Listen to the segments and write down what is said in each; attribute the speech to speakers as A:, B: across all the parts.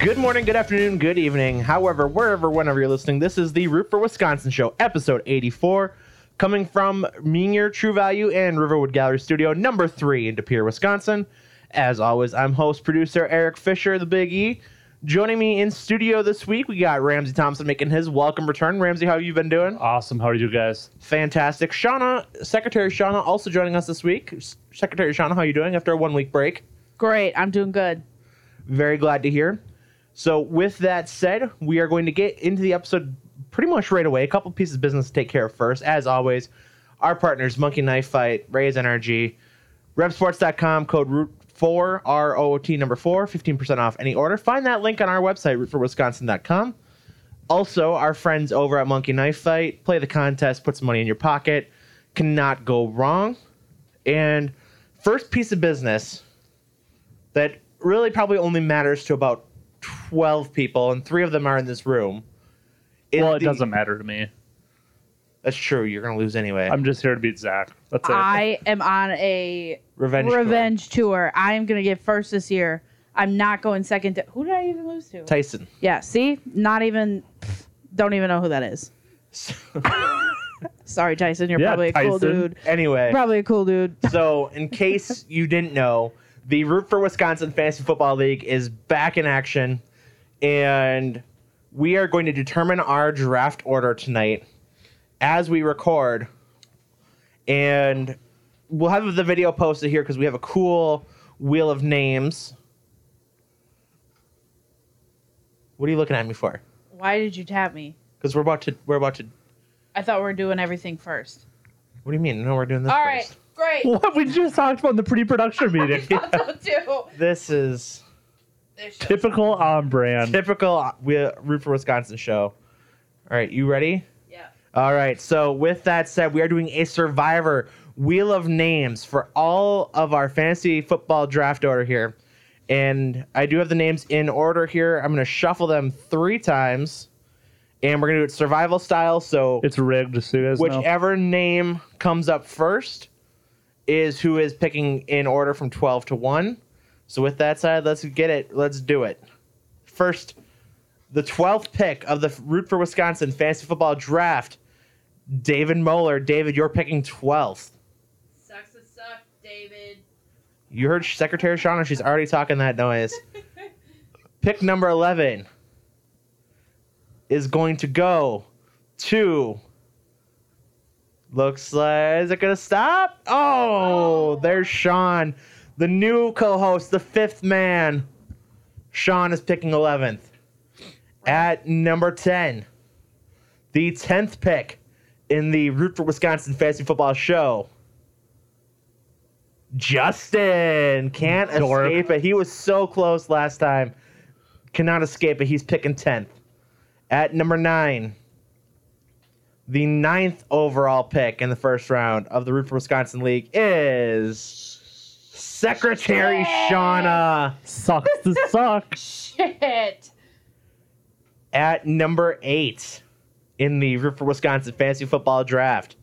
A: Good morning, good afternoon, good evening. However, wherever, whenever you're listening, this is the Root for Wisconsin show, episode 84, coming from Meanier True Value and Riverwood Gallery Studio, number three in De Pere, Wisconsin. As always, I'm host producer Eric Fisher, the Big E. Joining me in studio this week, we got Ramsey Thompson making his welcome return. Ramsey, how have you been doing?
B: Awesome. How are you guys?
A: Fantastic. Shauna, Secretary Shauna, also joining us this week. S- Secretary Shauna, how are you doing after a one week break?
C: Great. I'm doing good.
A: Very glad to hear. So, with that said, we are going to get into the episode pretty much right away. A couple pieces of business to take care of first. As always, our partners, Monkey Knife Fight, Raise Energy, RevSports.com, code ROOT4, R O O T number 4, 15% off any order. Find that link on our website, rootforwisconsin.com. Also, our friends over at Monkey Knife Fight play the contest, put some money in your pocket. Cannot go wrong. And first piece of business that really probably only matters to about 12 people, and three of them are in this room. is
B: well, it
A: the-
B: doesn't matter to me.
A: That's true. You're going to lose anyway.
B: I'm just here to beat Zach. That's it.
C: I am on a
A: revenge. tour.
C: revenge tour. I am going to get first this year. I'm not going second. To, who did I even lose to?
A: Tyson.
C: yeah, see? Not even, pff, don't even know who that is. Sorry, Tyson. You're
B: Yeah,
C: probably a cool
B: Tyson.
C: dude.
A: anyway,
C: Probably a cool dude.
A: so in case you didn't know, the Root for Wisconsin Fantasy Football League is back in action, and we are going to determine our draft order tonight as we record. And we'll have the video posted here because we have a cool wheel of names. What are you looking at me for?
C: Why did you tap me?
A: Because we're about to we're about to.
C: I thought we were doing everything first.
A: What do you mean? No, we're doing this
C: All right.
A: first.
C: Great.
B: what we just talked about in the pre-production meeting.
C: Don't do
A: This is.
C: this shit.
B: Typical on brand.
A: typical we root for Wisconsin show. All right, you ready?
C: Yeah.
A: All right. So with that said, we are doing a Survivor Wheel of Names for all of our fantasy football draft order here, and I do have the names in order here. I'm going to shuffle them three times, and we're going to do it survival style. So
B: It's rigged, just so you guys know.
A: whichever name comes up first is who is picking in order from 12 to 1 so with that side let's get it let's do it first the 12th pick of the root for wisconsin fantasy football draft david moeller david you're picking 12th
C: Sucks to suck, David.
A: you heard secretary shauna she's already talking that noise pick number 11 is going to go to looks like is it gonna stop oh,
C: Oh.
A: there's sean the new co-host the fifth man sean is picking 11th at number 10 the 10th pick in the root for wisconsin fantasy football show justin can't
B: Dork.
A: escape it he was so close last time cannot escape it he's picking 10th at number nine, the ninth overall pick in the first round of the Root for Wisconsin League is Secretary
C: Shit.
A: Shauna
B: Sucks to suck.
C: Shit.
A: at number eight in the Root for Wisconsin Fantasy Football Draft.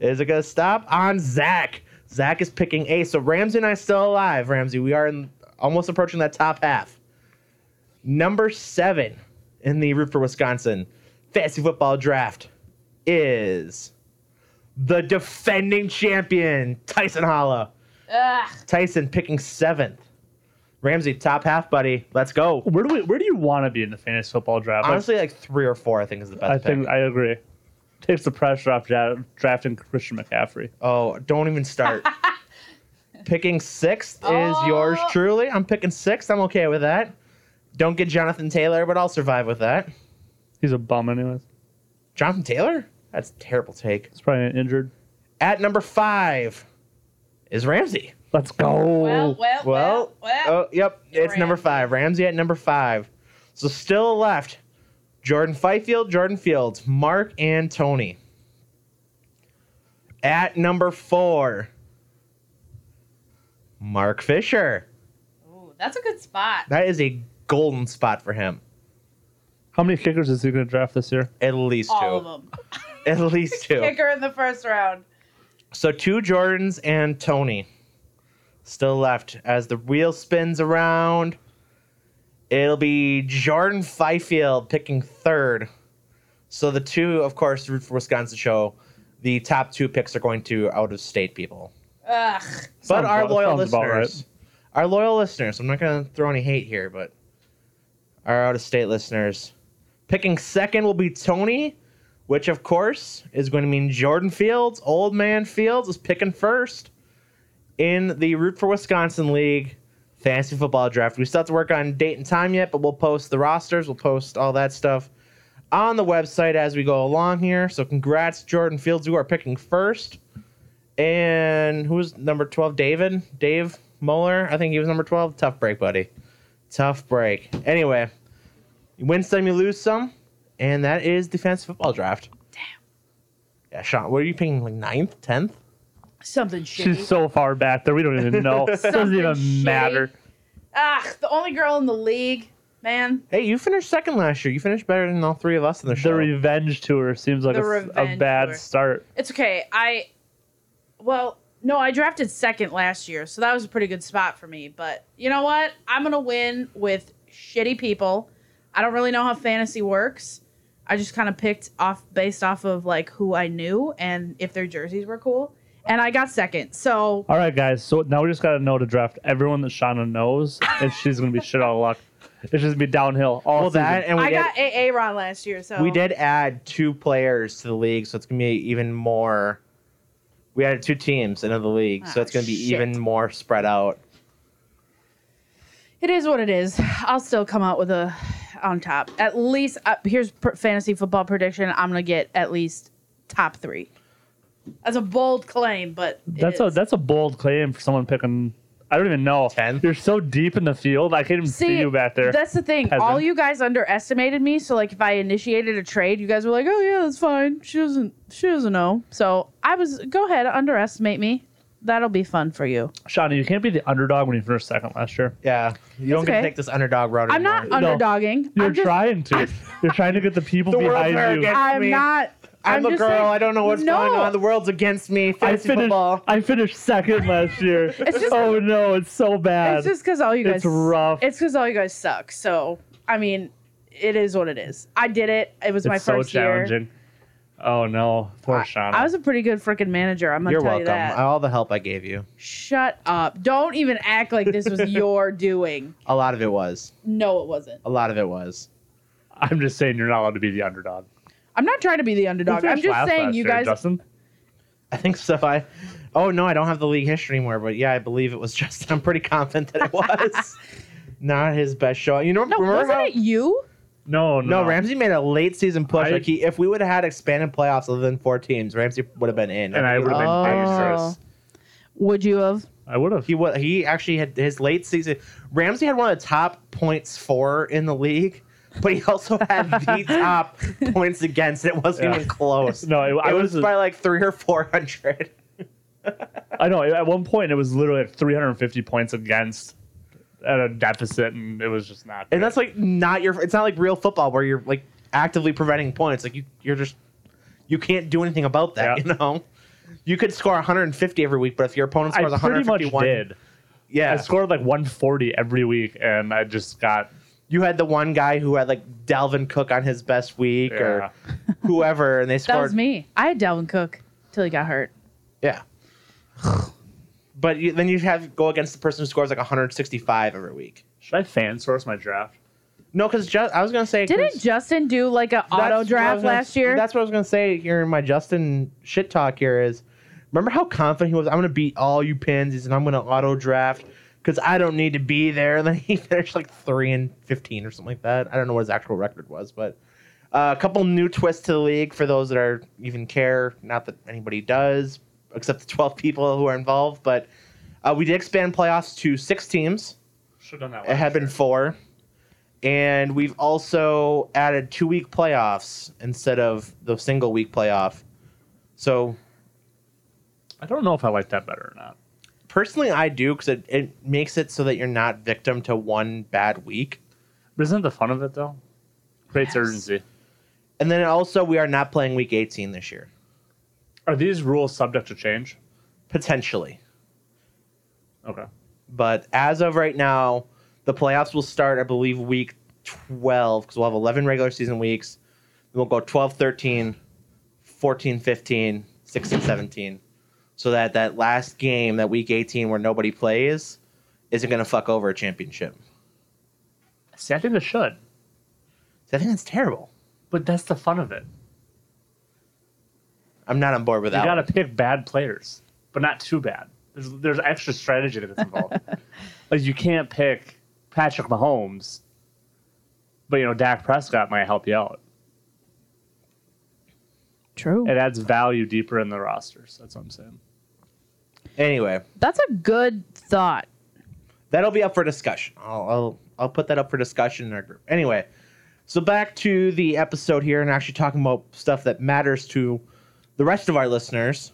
A: Is it gonna stop on Zach? Zach is picking eight. So Ramsey and I still alive. Ramsey, we are in, almost approaching that top half. Number seven in the Root for Wisconsin Fantasy Football Draft is the defending champion Tyson Holla.
C: Ugh.
A: Tyson picking seventh. Ramsey, top half, buddy. Let's go.
B: Where do we? Where do you want to be in the fantasy football draft? Like,
A: Honestly, like three or four, I think is the best
B: I
A: pick.
B: think I agree. Takes the pressure off dra- drafting Christian McCaffrey.
A: Oh, don't even start. picking sixth is yours
C: Oh.
A: truly. I'm picking sixth. I'm okay with that. Don't get Jonathan Taylor, but I'll survive with that.
B: He's a bum, anyways.
A: Jonathan Taylor? That's a terrible take.
B: He's probably injured.
A: At number five is Ramsey.
B: Let's go.
C: Well, well, well,
A: Well, oh, yep. It's
C: Ramsey.
A: number five. Ramsey at number five. So still left Jordan Fifield, Jordan Fields, Mark, and Tony. At number four, Mark Fisher.
C: Ooh, that's a good spot.
A: That is a golden spot for him.
B: How many kickers is he going to draft this year?
A: At least
C: All of
A: two.
C: them.
A: At least two.
C: Kicker in the first round.
A: So two Jordans and Tony. still left as the wheel spins around. It'll be Jordan Fifield picking third. So the two, of course, root for Wisconsin show. The top two picks are going to out of state people. But
C: Ugh.
B: Sounds
A: our
B: about-
A: loyal
B: sounds about right.
A: listeners, our loyal listeners, I'm not going to throw any hate here, but our out of state listeners. Picking second will be Tony, which of course is going to mean Jordan Fields. Old man Fields is picking first in the Root for Wisconsin League fantasy football draft. We still have to work on date and time yet, but we'll post the rosters, we'll post all that stuff on the website as we go along here. So congrats, Jordan Fields, who are picking first. And who's number 12? David? Dave Muller? I think he was number 12. Tough break, buddy. Tough break. Anyway, you win some, you lose some. And that is the fantasy football draft. Damn. Yeah, Sean, what are you picking? Like ninth, 10th?
C: Something shitty.
B: She's so far back that we don't even know. it doesn't
C: Something
B: even
C: shitty.
B: matter.
C: Ugh, the only girl in the league, man.
A: Hey, you finished second last year. You finished better than all three of us in the show.
B: The revenge tour seems like a,
C: The
B: s- a
C: revenge
B: bad
C: tour.
B: start.
C: It's okay. I, well, no, I drafted second last year, so that was a pretty good spot for me. But you know what? I'm gonna win with shitty people. I don't really know how fantasy works. I just kind of picked off based off of like who I knew and if their jerseys were cool, and I got second. So
B: All right, guys. So now we just gotta know to draft everyone that Shauna knows, and she's gonna be shit out of luck. It's just gonna be downhill all
A: well,
B: season.
A: that and we
C: I
A: did,
C: got AA Ron last year. So
A: we did add two players to the league, so it's gonna be even more. We added two teams into the league, so
C: Ah,
A: it's gonna be
C: shit.
A: even more spread out.
C: It is what it is. I'll still come out with a on top. At least uh, here's pr- fantasy football prediction. I'm gonna get at least top three. That's a bold claim, but it
B: That's a
C: is.
B: that's a bold claim for someone picking. I don't even know.
A: Ten?
B: You're so deep in the field. I can't even see, you back there.
C: That's the thing.
B: peasant.
C: All you guys underestimated me. So like, if I initiated a trade, you guys were like, "Oh yeah, that's fine. She doesn't. She doesn't know." So I was. Go ahead, underestimate me. That'll be fun for you.
B: Shauna, you can't be the underdog when you finished second last year.
A: Yeah, you don't get
C: okay.
A: to take this underdog route.
C: I'm not
A: anymore.
C: underdogging.
B: You're
C: I'm just-
B: trying to. You're trying to get the people
A: The world's
B: behind
A: our
B: you.
A: against
C: I'm
A: me.
C: not.
A: I'm, a
C: just
A: girl.
C: saying-
A: I don't know what's
C: No.
A: going on. The world's against me.
B: I
A: Fantasy
B: finished.
A: football.
B: I finished second last year.
C: just-
B: oh no, it's so bad.
C: It's just because all you guys.
B: It's rough.
C: It's because all you guys suck. So I mean, it is what it is. I did it. It was
B: It's
C: my
B: so
C: first year.
B: challenging. Oh no, poor Shauna.
C: I was a pretty good freaking manager. I'm gonna
A: You're
C: tell
A: welcome.
C: you that.
A: All the help I gave you.
C: Shut up! Don't even act like this was your doing.
A: A lot of it was.
C: No, it wasn't.
A: A lot of it was.
B: I'm just saying you're not allowed to be the underdog.
C: I'm not trying to be the
B: Who
C: underdog. I'm
B: finished
C: just
B: last
C: saying
B: last
C: you
B: year,
C: guys.
B: Justin.
A: I think so. I. Oh no, I don't have the league history anymore. But yeah, I believe it was Justin. I'm pretty confident that it was. not his best show. You know,
C: No,
A: remember
C: wasn't
A: how-
C: it you?
B: No, no.
A: No, Ramsey made a late season push.
B: I-
A: like he, if we would have had expanded playoffs other than four teams, Ramsey would have been in.
B: And I would have been
C: Oh. Would you have?
B: I would have.
A: He wa He actually had his late season. Ramsey had one of the top points for in the league, but he also had the top points against. It wasn't
B: Yeah.
A: even close.
B: No, it, I
A: it
B: was.
A: was by like three or four hundred.
B: I know. At one point, it was literally at 350 points against at a deficit, and it was just not.
A: And that's like not your. It's not like real football where you're like actively preventing points. Like you, you're just you can't do anything about that.
B: Yeah.
A: You know, you could score 150 every week, but if your opponent
B: I
A: scores
B: pretty much
A: 151,
B: did.
A: yeah,
B: I scored like 140 every week, and I just got.
A: you had the one guy who had like Dalvin Cook on his best week
B: Yeah.
A: or whoever, and they
C: That
A: scored.
C: was me. I had Dalvin Cook till he got hurt.
A: Yeah. but you, then you have go against the person who scores like 165 every week.
B: Should I fan source my draft?
A: No, because I was gonna say 'cause
C: Didn't Justin do like an
A: that's
C: auto
A: what I was
C: draft
A: gonna-
C: last year?
A: That's what I was gonna say here in my Justin shit talk here is. Remember how confident he was? I'm gonna beat all you pansies and I'm gonna auto draft because I don't need to be there. And then he finished like three and fifteen or something like that. I don't know what his actual record was, but uh, a couple new twists to the league for those that are even care. Not that anybody does, except the twelve people who are involved. But uh, we did expand playoffs to six teams.
B: Should have done that.
A: It had been four. And we've also added two week playoffs instead of the single week playoff. So
B: I don't know if I like that better or not.
A: personally, I do because it, it makes it so that you're not victim to one bad week.
B: But isn't the fun of it though? Creates urgency.
A: And then also, we are not playing week 18 this year,
B: Are these rules subject to change?
A: potentially.
B: Okay.
A: But as of right now, the playoffs will start, I believe, week 12, because we'll have 11 regular season weeks. Then we'll go 12, 13, 14, 15, 16, 17. So that that last game, that week 18 where nobody plays, isn't going to fuck over a championship.
B: See, I think it should,
A: So I think that's terrible.
B: but that's the fun of it.
A: I'm not on board with that.
B: you got
A: one.
B: to pick bad players, but not too bad. There's there's extra strategy that's involved. like you can't pick Patrick Mahomes, but you know Dak Prescott might help you out.
C: True.
B: It adds value deeper in the rosters. That's what I'm saying.
A: Anyway,
C: That's a good thought.
A: that'll be up for discussion. I'll, I'll I'll put that up for discussion in our group. Anyway, so back to the episode here and actually talking about stuff that matters to the rest of our listeners.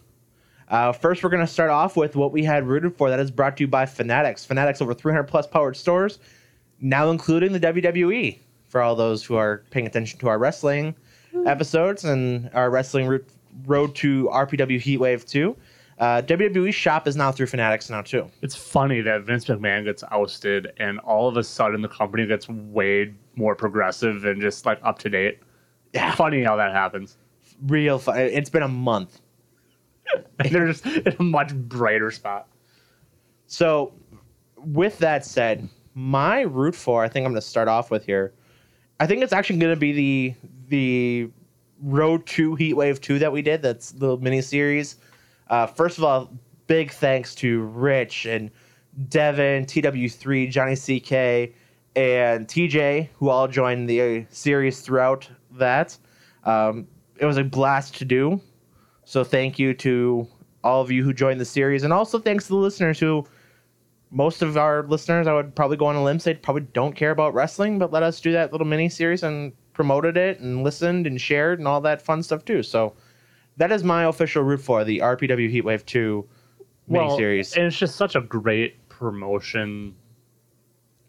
A: Uh, first, we're going to start off with what we had rooted for. That is brought to you by Fanatics. Fanatics over 300 plus powered stores, now including the WWE. For all those who are paying attention to our wrestling episodes and our wrestling route, road to RPW Heatwave 2, uh, WWE shop is now through Fanatics now too.
B: It's funny that Vince McMahon gets ousted, and all of a sudden the company gets way more progressive and just like up to date.
A: Yeah.
B: Funny how that happens.
A: real fun. It's been a month.
B: They're just in a much brighter spot.
A: So, with that said, my root for I think I'm going to start off with here. I think it's actually going to be the the Road to Heat Wave Two that we did. That's the mini series. Uh, first of all, big thanks to Rich and Devin, TW3, Johnny CK, and TJ, who all joined the uh, series throughout that. Um, it was a blast to do. So thank you to all of you who joined the series, and also thanks to the listeners who, most of our listeners, I would probably go on a limb say probably don't care about wrestling, but let us do that little mini series and promoted it and listened and shared and all that fun stuff too. So that is my official root for the RPW Heatwave Two mini series.
B: And it's just such a great promotion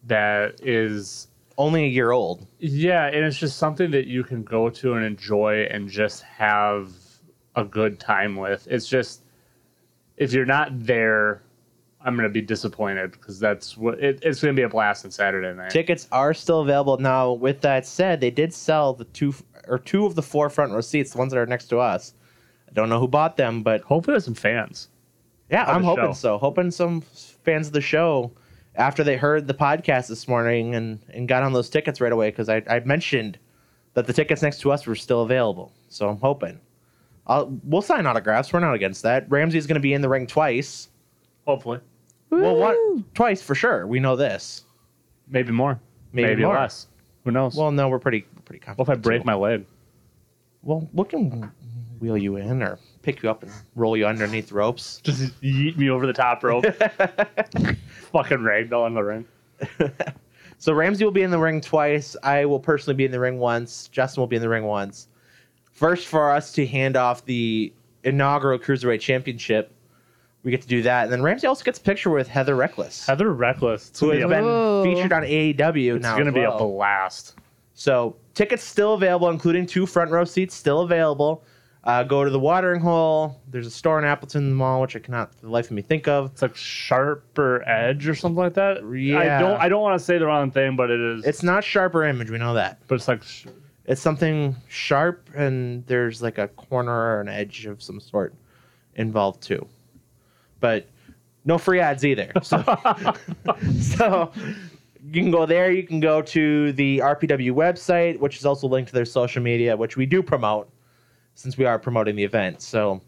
B: that is
A: Only a year old.
B: yeah, and it's just something that you can go to and enjoy and just have a good time with. It's just if you're not there, I'm gonna be disappointed because that's what it, it's gonna be a blast on Saturday night.
A: Tickets are still available now. With that said, they did sell the two or two of the four front row seats, the ones that are next to us. I don't know who bought them, but
B: Hopefully, there's some fans.
A: Yeah,
B: of
A: I'm
B: the
A: hoping
B: show.
A: so. Hoping some fans of the show, after they heard the podcast this morning and, and got on those tickets right away, because I, I mentioned that the tickets next to us were still available. So I'm hoping. I'll, we'll sign autographs. We're not against that. Ramsey's going to be in the ring twice.
B: Hopefully,
A: Well,
C: Woo!
A: one, twice for sure. We know this.
B: maybe more,
A: Maybe more.
B: less. Who knows? Well,
A: Well, no, we're pretty pretty confident.
B: what if I break
A: So-
B: my leg?
A: Well, we can wheel you in or pick you up and roll you underneath the ropes.
B: Just yeet me over the top rope. Fucking ragdoll in the ring.
A: So Ramsey will be in the ring twice. I will personally be in the ring once. Justin will be in the ring once. First, for us to hand off the inaugural Cruiserweight Championship, we get to do that. And then Ramsey also gets a picture with Heather Reckless,
B: Heather Reckless. It's
A: who
B: gonna
A: has
B: be a
A: been
C: Ooh.
A: featured on AEW
B: It's
A: now.
B: gonna
A: as
B: be a
A: well.
B: blast.
A: So tickets still available, including two front row seats still available. Uh, go to the watering hole. There's a store in Appleton Mall, which I cannot for the life of me think of.
B: It's like sharper edge or something like that.
A: Yeah.
B: I don't. I don't want to say the wrong thing, but it is.
A: It's not Sharper Image, we know that.
B: but it's like sh-
A: it's something sharp and there's like a corner or an edge of some sort involved too but no free ads either so, so you can go there you can go to the rpw website which is also linked to their social media which we do promote since we are promoting the event so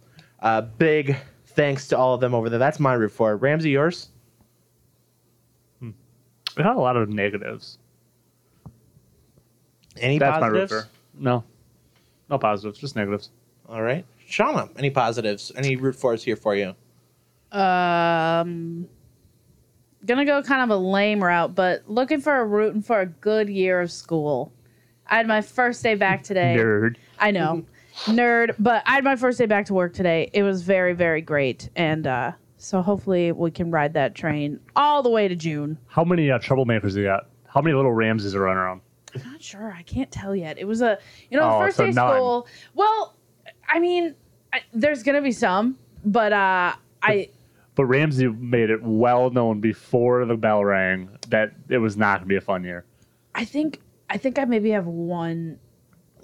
A: uh, big thanks to all of them over there that's my root for it. ramsey yours
B: we had a lot of negatives.
A: any
B: That's
A: positives
B: my root for. No, no positives, just negatives.
A: all right shauna any positives any root fours here for you
C: Um, gonna go kind of a lame route, but looking for a rooting for a good year of school. I had my first day back today.
B: Nerd.
C: I know, nerd. But I had my first day back to work today. It was very, very great, and uh, so hopefully we can ride that train all the way to June.
B: How many uh, troublemakers you got? How many little Ramses are running around?
C: I'm not sure. I can't tell yet. It was a, you know,
B: Oh,
C: the first
B: so
C: day of
B: none.
C: school. Well, I mean, I, there's gonna be some, but uh, I.
B: But Ramsey made it well known before the bell rang that it was not going to be a fun year.
C: I think I think I maybe have one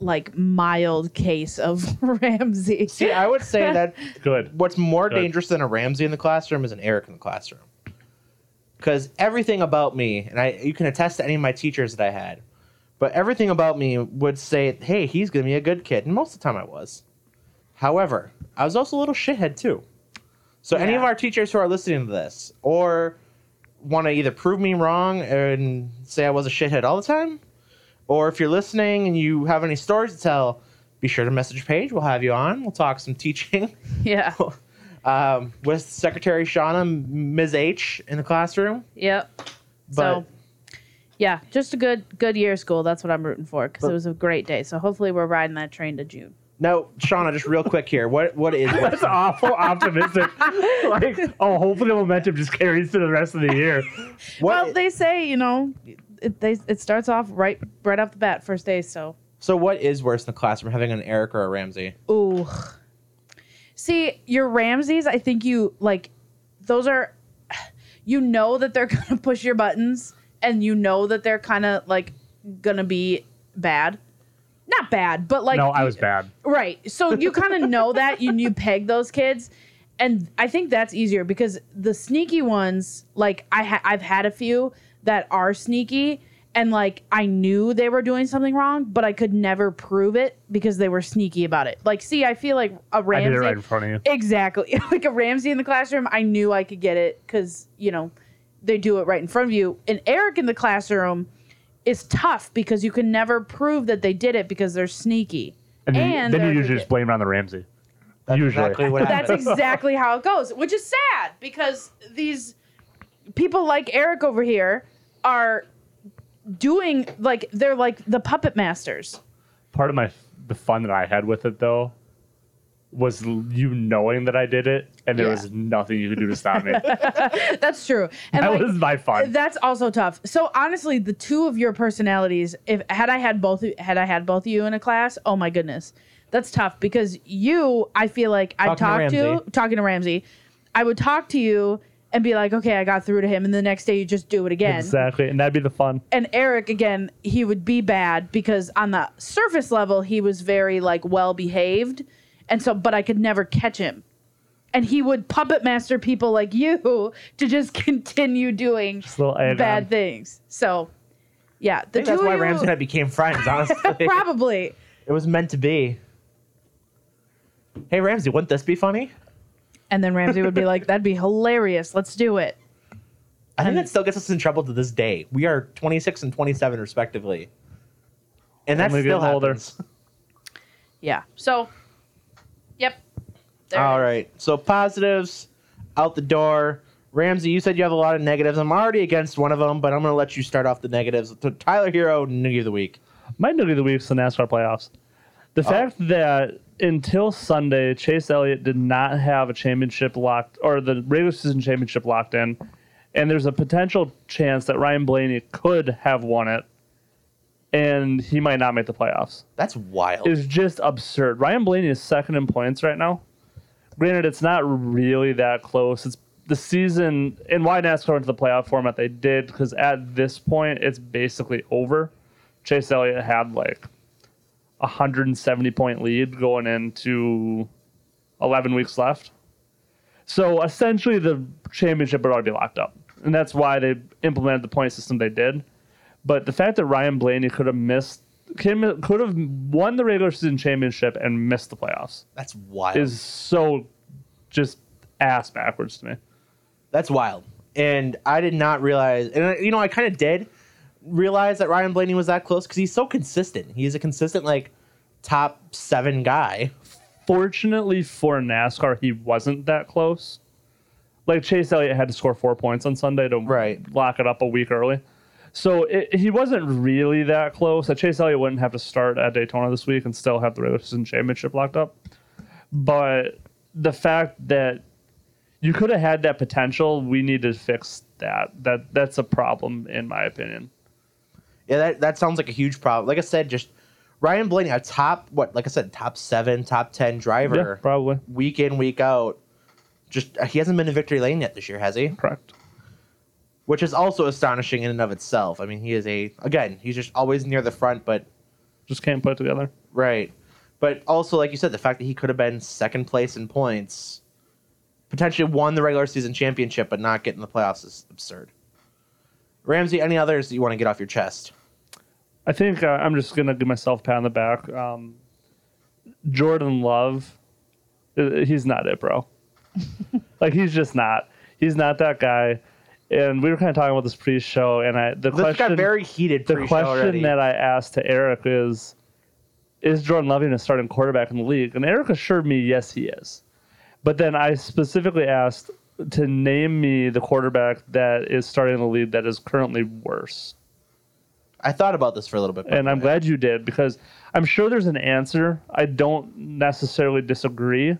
C: like mild case of Ramsey.
A: See, I would say that
B: Good.
A: what's more
B: Good.
A: dangerous than a Ramsey in the classroom is an Eric in the classroom. Because everything about me, and I, you can attest to any of my teachers that I had, but everything about me would say, "Hey, he's gonna be a good kid," and most of the time I was. However, I was also a little shithead too. So any
C: Yeah.
A: of our teachers who are listening to this or want to either prove me wrong and say I was a shithead all the time, or if you're listening and you have any stories to tell, be sure to message Paige. We'll have you on. We'll talk some teaching
C: yeah.
A: um, with Secretary Shauna, Ms. H in the classroom.
C: Yep.
A: But
C: so yeah, just a good good year of school. That's what I'm rooting for because
A: But-
C: it was a great day. So hopefully we're riding that train to June.
A: no, Shauna, just real quick here. What what is
B: That's awful optimistic. like, oh, hopefully the momentum just carries to the rest of the year.
A: what?
C: well, they say you know it, they, it starts off right right off the bat first day. So
A: so what is worse in the classroom, having an Eric or a Ramsey?
C: Ooh. See, your Ramses, I think you like those are you know that they're gonna push your buttons and you know that they're kinda like gonna be bad. Not bad, but like
B: no, I was bad.
C: right. So you kinda know that you you peg those kids. And I think that's easier because the sneaky ones, like I ha- I've had a few that are sneaky and like I knew they were doing something wrong, but I could never prove it because they were sneaky about it. Like, see, I feel like a
B: I did
C: Ramsey
B: it right in front of you.
C: Exactly. like a Ramsey in the classroom, I knew I could get it because, you know, they do it right in front of you. And Eric in the classroom is tough because you can never prove that they did it because they're sneaky.
B: And, you-
C: And
B: then
C: they're
B: you
C: good.
B: usually just blame it on the Ramsey.
A: That's
B: Usually.
A: exactly what
C: That's
A: happens.
C: exactly how it goes, which is sad because these people like Eric over here are doing like they're like the puppet masters.
B: Part of my the fun that I had with it though was l- you knowing that I did it, and there
C: Yeah.
B: was nothing you could do to stop me. that
C: That's true. And like,
B: was my fun.
C: That's also tough. So honestly, the two of your personalities, if had I had both had I had both of you in a class, oh my goodness. That's tough because you, I feel like I
A: Talking
C: talked
A: to
C: to
A: Ramsey.
C: talking to Ramsey, I would talk to you and be like, okay, I got through to him, and the next day you just do it again.
B: Exactly, and that'd be the fun.
C: And Eric again, he would be bad because on the surface level he was very like well behaved, and so but I could never catch him. And he would puppet master people like you to just continue doing
B: Just a little add-on.
C: bad things. So, yeah,
A: I
C: the
A: think
C: two
A: that's why
C: of you-
A: Ramsey and I became friends. Honestly,
C: probably.
A: it was meant to be. Hey Ramsey, wouldn't this be funny?
C: And then Ramsey would be like, "That'd be hilarious. Let's do it."
A: I think that still gets us in trouble to this day. We are 26 and 27 respectively, and that's
B: Only getting
A: still
B: older.
A: happens.
C: Yeah. So, yep. There it
A: All
C: is.
A: right. So positives out the door. Ramsey, you said you have a lot of negatives. I'm already against one of them, but I'm going to let you start off the negatives. So Tyler Hero, Noogie of the Week.
B: My noogie of the week's the NASCAR playoffs. The fact that until Sunday, Chase Elliott did not have a championship locked or the regular season championship locked in, and there's a potential chance that Ryan Blaney could have won it, and he might not make the playoffs.
A: That's wild.
B: It's just absurd. Ryan Blaney is second in points right now. Granted, it's not really that close. It's the season and why NASCAR went to the playoff format they did because at this point it's basically over. Chase Elliott had like a 170 point lead going into 11 weeks left. So essentially, the championship would already be locked up, and that's why they implemented the point system they did. But the fact that Ryan Blaney could have missed, could could have won the regular season championship and missed the playoffs
A: That's wild.
B: is so just ass backwards to me.
A: That's wild. And I did not realize, and I, you know, I kind of did realize that Ryan Blaney was that close because he's so consistent. He's a consistent, like, top seven guy.
B: Fortunately for NASCAR, he wasn't that close. Like Chase Elliott had to score four points on Sunday to
A: Right.
B: lock it up a week early. So it, he wasn't really that close. That Chase Elliott wouldn't have to start at Daytona this week and still have the regular season championship locked up. But the fact that you could have had that potential, we need to fix that. That that's a problem in my opinion.
A: Yeah, that, that sounds like a huge problem. Like I said, just Ryan Blaney, a top, what, like I said, top seven, top 10 driver.
B: Yeah, probably.
A: week in week out Just uh, he hasn't been in victory lane yet this year, has he?
B: Correct.
A: Which is also astonishing in and of itself. I mean, he is a again, he's just always near the front, but
B: Just can't put it together.
A: Right. But also, like you said, the fact that he could have been second place in points, potentially won the regular season championship, but not get in the playoffs is absurd. Ramsey, any others that you want to get off your chest?
B: I think uh, I'm just gonna give myself a pat on the back. Um, Jordan Love, uh, he's not it, bro. like he's just not. He's not that guy. And we were kind of talking about this pre-show, and I the
A: This
B: question
A: got very heated.
B: the
A: pre-show
B: question
A: already.
B: that I asked to Eric is, is Jordan Love even a starting quarterback in the league? And Eric assured me, yes, he is. But then I specifically asked to name me the quarterback that is starting in the league that is currently worse.
A: I thought about this for a little bit,
B: And I'm glad you did because I'm sure there's an answer. I don't necessarily disagree,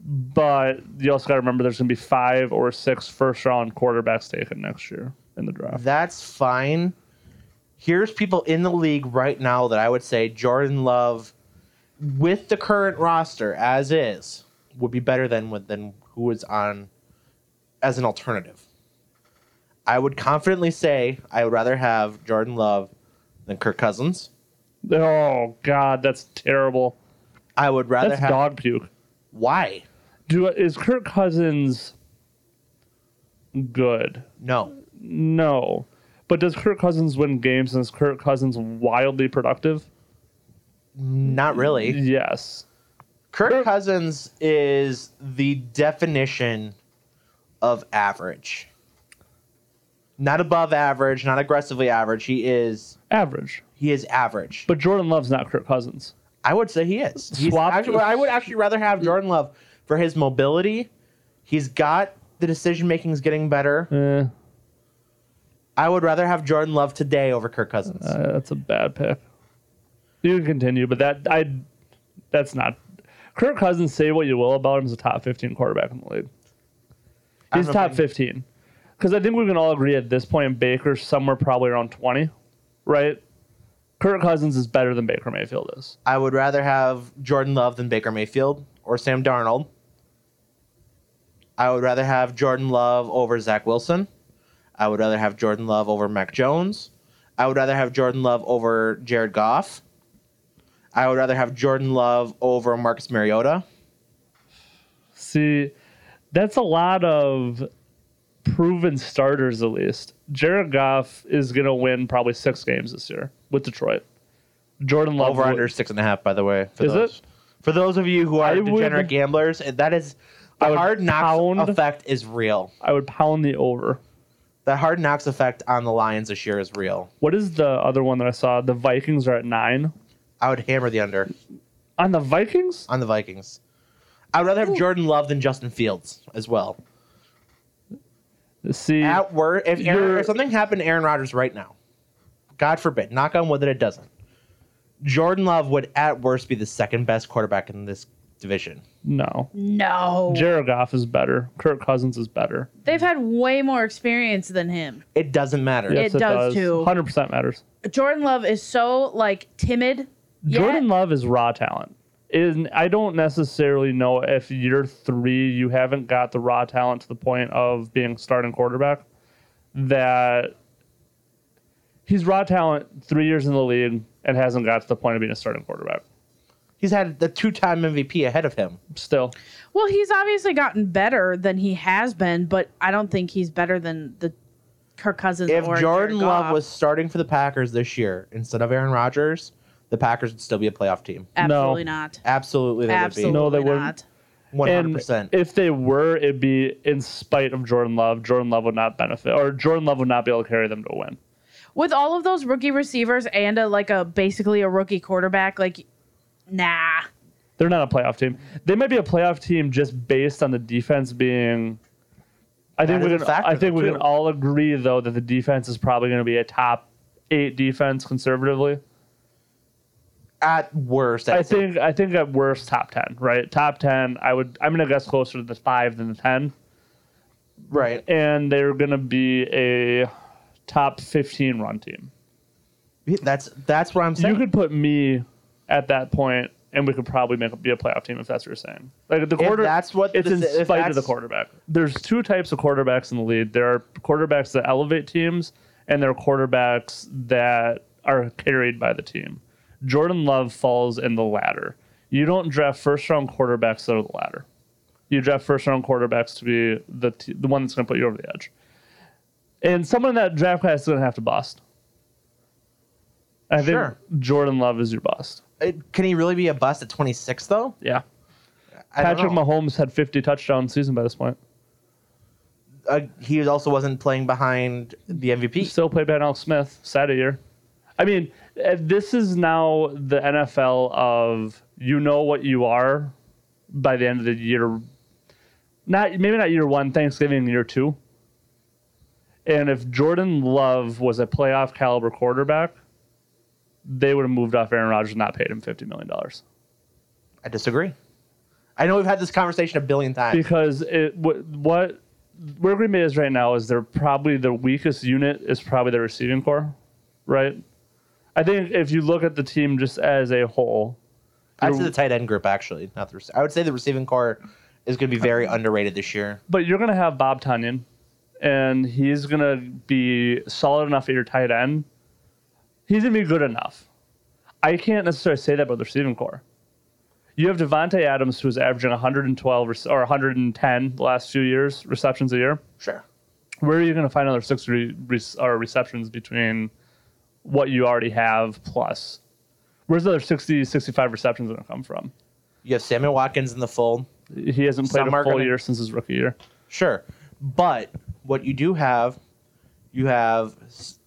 B: but you also got to remember there's going to be five or six first round quarterbacks taken next year in the draft.
A: that's fine. Here's people in the league right now that I would say Jordan Love, with the current roster as is, would be better than with- than who was on as an alternative. I would confidently say I would rather have Jordan Love than Kirk Cousins.
B: Oh, God, that's terrible.
A: I would rather
B: That's
A: have
B: dog puke.
A: why
B: Do is Kirk Cousins good?
A: no.
B: No. But does Kirk Cousins win games and is Kirk Cousins wildly productive?
A: Not
B: Mm-hmm.
A: really.
B: Yes.
A: Kirk Cousins is the definition of average. Not above average, not aggressively average. He is
B: Average.
A: he is average.
B: But Jordan Love's not Kirk Cousins.
A: I would say he is. He's
B: Swap-
A: actually, I would actually rather have Jordan Love for his mobility. He's got the decision making is getting better.
B: Eh,
A: I would rather have Jordan Love today over Kirk Cousins.
B: uh, that's a bad pick. You can continue, but that I that's not Kirk Cousins say what you will about him as a top 15 quarterback in the league.
A: I don't
B: He's
A: know if
B: top
A: I-
B: 15. Because I think we can all agree at this point, Baker's somewhere probably around 20, right? Kirk Cousins is better than Baker Mayfield is.
A: I would rather have Jordan Love than Baker Mayfield or Sam Darnold. I would rather have Jordan Love over Zach Wilson. I would rather have Jordan Love over Mac Jones. I would rather have Jordan Love over Jared Goff. I would rather have Jordan Love over Marcus Mariota.
B: See, that's a lot of proven starters, at least. Jared Goff is going to win probably six games this year with Detroit. Jordan Love.
A: Over
B: would-
A: under six and a half, by the way. For
B: Is
A: those.
B: it?
A: For those of you who are
B: I would-
A: degenerate gamblers, and that is
B: I
A: the
B: would
A: hard knocks
B: pound-
A: effect is real.
B: I would pound the over.
A: The hard knocks effect on the Lions this year is real.
B: What is the other one that I saw? The Vikings are at nine.
A: I would hammer the under.
B: On the Vikings?
A: on the Vikings. I'd rather have Jordan Love than Justin Fields as well.
B: See,
A: At worst, if, Aaron,
B: Mm. You're-
A: if something happened to Aaron Rodgers right now, God forbid, knock on wood that it doesn't, Jordan Love would at worst be the second best quarterback in this division.
B: no.
C: No.
B: Jared Goff is better. Kirk Cousins is better.
C: They've had way more experience than him.
A: It doesn't matter.
C: It does, too.
B: Hundred percent matters.
C: Jordan Love is so like timid. yet-
B: Jordan Love is raw talent. And I don't necessarily know if year three you haven't got the raw talent to the point of being starting quarterback that he's raw talent three years in the league and hasn't got to the point of being a starting quarterback.
A: He's had the two-time MVP ahead of him.
B: Still,
C: Well, he's obviously gotten better than he has been, but I don't think he's better than the Kirk Cousins.
A: If
C: or
A: Jordan
C: Jared
A: Love
C: Goff.
A: was starting for the Packers this year instead of Aaron Rodgers, the Packers would still be a playoff team.
C: absolutely
B: No.
C: not,
A: Absolutely, they
C: absolutely
B: No, they wouldn't.
C: not.
A: would be one hundred
B: and
A: percent.
B: if they were, it'd be in spite of Jordan Love. Jordan Love would not benefit, or Jordan Love would not be able to carry them to a win.
C: With all of those rookie receivers and a like a basically a rookie quarterback, like nah.
B: They're not a playoff team. They might be a playoff team just based on the defense being. I think
A: That
B: we
A: is a
B: can.
A: factor,
B: I think we
A: though,
B: can
A: too.
B: all agree though that the defense is probably going to be a top eight defense conservatively.
A: At worst,
B: I
A: I'd say
B: think. I think at worst top ten. Right, top ten. I would. I'm going to guess closer to the five than the ten,
A: right.
B: and they're going to be a top fifteen run team.
A: That's that's what I'm saying.
B: You could put me at that point and we could probably make be a playoff team if that's what you're saying. Like the
A: If
B: quarter,
A: that's what
B: it's
A: the-
B: in
A: if
B: spite of the
A: that's-
B: quarterback. There's two types of quarterbacks in the league. There are quarterbacks that elevate teams, and there are quarterbacks that are carried by the team. Jordan Love falls in the latter. You don't draft first round quarterbacks that are the latter. You draft first round quarterbacks to be the t- the one that's going to put you over the edge. And someone in that draft class is going to have to bust. I
A: Sure.
B: think Jordan Love is your bust.
A: It- can he really be a bust at 26 though?
B: Yeah.
A: I don't
B: Patrick
A: know.
B: Mahomes had 50 touchdowns season by this point.
A: Uh, he also wasn't playing behind the
B: He
A: MVP.
B: still played by Alex Smith. Sad a year. I mean, uh, this is now the NFL of you know what you are by the end of the year. Not maybe not year one, Thanksgiving year two. And if Jordan Love was a playoff caliber quarterback, they would have moved off Aaron Rodgers and not paid him fifty million dollars.
A: I disagree. I know we've had this conversation a billion times.
B: because it what, what where Green Bay is right now is they're probably their weakest unit is probably their receiving core, right? I think if you look at the team just as a whole,
A: I'd say the tight end group actually, not the. rec- I would say the receiving core is going to be very underrated this year.
B: but you're gonna have Bob Tunyon, and he's gonna be solid enough at your tight end. He's gonna be good enough. I can't necessarily say that about the receiving core. You have Devonte Adams, who's averaging 112 rec- or 110 the last few years receptions a year.
A: Sure.
B: where are you going to find another six re- re- or receptions between what you already have plus where's the other 60 65 receptions going to come from
A: You have Sammy Watkins in the fold.
B: he hasn't played
A: Some
B: a
A: are
B: full
A: gonna-
B: year since his rookie year
A: Sure. But what you do have, you have s-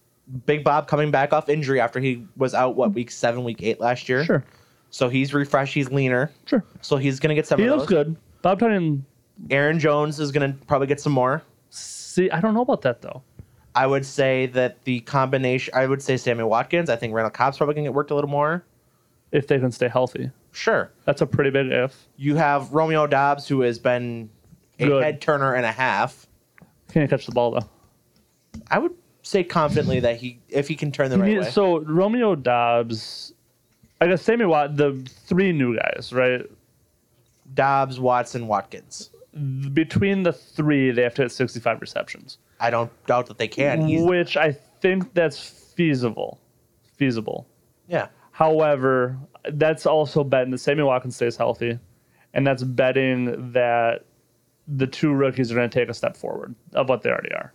A: Big Bob coming back off injury after he was out what week seven, week eight last year.
B: sure
A: So he's refreshed. He's leaner.
B: sure
A: So he's going to get some.
B: he
A: of
B: looks
A: those.
B: good bob Tunyon,
A: Aaron Jones is going to probably get some more.
B: see i don't know about that though
A: I would say that the combination. I would say Sammy Watkins. I think Randall Cobb's probably going to get worked a little more.
B: if they can stay healthy
A: Sure.
B: that's a pretty big if
A: You have Romeo Dobbs, who has been a
B: Good.
A: head turner and a half.
B: can't catch the ball though
A: I would say confidently that he, if he can turn the
B: You
A: right
B: need-
A: way,
B: So Romeo Dobbs, I guess Sammy Watt, the three new guys, right?
A: Dobbs, Watson, Watkins.
B: Between the three, they have to hit 65 receptions.
A: I don't doubt that they can. He's,
B: which I think that's feasible. Feasible.
A: yeah,
B: However, that's also betting that Sammy Watkins stays healthy, and that's betting that the two rookies are going to take a step forward of what they already are,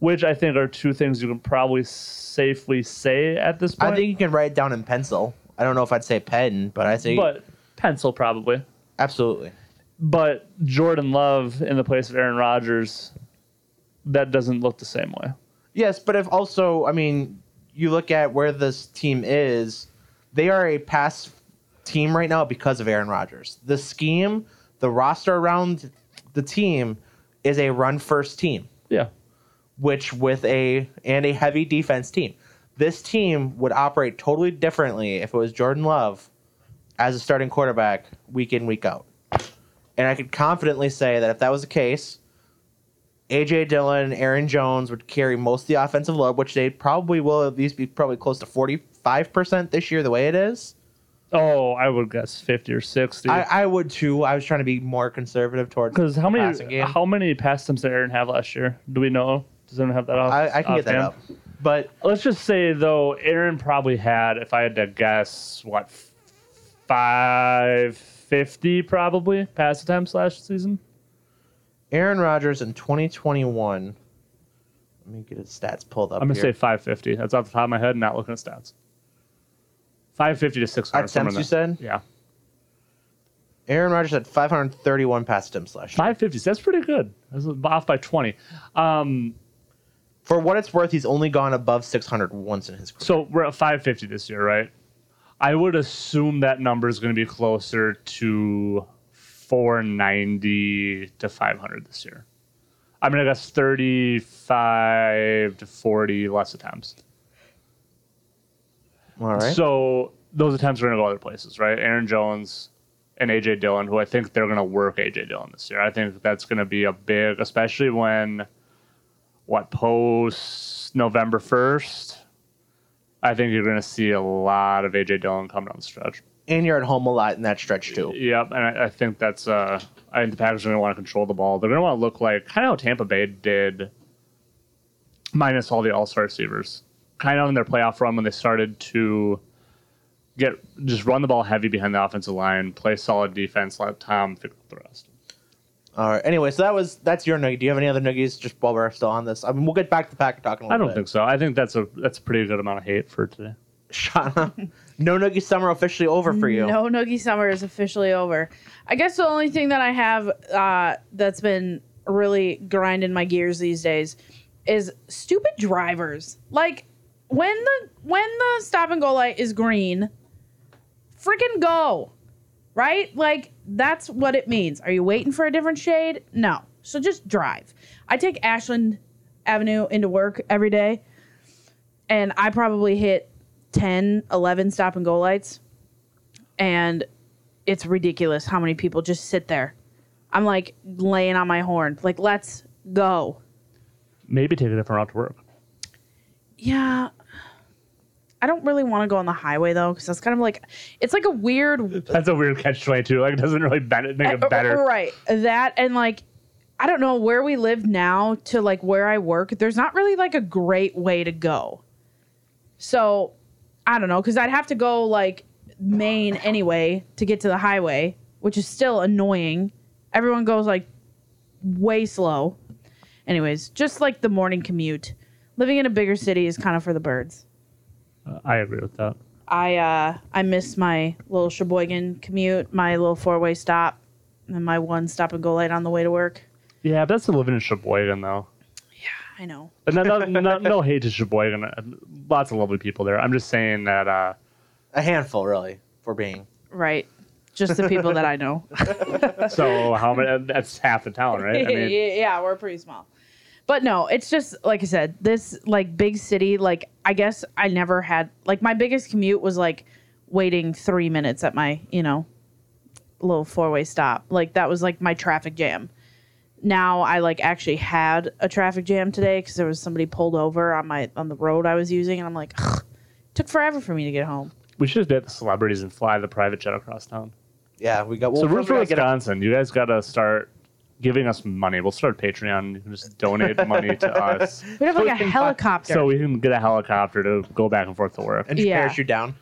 B: which I think are two things you can probably safely say at this point.
A: I think you can write it down in pencil. I don't know if I'd say pen, but I think
B: but pencil probably.
A: absolutely.
B: But Jordan Love in the place of Aaron Rodgers, that doesn't look the same way.
A: Yes, but if also, I mean, you look at where this team is, they are a pass team right now because of Aaron Rodgers. The scheme, the roster around the team is a run first team,
B: Yeah.
A: which with a and a heavy defense team. This team would operate totally differently if it was Jordan Love as a starting quarterback week in week out. And I could confidently say that if that was the case, AJ Dillon and Aaron Jones would carry most of the offensive load, which they probably will at least be probably close to 45% this year, the way it is.
B: Oh, I would guess 50 or 60.
A: I, I would too. I was trying to be more conservative towards
B: Because how many
A: passing game.
B: how many pass attempts did Aaron have last year? Do we know? Does anyone have that off?
A: I, I can get that
B: offhand?
A: up. But
B: Let's just say though, Aaron probably had, if I had to guess, what five fifty probably pass attempts last season.
A: Aaron Rodgers in 2021, let me get his stats pulled up.
B: I'm gonna
A: here.
B: say five fifty. That's off the top of my head, not looking at stats. Five fifty to six hundred.
A: attempts, you said?
B: Yeah,
A: Aaron Rodgers had 531 pass attempts last year.
B: five fifty. That's pretty good. That's off by twenty. Um,
A: For what it's worth, he's only gone above 600 once in his career.
B: So we're at 550 this year, right? I would assume that number is going to be closer to 490 to 500 this year. I'm going to guess 35 to 40 less attempts.
A: All right.
B: So those attempts are going to go other places, right? Aaron Jones and AJ Dillon, who I think they're going to work AJ Dillon this year. I think that's going to be a big, especially when what post November first. I think you're going to see a lot of AJ Dillon come down the stretch.
A: and you're at home a lot in that stretch too.
B: Yep, and I, I think that's uh, I think the Packers are going to want to control the ball. They're going to want to look like kind of how Tampa Bay did, minus all the All Star receivers. Kind of in their playoff run when they started to get just run the ball heavy behind the offensive line, play solid defense, let Tom figure out the rest.
A: All right. Anyway, so that was that's your noogie. Do you have any other noogies? Just while we're still on this, I mean, we'll get back to the pack talking. A
B: I
A: little
B: don't think so. I think that's a that's a pretty good amount of hate for today.
A: think. Shauna, no noogie summer officially over for you.
C: No, Noogie Summer is officially over. I guess the only thing that I have uh, that's been really grinding my gears these days is stupid drivers. Like when the when the stop and go light is green, freaking go, right? Like that's what it means. Are you waiting for a different shade? No. So just drive. I take Ashland Avenue into work every day, and I probably hit 10, 11 stop and go lights and it's ridiculous how many people just sit there. I'm like laying on my horn, like let's go.
D: Maybe take a different route to work.
C: Yeah, I don't really want to go on the highway though, because that's kind of like it's like a weird
B: That's a weird catch twenty two. Like it doesn't really ben- make it better.
C: Uh, right that and like I don't know where we live now to like where I work. There's not really like a great way to go, so I don't know because I'd have to go like Maine anyway to get to the highway, which is still annoying. Everyone goes like way slow. Anyways, just like the morning commute, living in a bigger city is kind of for the birds.
D: Uh, I agree with that.
C: I uh, I missed my little Sheboygan commute, my little four way stop, and my one stop and go light on the way to work.
D: Yeah, but that's the living in Sheboygan though.
C: I know.
D: And no, no, no, no hate to Sheboygan. Uh, Lots of lovely people there. I'm just saying that uh,
A: A handful, really, for being.
C: Right. Just the people that I know.
B: So how many? uh, That's half the town, right? I mean,
C: yeah, we're pretty small. But no, it's just like I said, this like big city, like I guess I never had like my biggest commute was like waiting three minutes at my, you know, little four way stop. Like that was like my traffic jam. Now I like actually had a traffic jam today because there was somebody pulled over on my on the road I was using, and I'm like, "Ugh, took forever for me to get home.
B: we should just get the celebrities and fly the private jet across town.
A: Yeah, we got. Well,
B: So we're
A: first we
B: from
A: gotta get a-
B: Wisconsin. You guys got to start giving us money. We'll start Patreon. You can just donate money to us
C: We'd have like a
A: Freaking fuck.
C: helicopter.
B: so we can get a helicopter to go back and forth to work.
A: and just
C: Yeah.
A: parachute down.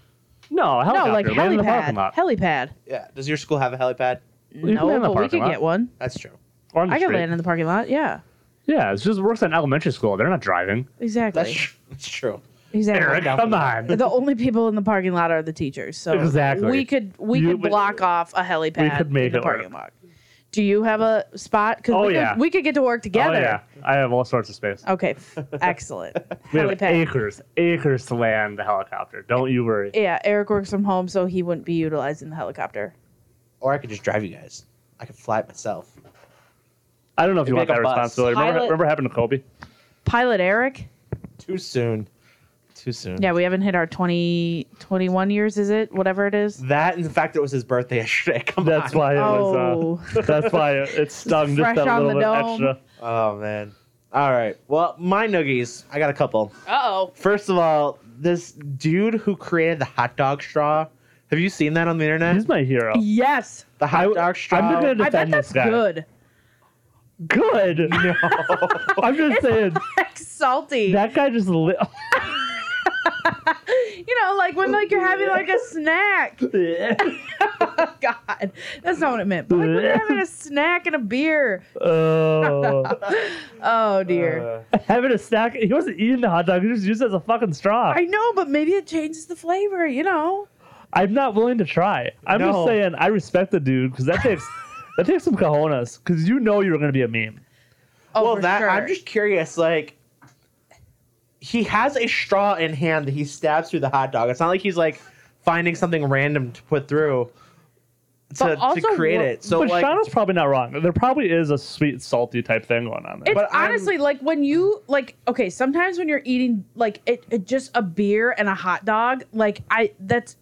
B: No, a
C: no,
B: helicopter.
C: like
B: land in the parking
C: helipad.
B: lot.
C: Helipad.
A: Yeah. Does your school have a helipad?
B: can
C: no,
B: land in the
C: but we
B: parking
C: could
B: lot.
C: get one.
A: That's true.
B: On the
C: I could
B: street.
C: land in the parking lot. Yeah,
B: Yeah, it's just it works in elementary school. They're not driving.
C: exactly.
A: That's tr- that's true.
C: exactly.
B: Eric, come on. Oh,
C: The only people in the parking lot are the teachers. So
B: Exactly.
C: we could we
B: You-
C: could block off a helipad.
B: We could make
C: in the
B: it work.
C: parking lot. Do you have a spot? Because
B: Oh,
C: we, could-
B: yeah.
C: we could get to work
B: Oh
C: together.
B: yeah, I have all sorts of space.
C: Okay, f- excellent.
B: We have
C: helipad.
B: acres, acres to land the helicopter. Don't you worry.
C: yeah, Eric works from home, so he wouldn't be utilizing the helicopter.
A: Or I could just drive you guys. I could fly it myself.
B: I don't know if you
A: It'd
B: want
A: be
B: that
A: like a bus.
B: responsibility. Remember,
C: Pilot-
B: remember what happened to Kobe?
C: Pilot Eric.
A: Too soon. Too soon.
C: Yeah, we haven't hit our 20, 21 years, is it? Whatever it is.
A: That and the fact that it was his birthday yesterday. Come
D: that's
A: on.
D: why it
C: Oh.
D: was. Uh, that's why it, it stung
C: Fresh
D: just that
C: on the
D: little bit
C: dome.
D: extra.
A: Oh man. All right. Well, my noogies. I got a couple.
C: Uh oh.
A: First of all, this dude who created the hot dog straw. Have you seen that on the internet?
D: He's my
B: Oh.
D: hero.
C: Yes.
A: the hot dog straw.
D: I'm gonna
C: I bet
D: defend
C: that's
D: this guy.
C: good.
D: Good. I'm just saying
C: Salty.
D: that guy just lit.
C: you know, like when like you're having like a snack. God, that's not what it meant. But like when you're having a snack and a beer.
D: Oh.
C: Oh dear.
A: Uh.
D: having a snack. He wasn't eating the hot dog. He just used it as a fucking straw.
C: I know, but maybe it changes the flavor. You know.
D: I'm not willing to try. I'm
A: No.
D: just saying I respect the dude because that takes that takes some cojones because you know you're gonna be a meme.
C: Oh,
A: well,
C: for
A: that
C: sure.
A: I'm just curious. Like, he has a straw in hand that he stabs through the hot dog. It's not like he's like finding something random to put through
C: But
A: to, to
C: also
A: create
C: what-
A: it. So
D: but
A: like,
D: Shauna's probably not wrong. There probably is a sweet, salty type thing going on there.
C: It's
A: but I'm-
C: honestly like when you like okay, sometimes when you're eating like it, it just a beer and a hot dog, like I that's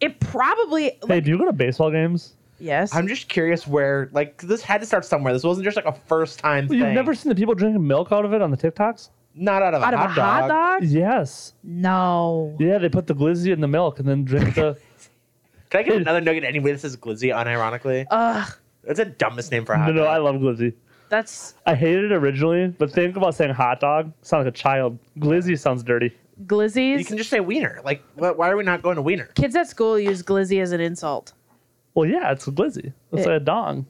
C: it probably
D: hey,
C: like,
D: do you go to baseball games?
C: yes.
A: I'm just curious where like this had to start somewhere. This wasn't just like a first time thing.
D: You've never seen the people drinking milk out of it on the TikToks?
A: not out of a,
C: out of
A: hot,
C: a
A: dog.
C: hot dog?
D: Yes.
C: No.
D: Yeah, they put the glizzy in the milk and then drink the.
A: Can I get another nugget anyway that says Glizzy unironically?
C: Ugh,
A: That's the dumbest name for a hot
B: No, no, I
A: dog.
B: love Glizzy.
C: that's
B: I hated it originally, but think about saying hot dog. Sounds like a child. Glizzy sounds dirty.
A: you
C: glizzies.
A: can just say wiener. Like, wh- why are we not going to wiener?
C: Kids at school use glizzy as an insult.
B: Well, yeah, it's a glizzy. It's
C: Yeah.
B: like a dong.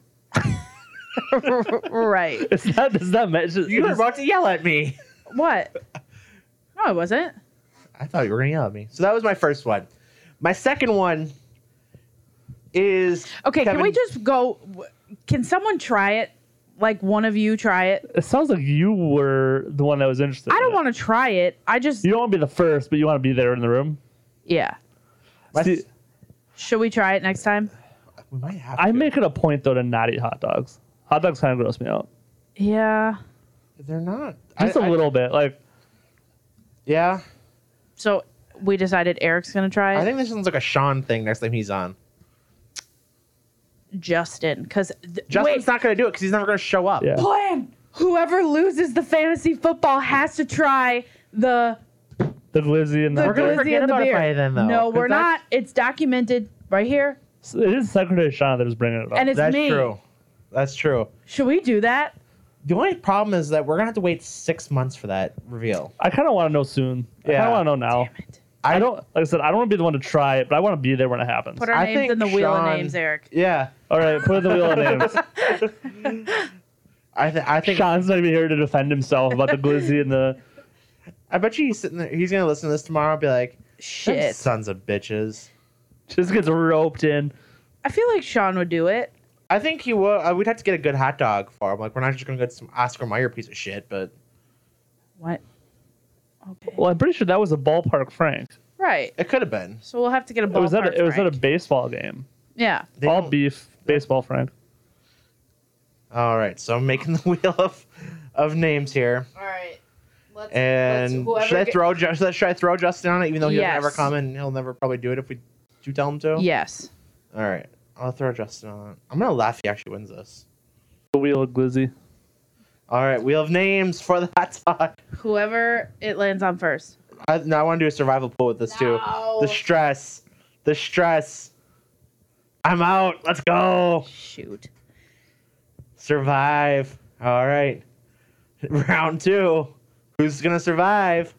C: right.
B: It's not. It's not meant.
A: You were about to yell at me.
C: What? No, I wasn't.
A: I thought you were going to yell at me. So that was my first one. My second one is
C: Okay,
A: Kevin-
C: can we just go? w- Can someone try it? Like one of you try it.
B: It sounds like you were the one that was interested.
C: I don't
B: in it.
C: want to try it. I just
B: You don't want to be the first, but you want to be there in the room.
C: yeah.
A: My-
B: See,
C: Should we try it next time?
A: we might have
B: I
A: to.
B: make it a point though to not eat hot dogs. Hot dogs kind of gross me out,
C: Yeah.
A: They're not.
B: just
A: a
B: a little bit. Like
A: yeah.
C: So we decided Eric's gonna try it.
A: I think this sounds like a Sean thing next time he's on.
C: Justin, because th-
A: Justin's
C: wait,
A: not going to do it because he's never going to show up.
B: Yeah.
C: plan. Whoever loses the fantasy football has to try the
B: the glizzy and the.
C: the
A: We're gonna
C: glizzy
A: forget
C: and the
A: about it
C: beer.
A: by then, though,
C: no,
A: 'cause
C: we're
A: that's-
C: not. It's documented right here,
B: It is Secretary Shauna that is bringing it up.
C: and it's
A: That's
C: me.
A: true. That's true.
C: Should we do that?
A: The only problem is that we're gonna have to wait six months for that reveal.
B: I kind of want to know soon. I kind
A: Yeah.
B: of want to know now.
C: Damn it.
B: I, don't. Like I said, I don't want to be the one to try it, but I want to be there when it happens.
C: Put our
A: I
C: names
A: think
C: in the wheel of
A: Sean-
C: names, Eric.
A: Yeah,
B: All right, put the wheel of names.
A: I, th- I think
B: Sean's not even here to defend himself about the glizzy and the.
A: I bet you he's sitting there. He's gonna listen to this tomorrow and be like, "Them
C: Shit.
A: sons of bitches."
B: Just gets roped in.
C: I feel like Sean would do it.
A: I think he will. Uh, we'd have to get a good hot dog for him. Like we're not just gonna get some Oscar Mayer piece of shit. But
C: What? Okay.
B: Well, I'm pretty sure that was a ballpark Frank.
C: Right.
A: it could have been.
C: So we'll have to get a
B: It was at
C: ballpark.
B: a, it was at a
C: Frank.
B: baseball game.
C: yeah.
A: They
B: All
A: don't-
B: beef baseball Frank.
A: All right, so I'm making the wheel of of names here.
C: All right. Let's,
A: And should I throw Ju- should I- should I throw Justin on it, even though he
C: Yes.
A: doesn't ever come and he'll never probably do it if we do tell him to?
C: Yes.
A: All right, I'll throw Justin on it. I'm gonna laugh if he actually wins this.
B: The wheel of glizzy.
A: All right, we have names for the hot dog.
C: Whoever it lands on first.
A: I, no, I want to do a survival pool with this
C: No.
A: too. The stress, the stress. I'm out. Let's go.
C: Shoot.
A: Survive. All right, round two. Who's gonna survive?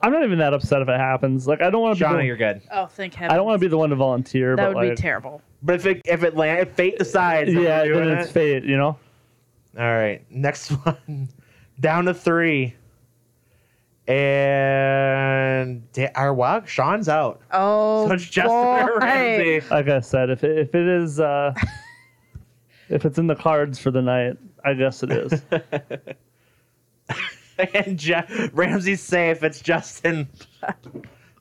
B: I'm not even that upset if it happens. Like I don't want to be.
A: Shauna,
B: The,
A: you're good.
C: Oh, thank heaven.
B: I don't want to be the one to volunteer.
C: That
B: but
C: would
B: like,
C: be terrible.
A: But if it if it land if fate decides, that
B: Yeah,
A: we're doing
B: then it's
A: it.
B: fate. You know.
A: All right, next one. Down to three. And da- our wow, Sean's out.
C: Oh,
A: So it's Justin or
C: boy.
A: Ramsey.
B: Like I said, if it, if it is, uh, if it's in the cards for the night, I guess it is.
A: and Je- Ramsey's safe. It's Justin.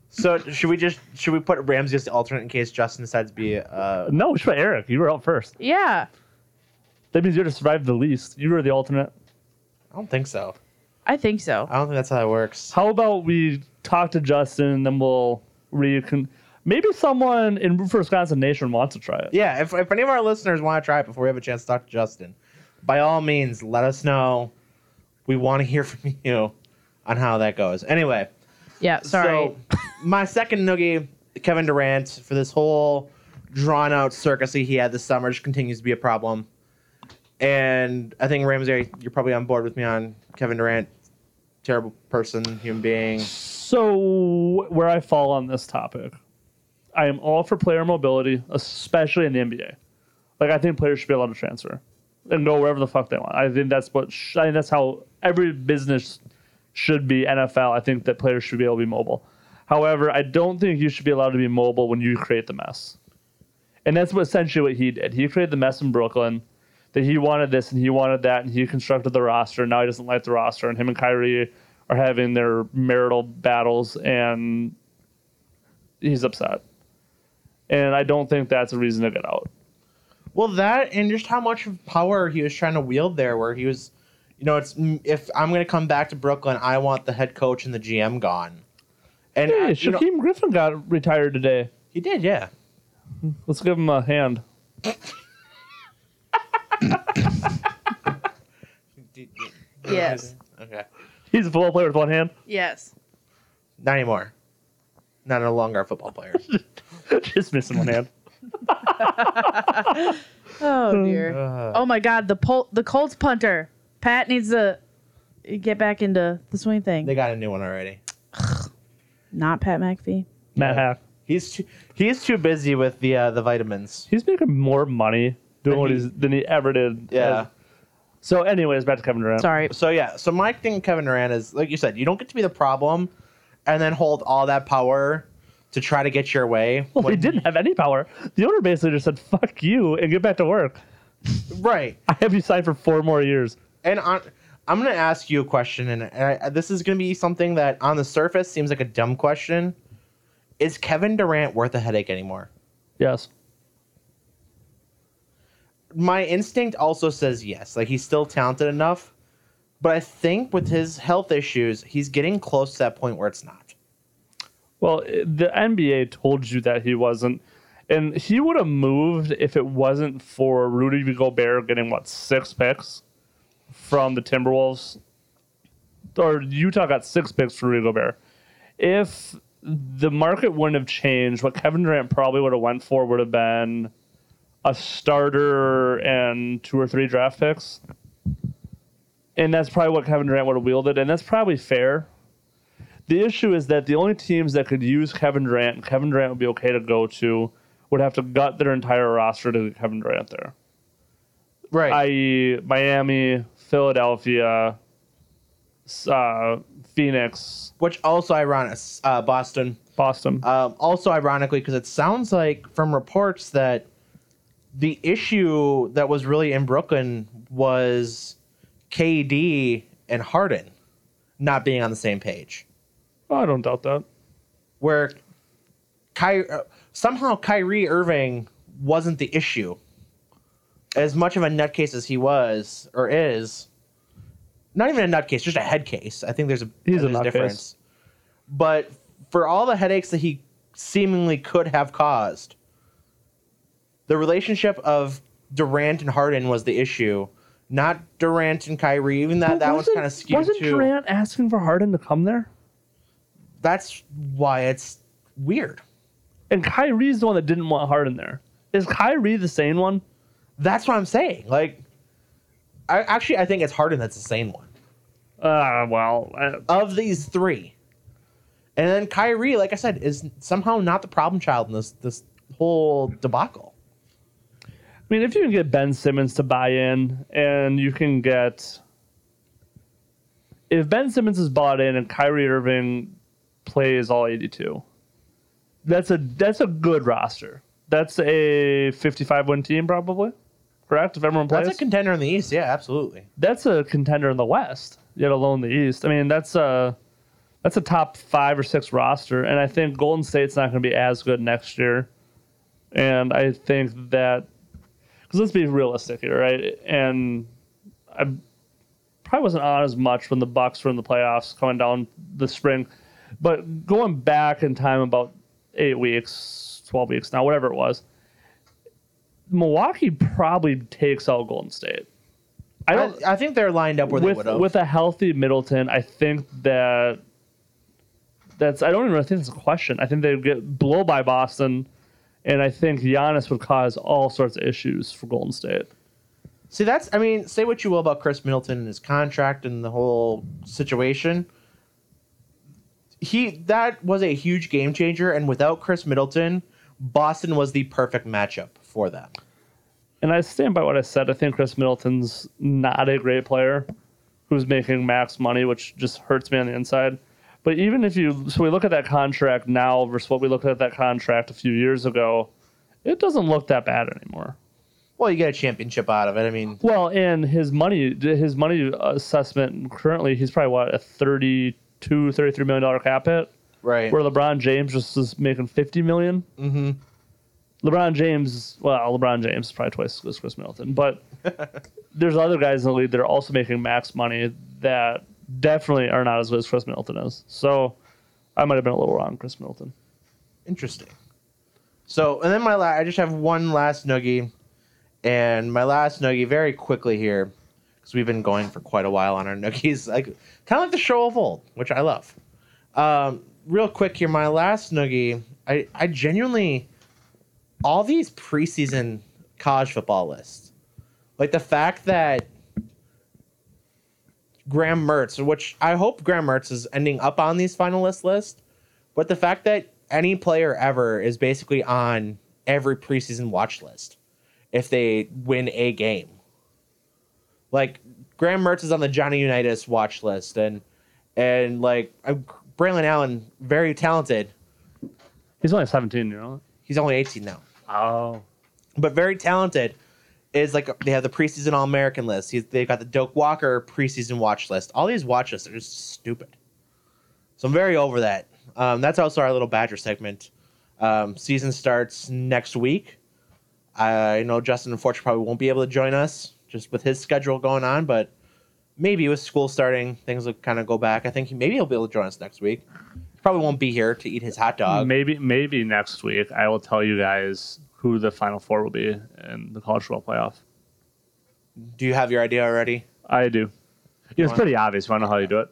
A: so should we just should we put Ramsey as the alternate in case Justin decides to be? Uh,
B: no, it's for Eric. You were out first.
C: Yeah.
B: That means you're to survive the least. You were the alternate.
A: I don't think so.
C: I think so.
A: I don't think that's how that works.
B: How about we talk to Justin, then we'll recon. Maybe someone in for Wisconsin Nation wants to try it.
A: Yeah, if, if any of our listeners want to try it before we have a chance to talk to Justin, by all means, let us know. We want to hear from you on how that goes. Anyway,
C: Yeah. Sorry.
A: So my second noogie, Kevin Durant, for this whole drawn out circus he had this summer just continues to be a problem. And I think Ramsey, you're probably on board with me on Kevin Durant, terrible person, human being.
B: So where I fall on this topic, I am all for player mobility, especially in the NBA. Like I think players should be allowed to transfer and go wherever the fuck they want. I think that's what sh- I think that's how every business should be. NFL. I think that players should be able to be mobile. However, I don't think you should be allowed to be mobile when you create the mess. And that's what essentially what he did. He created the mess in Brooklyn. That he wanted this and he wanted that and he constructed the roster. Now he doesn't like the roster and him and Kyrie are having their marital battles and he's upset. And I don't think that's a reason to get out.
A: Well, that and just how much of power he was trying to wield there, where he was, you know, it's mm, if I'm going to come back to Brooklyn, I want the head coach and the GM gone. And uh,
B: Hey,
A: you know-
B: Shaquem Griffin got retired today.
A: he did, yeah.
B: Let's give him a hand.
C: yes.
A: Okay.
B: He's a football player with one hand.
C: Yes.
A: Not anymore. Not no longer a football player.
B: Just missing one hand.
C: Oh dear.
B: Uh,
C: Oh my God, the pol- the Colts punter Pat needs to get back into the swing thing.
A: They got a new one already.
C: Not Pat McAfee.
B: Matt Hack.
A: He's too, he's too busy with the uh, the vitamins.
B: He's making more money doing
A: Than
B: what
A: he-
B: he's than he ever did.
A: Yeah.
B: as- so, anyways, back to Kevin Durant.
C: Sorry.
A: So yeah, so my thing, with Kevin Durant, is like you said, you don't get to be the problem, and then hold all that power to try to get your way.
B: Well,
A: when-
B: he didn't have any power. The owner basically just said, "Fuck you" and get back to work.
A: right?
B: I have you signed for four more years.
A: And on, I'm gonna ask you a question, and, and I, this is gonna be something that on the surface seems like a dumb question. Is Kevin Durant worth a headache anymore?
B: Yes.
A: my instinct also says yes. Like he's still talented enough, but I think with his health issues, he's getting close to that point where it's not.
B: Well, i- the NBA told you that he wasn't, and he would have moved if it wasn't for Rudy Gobert getting what six picks from the Timberwolves, or Utah got six picks for Rudy Gobert. If the market wouldn't have changed, what Kevin Durant probably would have went for would have been a starter and two or three draft picks. And that's probably what Kevin Durant would have wielded, and that's probably fair. The issue is that the only teams that could use Kevin Durant, and Kevin Durant would be okay to go to, would have to gut their entire roster to get Kevin Durant there,
A: Right.
B: i.e., Miami, Philadelphia, s- uh, Phoenix,
A: Which also ironic, uh, Boston.
B: Boston.
A: Um, also ironically, because it sounds like from reports that the issue that was really in Brooklyn was KD and Harden not being on the same page.
B: Oh, I don't doubt that.
A: where Ky- uh, somehow Kyrie Irving wasn't the issue. As much of a nutcase as he was or is, not even a nutcase, just a head case. I think there's a,
B: He's a
A: there's
B: nutcase.
A: But for all the headaches that he seemingly could have caused, the relationship of Durant and Harden was the issue, not Durant and Kyrie. Even that that was kind of skewed
B: Wasn't
A: too.
B: Durant asking for Harden to come there?
A: That's why it's weird.
B: And Kyrie's the one that didn't want Harden there. Is Kyrie the sane one?
A: That's what I'm saying. Like, I actually I think it's Harden that's the sane one
B: Uh, well, I,
A: of these three. And then Kyrie, like I said, is somehow not the problem child in this this whole debacle.
B: I mean, if you can get Ben Simmons to buy in, and you can get if Ben Simmons is bought in and Kyrie Irving plays all 82, that's a that's a good roster. That's a 55 win team probably, correct? If everyone plays,
A: That's a contender in the East. Yeah, absolutely.
B: that's a contender in the West, yet alone the East. I mean, that's a that's a top five or six roster, and I think Golden State's not going to be as good next year. And I think that because let's be realistic here, right? And I probably wasn't on as much when the Bucks were in the playoffs coming down the spring, but going back in time about eight weeks, twelve weeks now, whatever it was. Milwaukee probably takes out Golden State. I
A: I,
B: don't
A: I think they're lined up where they
B: with
A: would have.
B: with a healthy Middleton, I think that that's I don't even think it's a question. I think they would get blow by Boston, and I think Giannis would cause all sorts of issues for Golden State.
A: See, that's I mean, say what you will about Chris Middleton and his contract and the whole situation. He that was a huge game changer, and without Chris Middleton, Boston was the perfect matchup for them.
B: And I stand by what I said. I think Chris Middleton's not a great player who's making max money, which just hurts me on the inside. But even if you so we look at that contract now versus what we looked at that contract a few years ago, it doesn't look that bad anymore.
A: Well, you get a championship out of it. I mean,
B: Well, and his money, his money assessment currently, he's probably what a 32, 33 million dollar cap hit,
A: right?
B: where LeBron James just is making fifty million.
A: Mm-hmm.
B: LeBron James, well, LeBron James is probably twice as good as Chris Middleton, but there's other guys in the league that are also making max money that definitely are not as good as Chris Middleton is. So I might have been a little wrong, Chris Middleton.
A: Interesting. So, and then my la- I just have one last noogie, and my last noogie very quickly here, because we've been going for quite a while on our noogies, like kind of like the show of old, which I love. Um, real quick here, my last noogie. I I genuinely all these preseason college football lists, like the fact that Graham Mertz, which I hope Graham Mertz is ending up on these finalist list, but the fact that any player ever is basically on every preseason watch list if they win a game. Like Graham Mertz is on the Johnny Unitas watch list, and and like I'm- Braylon Allen, very talented.
B: He's only 17, you know?
A: He's only 18 now.
B: Oh.
A: but very talented. Is like they have the preseason All American list. He's, they've got the Doak Walker preseason watch list. All these watch lists are just stupid. So I'm very over that. Um, that's also our little Badger segment. Um, season starts next week. I know Justin, unfortunately, probably won't be able to join us just with his schedule going on, but maybe with school starting, things will kind of go back. I think he, maybe he'll be able to join us next week. Probably won't be here to eat his hot dog.
B: Mm, maybe maybe next week I will tell you guys who the final four will be in the college football playoff.
A: Do you have your idea already?
B: I do. Yeah, it's
A: want-
B: pretty obvious. but I know how you do it.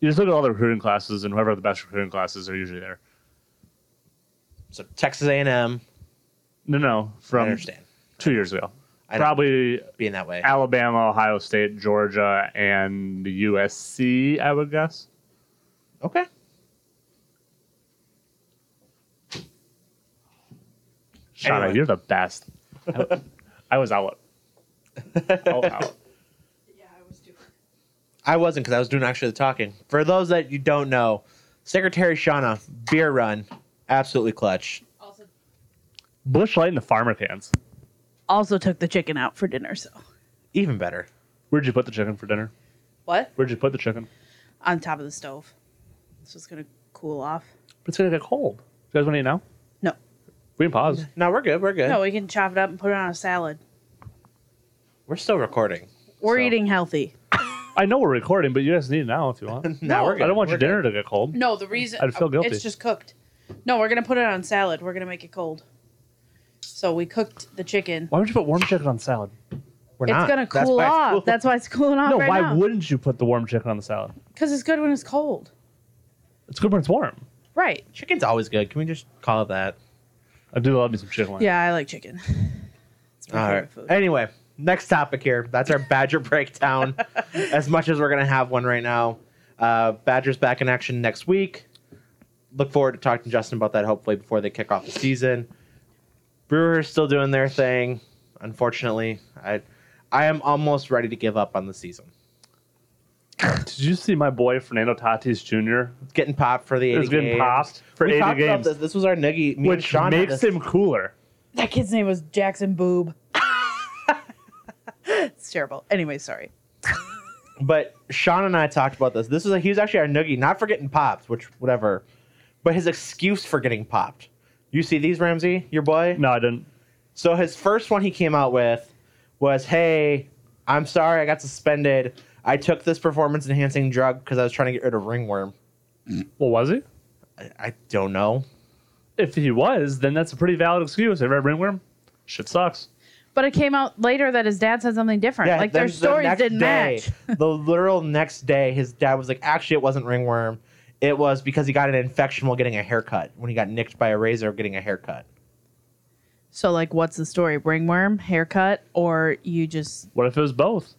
B: You just look at all the recruiting classes, and whoever had the best recruiting classes are usually there.
A: So Texas A&M.
B: No, no,
A: I
B: from
A: understand.
B: two years ago,
A: I know.
B: probably
A: being that way.
B: Alabama, Ohio State, Georgia, and USC. I would guess.
A: Okay.
B: Shana,
A: Anyway.
B: you're the best. I, I was out. out, out.
C: Yeah, I was doing.
A: I wasn't because I was doing actually the talking. For those that you don't know, Secretary Shauna, beer run, absolutely clutch.
C: Also,
B: Bush Light and the farmer cans.
C: also took the chicken out for dinner. So
A: Even better.
B: Where'd you put the chicken for dinner?
C: what?
B: Where'd you put the chicken?
C: On top of the stove, so it's gonna cool off.
B: It's gonna get cold. You guys want to eat now?
C: No,
B: We can pause.
A: No, we're good. We're good.
C: no, we can chop it up and put it on a salad.
A: We're still recording.
C: We're
A: So-
C: eating healthy.
B: I know we're recording, but you guys need it now if you want.
A: No,
C: No,
A: we're
B: I
A: good.
B: don't want
A: We're
B: your dinner to get cold.
C: No, the reason
B: I'd feel guilty.
C: It's just cooked. No, we're gonna put it on salad. We're gonna make it cold. So we cooked the chicken.
B: Why would you put warm chicken on salad?
A: Good. We're
C: it's
A: not.
C: gonna
A: That's
C: cool
A: why it's
C: off.
A: cool.
C: That's why it's cooling off
B: no,
C: right
B: why
C: now.
B: wouldn't you put the warm chicken on the salad?
C: Because it's good when it's cold.
B: It's good when it's warm.
C: Right.
A: Chicken's always good. Can we just call it that?
B: I do love me some chicken. wings.
C: Yeah, I like chicken. It's my
A: All
C: favorite
A: right.
C: food.
A: Anyway, next topic here. That's our Badger breakdown. As much as we're gonna have one right now, uh, Badgers back in action next week. Look forward to talking to Justin about that. Hopefully, before they kick off the season. Brewers still doing their thing. Unfortunately, I I am almost ready to give up on the season.
B: Did you see my boy Fernando Tatis Jr.
A: It's getting popped for the 80
B: is getting
A: games.
B: popped for
A: we
B: 80
A: talked about
B: games,
A: this. This was our nuggie. me and
B: which
A: Sean had
B: makes
A: this.
B: him cooler?
C: That kid's name was Jackson Boob. it's terrible. Anyway, sorry.
A: But Sean and I talked about this. This is a, he was actually our noogie, not for getting popped, which whatever, but his excuse for getting popped. You see these, Ramsey, your boy?
B: No, I didn't.
A: So his first one he came out with was, "Hey, I'm sorry, I got suspended. I took this performance enhancing drug because I was trying to get rid of ringworm.
B: Well, was he?
A: I, I don't know.
B: If he was, then that's a pretty valid excuse. Have you ever ringworm? Shit sucks.
C: But it came out later that his dad said something different. like
A: then
C: their
A: the
C: stories
A: next
C: didn't
A: day,
C: match.
A: the literal next day, his dad was like, "Actually, it wasn't ringworm. It was because he got an infection while getting a haircut when he got nicked by a razor getting a haircut."
C: So like what's the story? Ringworm, haircut, or you just
B: What if it was both?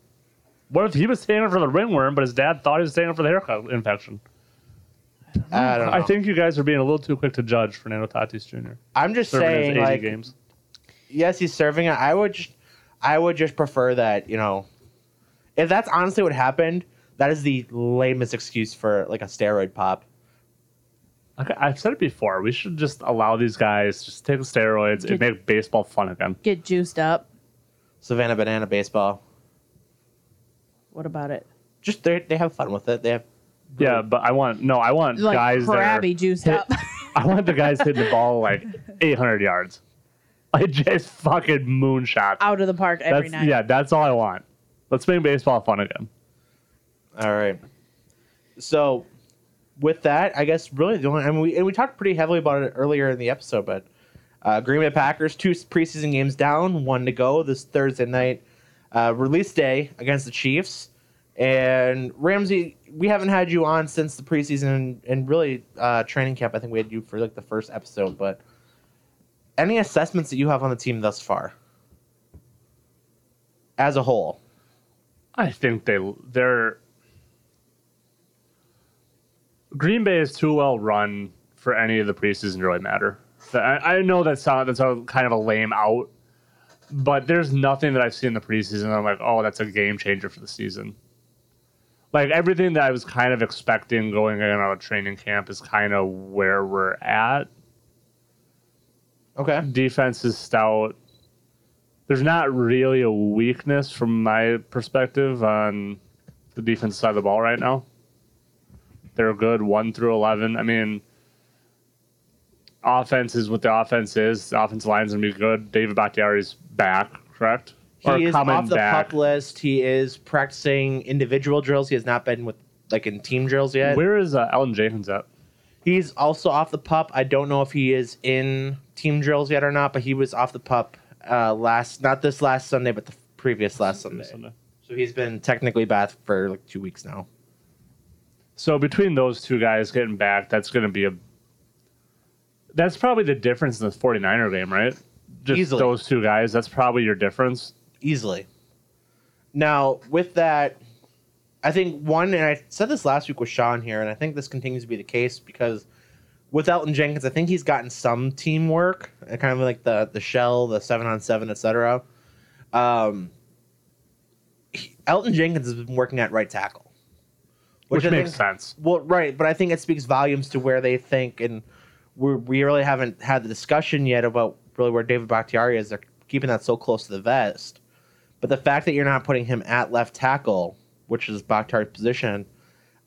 B: What if he was standing for the ringworm, but his dad thought he was standing for the haircut infection?
A: I don't know.
B: I think you guys are being a little too quick to judge Fernando Tatis Jr.
A: I'm just
B: serving his
A: saying,
B: 80
A: like,
B: games.
A: yes, he's serving it. I would, just, I would just prefer that, you know, if that's honestly what happened, that is the lamest excuse for like a steroid pop.
B: Okay, I've said it before. We should just allow these guys just take the steroids and
C: Did-
B: make baseball fun again.
C: get juiced up?
A: Savannah Banana Baseball.
C: What about it?
A: Just they they have fun with it. They have
B: Yeah, but I want no, I want
C: Like
B: guys that are-
C: crabby juiced
B: hit-
C: up.
B: I want the guys hitting the ball like 800 yards. Like just fucking moonshot.
C: out of the park every
B: That's
C: night.
B: yeah, that's all I want. Let's make baseball fun again.
A: all right. So, with that, I guess really the only I mean we and we talked pretty heavily about it earlier in the episode, but uh, Green Bay Packers two preseason games down, one to go this Thursday night uh, release day against the Chiefs. And Ramsey, we haven't had you on since the preseason and really uh, training camp. I think we had you for like the first episode, but any assessments that you have on the team thus far, as a whole.
B: I think they they're Green Bay is too well run for any of the preseason to really matter. So I, I know that's not, that's a, kind of a lame out, but there's nothing that I've seen in the preseason. That I'm like, oh, that's a game changer for the season. Like everything that I was kind of expecting going in on a training camp is kind of where we're at.
A: Okay.
B: Defense is stout. There's not really a weakness from my perspective on the defense side of the ball right now. They're good one through eleven. I mean, offense is what the offense is. The offensive line's gonna be good. David Bakhtiari's back, correct?
A: He is off the pup list. He is practicing individual drills. He has not been with like in team drills yet.
B: Where is uh, Alan Jenkins at?
A: He's also off the pup. I don't know if he is in team drills yet or not, but he was off the pup uh, last not this last Sunday, but the previous last Sunday. So he's been technically bad for like two weeks now.
B: So between those two guys getting back, that's going to be a. That's probably the difference in the 49er game, right? Just
A: Easily.
B: those two guys. That's probably your difference.
A: easily. Now, with that, I think one, and I said this last week with Sean here, and I think this continues to be the case because with Elton Jenkins, I think he's gotten some teamwork, uh, kind of like the the shell, the seven on seven, etc. Um, he- Elton Jenkins has been working at right tackle,
B: Which,
A: I
B: makes
A: think-
B: sense.
A: well, right, but I think it speaks volumes to where they think, and we we really haven't had the discussion yet about really where David Bakhtiari is. They're keeping that so close to the vest, but the fact that you're not putting him at left tackle, which is Bakhtiari's position,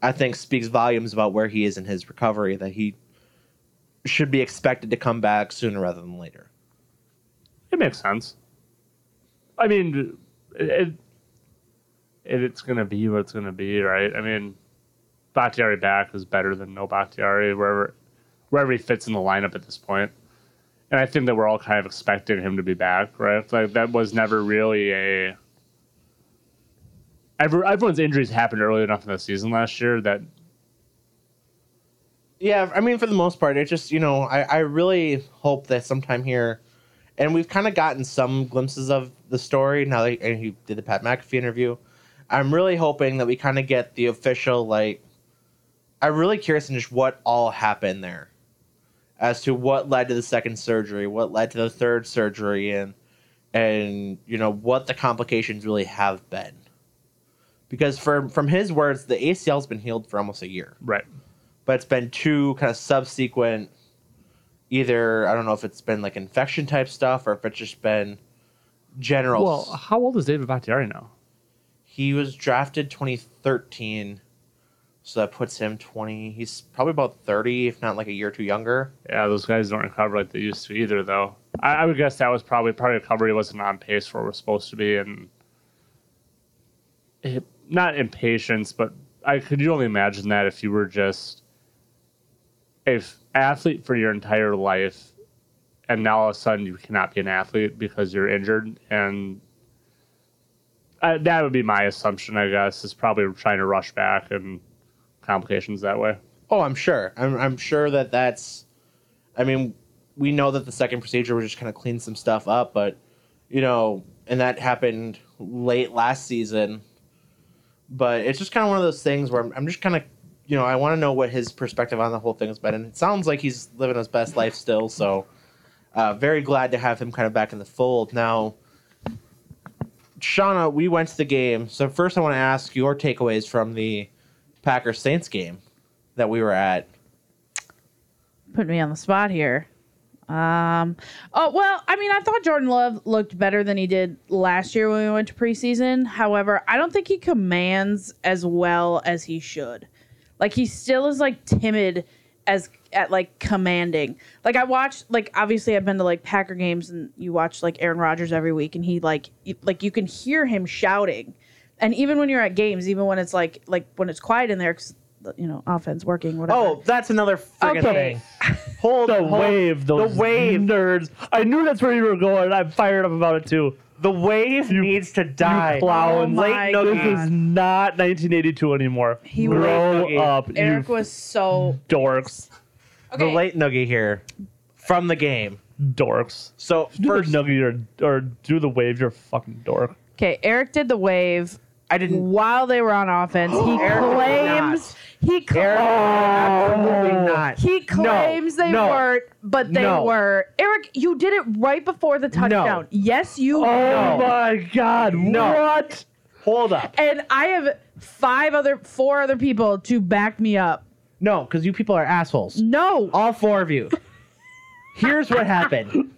A: I think speaks volumes about where he is in his recovery. That he should be expected to come back sooner rather than later.
B: It makes sense. I mean, it, it it's going to be what it's going to be, right? I mean, Bakhtiari back is better than no Bakhtiari wherever wherever he fits in the lineup at this point. And I think that we're all kind of expecting him to be back, right? Like that was never really a. Every, everyone's injuries happened early enough in the season last year that
A: Yeah, I mean, for the most part, it just, you know, I, I really hope that sometime here, and we've kind of gotten some glimpses of the story now that and he did the Pat McAfee interview. I'm really hoping that we kind of get the official, like, I'm really curious in just what all happened there as to what led to the second surgery, what led to the third surgery, and, and you know, what the complications really have been. Because from from his words, the ACL's been healed for almost a year
B: right
A: but it's been two kind of subsequent either I don't know if it's been like infection type stuff or if it's just been general.
B: Well, how old is David Bakhtiari now?
A: he was drafted 2013, so that puts him 20. He's probably about 30, if not like a year or two younger.
B: Yeah, those guys don't recover like they used to either, though. I, I would guess that was probably part of recovery wasn't on pace for what we're supposed to be, and it, not impatience, but I could you only imagine that if you were just if athlete for your entire life, and now all of a sudden you cannot be an athlete because you're injured, and I, that would be my assumption, I guess, is probably trying to rush back and complications that way.
A: Oh, I'm sure. I'm I'm sure that that's. I mean, we know that the second procedure was just kind of clean some stuff up, but you know, and that happened late last season. But it's just kind of one of those things where I'm, I'm just kind of, you know, I want to know what his perspective on the whole thing has been, and it sounds like he's living his best life still. So, uh, very glad to have him kind of back in the fold now. Shauna, we went to the game, so first I want to ask your takeaways from the Packers Saints game that we were at.
C: Put me on the spot here. Um. Oh well, I mean, I thought Jordan Love looked better than he did last year when we went to preseason. However, I don't think he commands as well as he should. Like he still is like timid as at like commanding. Like I watched like obviously I've been to like Packer games and you watch like Aaron Rodgers every week and he like you, like you can hear him shouting. And even when you're at games, even when it's like like when it's quiet in there cuz you know, offense working whatever.
A: Oh, that's another friggin'
D: Okay.
A: thing. Hold
D: The
A: hold-
D: wave, those
A: the wave,
D: nerds. I knew that's where you were going. I'm fired up about it too.
A: the wave needs to die.
D: clowns.
C: Oh my
A: Late
D: This
A: noogie.
C: God.
D: is not 1982 anymore.
C: He was-
D: Grow
A: Noogie.
D: up,
C: Eric
D: you
C: was so
D: dorks.
A: The late noogie here from the game.
D: dorks.
A: So
D: Do
A: first,
D: the nugget or, or do the wave, you're a fucking dork.
C: Okay, Eric did the wave
A: I didn't.
C: while they were on offense. He
A: Eric did
C: claims he
A: Eric,
C: claims
D: Oh.
A: absolutely not.
C: he claims they
A: no.
C: weren't, but they
A: No.
C: were. Eric, you did it right before the touchdown. Yes, you
A: No.
D: my god,
A: Oh. No.
D: what?
A: Hold up.
C: and I have five other four other people to back me up.
A: No, because you people are assholes.
C: No.
A: All four of you. Here's what happened.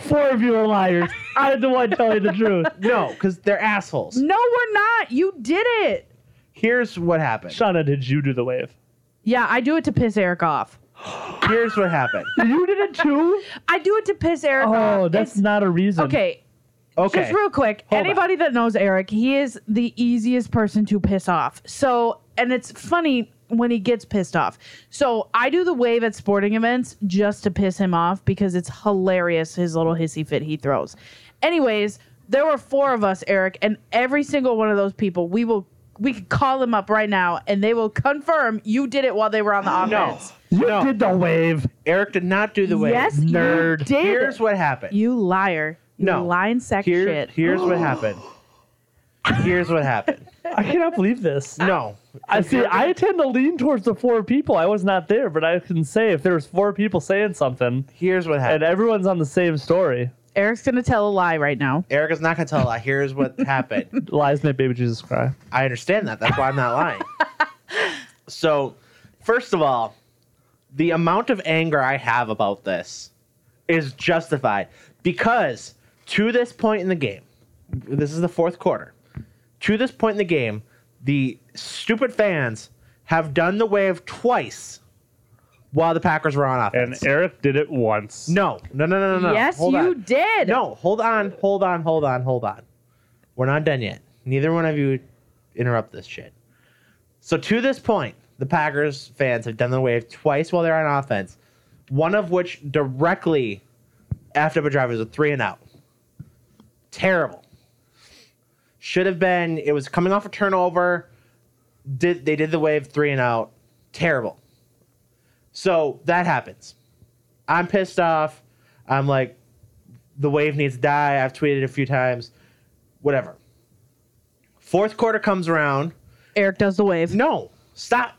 D: Four of you are liars. I don't want to tell you the truth.
A: No, because they're assholes.
C: No, we're not. You did it.
A: Here's what happened.
D: Shauna, did you do the wave?
C: Yeah, I do it to piss Eric off.
A: Here's what happened.
D: You did it too?
C: I do it to piss Eric off.
D: Oh, that's
C: It's-
D: not a reason.
C: okay.
A: Okay.
C: Just real quick,
A: Hold on.
C: anybody that knows Eric, he is the easiest person to piss off. So, and it's funny when he gets pissed off. So, I do the wave at sporting events just to piss him off because it's hilarious his little hissy fit he throws. Anyways, there were four of us, Eric, and every single one of those people, we will we could call them up right now and they will confirm you did it while they were on the
A: No.
C: offense.
D: You
A: No.
D: did the wave.
A: Eric did not do the wave.
C: Yes, you Nerd. did.
A: Here's what happened.
C: You liar. You
A: No.
C: lying sack
A: Here-
C: shit.
A: Here's what happened. Here's what happened.
D: I cannot believe this.
A: No.
D: I see. I tend to lean towards the four people. I was not there, but I can say if there's four people saying something
A: Here's what
D: and
A: happened.
D: everyone's on the same story,
C: Eric's going to tell a lie right now.
A: Eric is not going to tell a lie. Here's what happened.
D: lies make baby Jesus cry.
A: I understand that. That's why I'm not lying. So, first of all, the amount of anger I have about this is justified because to this point in the game, this is the fourth quarter. To this point in the game, the stupid fans have done the wave twice while the Packers were on
D: And
A: offense.
D: Eric did it once.
A: no, no, no, no, no, no.
C: yes,
A: Hold
C: you
A: on.
C: did.
A: No, hold on, hold on, hold on, hold on. We're not done yet. Neither one of you interrupt this shit. So to this point, the Packers fans have done the wave twice while they're on offense, one of which directly after a drive is a three and out. Terrible. Should have been. It was coming off a turnover. Did they did the wave three and out? Terrible. So that happens. I'm pissed off. I'm like, the wave needs to die. I've tweeted a few times. Whatever. Fourth quarter comes around.
C: Eric does the wave.
A: No, stop.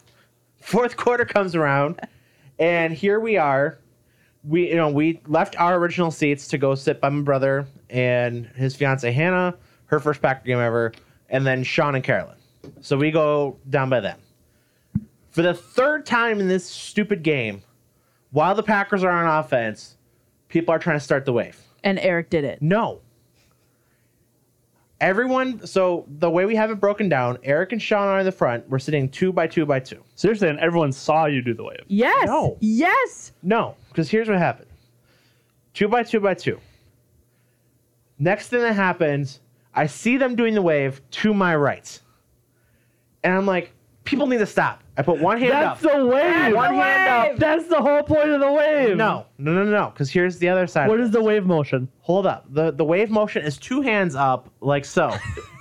A: Fourth quarter comes around, and here we are. We you know we left our original seats to go sit by my brother and his fiance Hannah, her first Packer game ever, and then Sean and Carolyn. So we go down by them. For the third time in this stupid game, while the Packers are on offense, people are trying to start the wave.
C: And Eric did it.
A: No. Everyone, so the way we have it broken down, Eric and Sean are in the front. We're sitting two by two by two.
D: So you're saying everyone saw you do the wave.
C: Yes.
A: No.
C: Yes.
A: No, because here's what happened two by two by two. Next thing that happens, I see them doing the wave to my right. And I'm like, people need to stop. I put one hand up.
D: That's the wave.
A: One hand
C: up.
D: That's the whole point of the wave.
A: no, no, no, no, because here's the other side.
D: What
A: of
D: is
A: it.
D: the wave motion?
A: Hold up. The, the wave motion is two hands up, like so.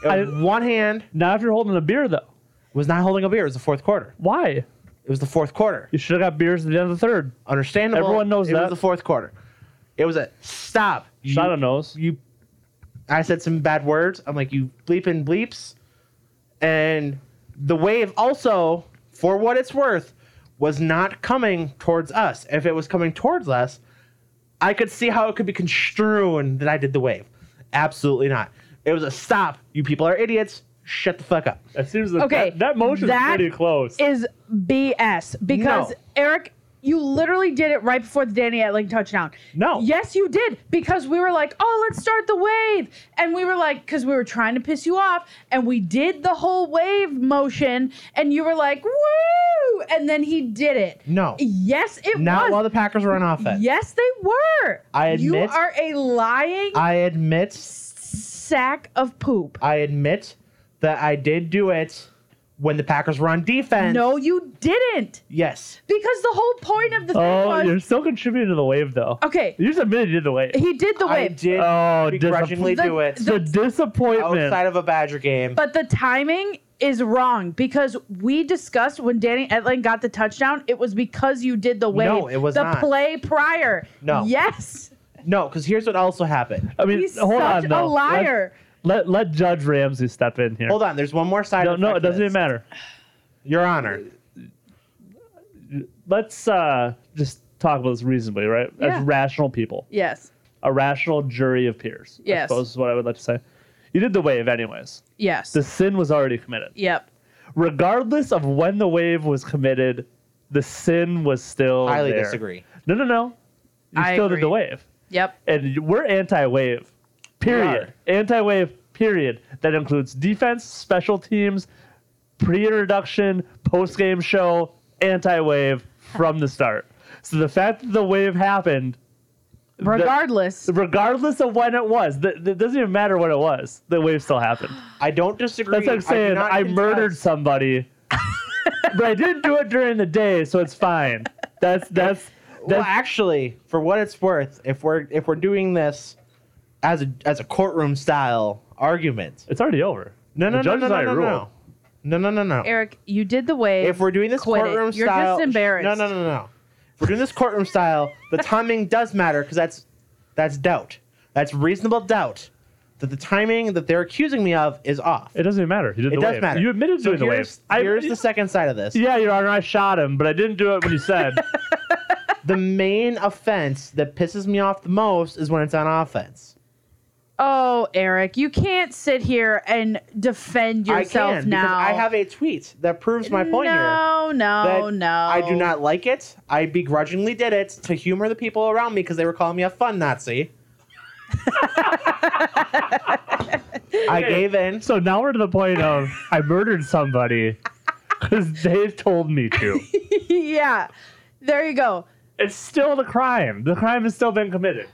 A: It was
D: I-
A: one hand
D: Now, if you're holding a beer, though,
A: was not holding a beer. It was the fourth quarter.
D: why?
A: It was the fourth quarter.
D: You should have got beers at the end of the third.
A: Understandable.
D: Everyone knows
A: it
D: that.
A: was the fourth quarter. It was a stop. You,
D: Shauna knows.
A: you. I said some bad words. I'm like you bleeping bleeps, and the wave also, for what it's worth, was not coming towards us. If it was coming towards us, I could see how it could be construed that I did the wave. Absolutely not. It was a stop. You people are idiots. Shut the fuck up.
D: That seems like
C: Okay,
D: that, that motion's
C: that
D: pretty close.
C: Is BS because
A: No.
C: Eric, you literally did it right before the Danny Etling touchdown.
A: No.
C: Yes, you did because we were like, oh, let's start the wave, and we were like, because we were trying to piss you off, and we did the whole wave motion, and you were like, woo, and then he did it.
A: No.
C: Yes, it
A: Not
C: was.
A: while the Packers were on offense.
C: yes, they were.
A: I
C: you
A: admit-
C: are a lying
A: I admit
C: sack of poop.
A: I admit that I did do it when the Packers were on defense.
C: No, you didn't.
A: Yes.
C: Because the whole point of the thing
D: Oh,
C: was
D: you're still contributing to the wave, though.
C: okay.
D: You just admitted you did the wave.
C: He did the
A: I
C: wave,
A: did
D: Oh,
A: begrudgingly
C: disappoint-
A: do it
C: The-
D: The disappointment.
A: outside of a Badger game.
C: but the timing is wrong because we discussed when Danny Etling got the touchdown, it was because you did the wave.
A: No, it was
C: the
A: not.
C: play prior.
A: No.
C: Yes.
A: No, because here's what also happened.
D: I mean,
C: He's
D: hold
C: such
D: on,
C: a
D: though.
C: liar.
D: Let, let let Judge Ramsey step in here.
A: Hold on, there's one more side.
D: No,
A: effect
D: no,
A: to
D: it doesn't
A: this.
D: even matter.
A: Your Honor,
D: Let's uh, just talk about this reasonably, right?
C: Yeah.
D: As rational people,
C: Yes.
D: a rational jury of peers. I
C: Yes.
D: suppose is what I would like to say. You did the wave, anyways.
C: Yes.
D: The sin was already committed.
C: yep.
D: regardless of when the wave was committed, the sin was still
A: highly
D: there.
A: disagree.
D: No, no, no. You
C: I
D: still did the
C: agree.
D: wave,
C: Yep.
D: and we're anti-wave. Period. Anti-wave. Period. That includes defense, special teams, pre-introduction, post-game show, anti-wave from the start. So the fact that the wave happened,
C: Regardless.
D: regardless of when it was, th- it doesn't even matter when it was. The wave still happened.
A: I don't disagree.
D: That's like
A: I do
D: saying
A: not
D: I,
A: contest-
D: murdered somebody, but I didn't do it during the day, so it's fine. That's that's
A: Well,
D: that's
A: actually, for what it's worth, if we're if we're doing this as a as a courtroom style argument,
D: it's already over.
A: no, no,
D: the
A: no,
D: judge
A: no,
D: is
A: no,
D: already
A: no,
D: ruled.
A: no, no, no, no, no.
C: Eric, you did the wave.
A: if we're doing this
C: Quit it.
A: courtroom
C: You're
A: style,
C: just embarrassed.
A: No, no, no, no. If we're doing this courtroom style, the timing does matter because that's that's doubt. That's reasonable doubt that the timing that they're accusing me of is off.
D: It doesn't even matter. You did
A: It
D: the
A: does
D: wave.
A: matter.
D: You admitted
A: so
D: doing the wave.
A: here's, here's the second side of this.
D: yeah, Your Honor, I shot him, but I didn't do it when you said.
A: The main offense that pisses me off the most is when it's on offense.
C: oh, Eric, you can't sit here and defend yourself
A: I can because
C: now.
A: I have a tweet that proves my point here.
C: no, no,
D: Oh,
A: that
C: no.
A: I do not like it. I begrudgingly did it to humor the people around me because they were calling me a fun Nazi. I gave in.
D: so now we're to the point of I murdered somebody because they told me to.
C: yeah. There you go.
D: It's still the crime. The crime has still been committed.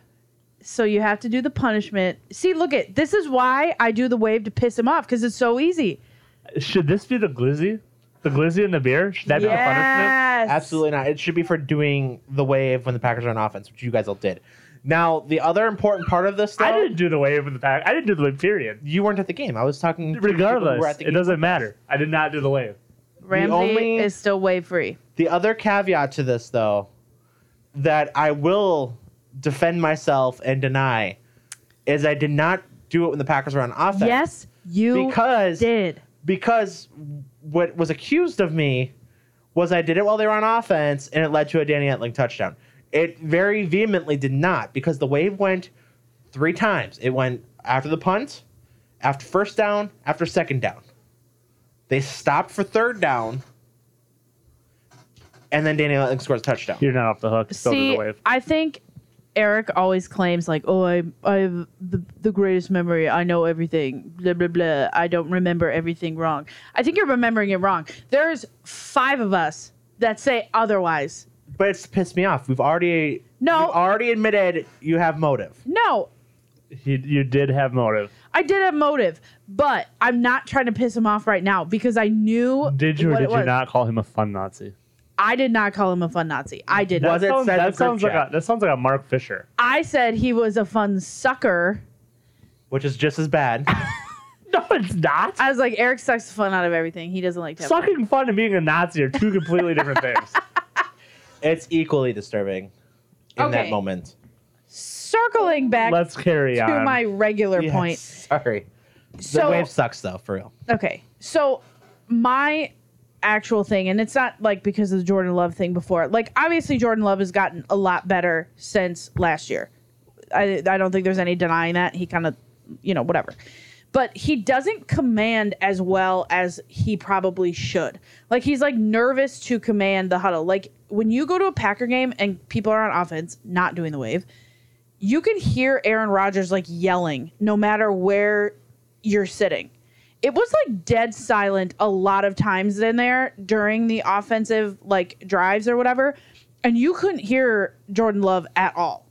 C: So you have to do the punishment. See, look at this is why I do the wave to piss him off because it's so easy.
D: Should this be the glizzy? The glizzy and the beer? Should that be the punishment?
C: yes.
A: Absolutely not. It should be for doing the wave when the Packers are on offense, which you guys all did. Now, the other important part of this, though,
D: I didn't do the wave with the pack. I didn't do the wave. Period.
A: you weren't at the game. I was talking. to people who were
D: Regardless,
A: at the
D: it
A: game.
D: doesn't matter. I did not do the wave.
C: Ramsey
A: only-
C: is still wave free.
A: The other caveat to this, though, that I will defend myself and deny, is I did not do it when the Packers were on offense.
C: Yes, you
A: Because-
C: did.
A: because what was accused of me was I did it while they were on offense, and it led to a Danny Etling touchdown. It very vehemently did not because the wave went three times. It went after the punt, after first down, after second down. They stopped for third down, and then Danny Etling scores a touchdown.
D: You're not off the hook. Still do
C: See,
D: the wave.
C: I think Eric always claims like, "Oh, I, I have the the greatest memory. I know everything. Blah blah blah. I don't remember everything wrong." I think you're remembering it wrong. There's five of us that say otherwise.
A: But it's pissed me off. We've already
C: No.
A: you've already admitted you have motive.
C: No,
D: He, you did have motive.
C: I did have motive, but I'm not trying to piss him off right now because I knew.
D: Did you or
C: what
D: did
C: it
D: you
C: was.
D: not call him a fun Nazi?
C: I did not call him a fun Nazi. I did.
A: Was
C: not.
A: it
D: sounds,
A: said in
D: that
A: the group
D: sounds like
A: chat?
D: a, that sounds like a Mark Fisher.
C: I said he was a fun sucker.
A: Which is just as bad.
D: No, it's not.
C: I was like, Eric sucks the fun out of everything. He doesn't like to. have fun.
D: Sucking fun and being a Nazi are two completely different things.
A: it's equally disturbing in that
C: Okay.
A: moment.
C: Circling back
D: Let's carry
C: to
D: on.
C: my regular
A: Yes,
C: point.
A: Sorry. The
C: So
A: wave sucks though, for real.
C: okay, so my actual thing, and it's not like because of the Jordan Love thing before. Like obviously, Jordan Love has gotten a lot better since last year. I I don't think there's any denying that he kind of, you know, whatever. But he doesn't command as well as he probably should. Like he's like nervous to command the huddle. Like when you go to a Packer game and people are on offense, not doing the wave, you can hear Aaron Rodgers like yelling no matter where you're sitting. It was like dead silent a lot of times in there during the offensive like drives or whatever, and you couldn't hear Jordan Love at all.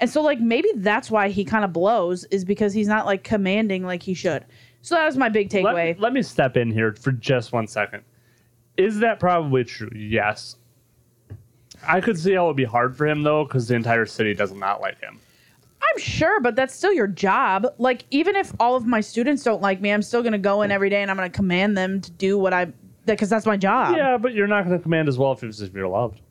C: And so like maybe that's why he kind of blows is because he's not like commanding like he should. So that was my big
D: let,
C: takeaway.
D: let me step in here for just one second. Is that probably true? Yes. I could see how it would be hard for him though, because the entire city does not like him.
C: I'm sure, but that's still your job. Like, even if all of my students don't like me, I'm still gonna go in every day and I'm gonna command them to do what I because that's my job.
A: Um,
D: Yeah, but you're not going to command as well if it's if you're loved.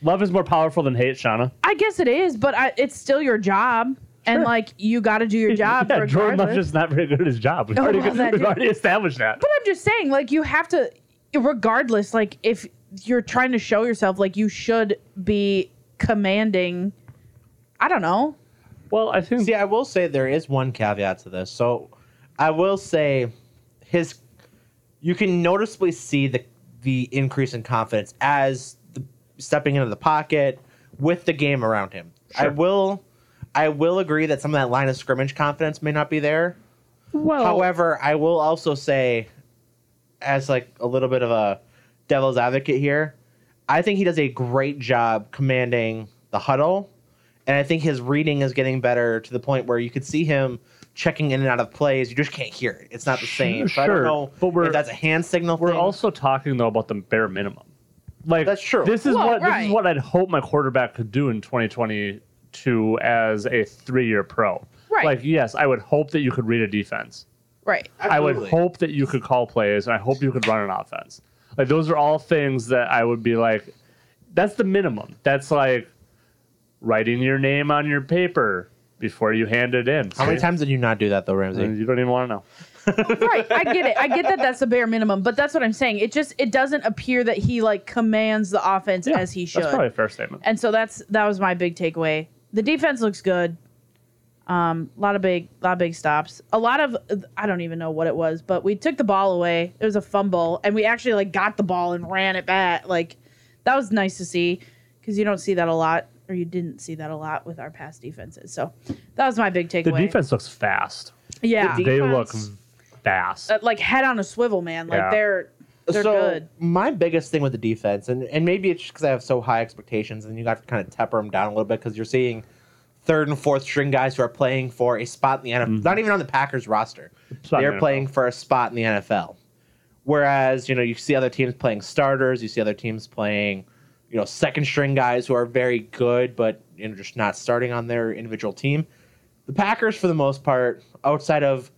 D: Love is more powerful than hate, Shauna.
C: I guess it is, but I, it's still your job, and like you got to do your job.
D: yeah,
C: regardless.
D: Jordan Love is not very good at his job. We've,
C: Oh,
D: already,
C: well, that
D: we've
C: dude-
D: already established that.
C: But I'm just saying, like, you have to, regardless, like, if you're trying to show yourself, like, you should be commanding. I don't know.
D: Well, I think
A: See, I will say there is one caveat to this. So, I will say his you can noticeably see the the increase in confidence as the, stepping into the pocket with the game around him. I
D: Sure.
A: will I will agree that some of that line of scrimmage confidence may not be there.
D: well,
A: However, I will also say as like a little bit of a devil's advocate here, I think he does a great job commanding the huddle. And I think his reading is getting better to the point where you could see him checking in and out of plays. You just can't hear it. It's not the same. So I
D: Sure,
A: don't know
D: but we're-
A: if that's a hand signal
D: we're
A: thing.
D: also talking though about the bare minimum. Like
A: That's true.
D: This is
C: Well,
D: what this
C: right.
D: is what I'd hope my quarterback could do in 2022 as a three-year pro.
C: Right.
D: Like yes, I would hope that you could read a defense.
C: Right.
D: I would
A: Absolutely.
D: hope that you could call plays, and I hope you could run an offense. Like those are all things that I would be like, that's the minimum. That's like writing your name on your paper before you hand it in.
A: How many times did you not do that though, Ramsey?
D: You don't even want to know.
C: right. I get it. I get that that's the bare minimum, but that's what I'm saying. It just, it doesn't appear that he, like, commands the offense
D: Yeah,
C: as he should.
D: That's probably a fair statement.
C: and so that's, that was my big takeaway. The defense looks good. Um, a lot of big, lot of big stops. A lot of, I don't even know what it was, but we took the ball away. It was a fumble, and we actually like got the ball and ran it back. Like that was nice to see because you don't see that a lot, or you didn't see that a lot with our past defenses. So that was my big takeaway.
D: The defense looks fast.
C: yeah,
D: They look
A: Defense-
D: fast.
C: Uh, like head on a swivel, man. Like
D: Yeah.
C: they're they're
A: so
C: good.
A: my biggest thing with the defense, and, and maybe it's just because I have so high expectations, and you got to kind of temper them down a little bit because you're seeing third and fourth string guys who are playing for a spot in the NFL, not even on the Packers roster.
D: Mm-hmm. It's not
A: They're
D: the NFL.
A: playing for a spot in the NFL. Whereas you know you see other teams playing starters, you see other teams playing, you know, second string guys who are very good but you know just not starting on their individual team. The Packers, for the most part, outside of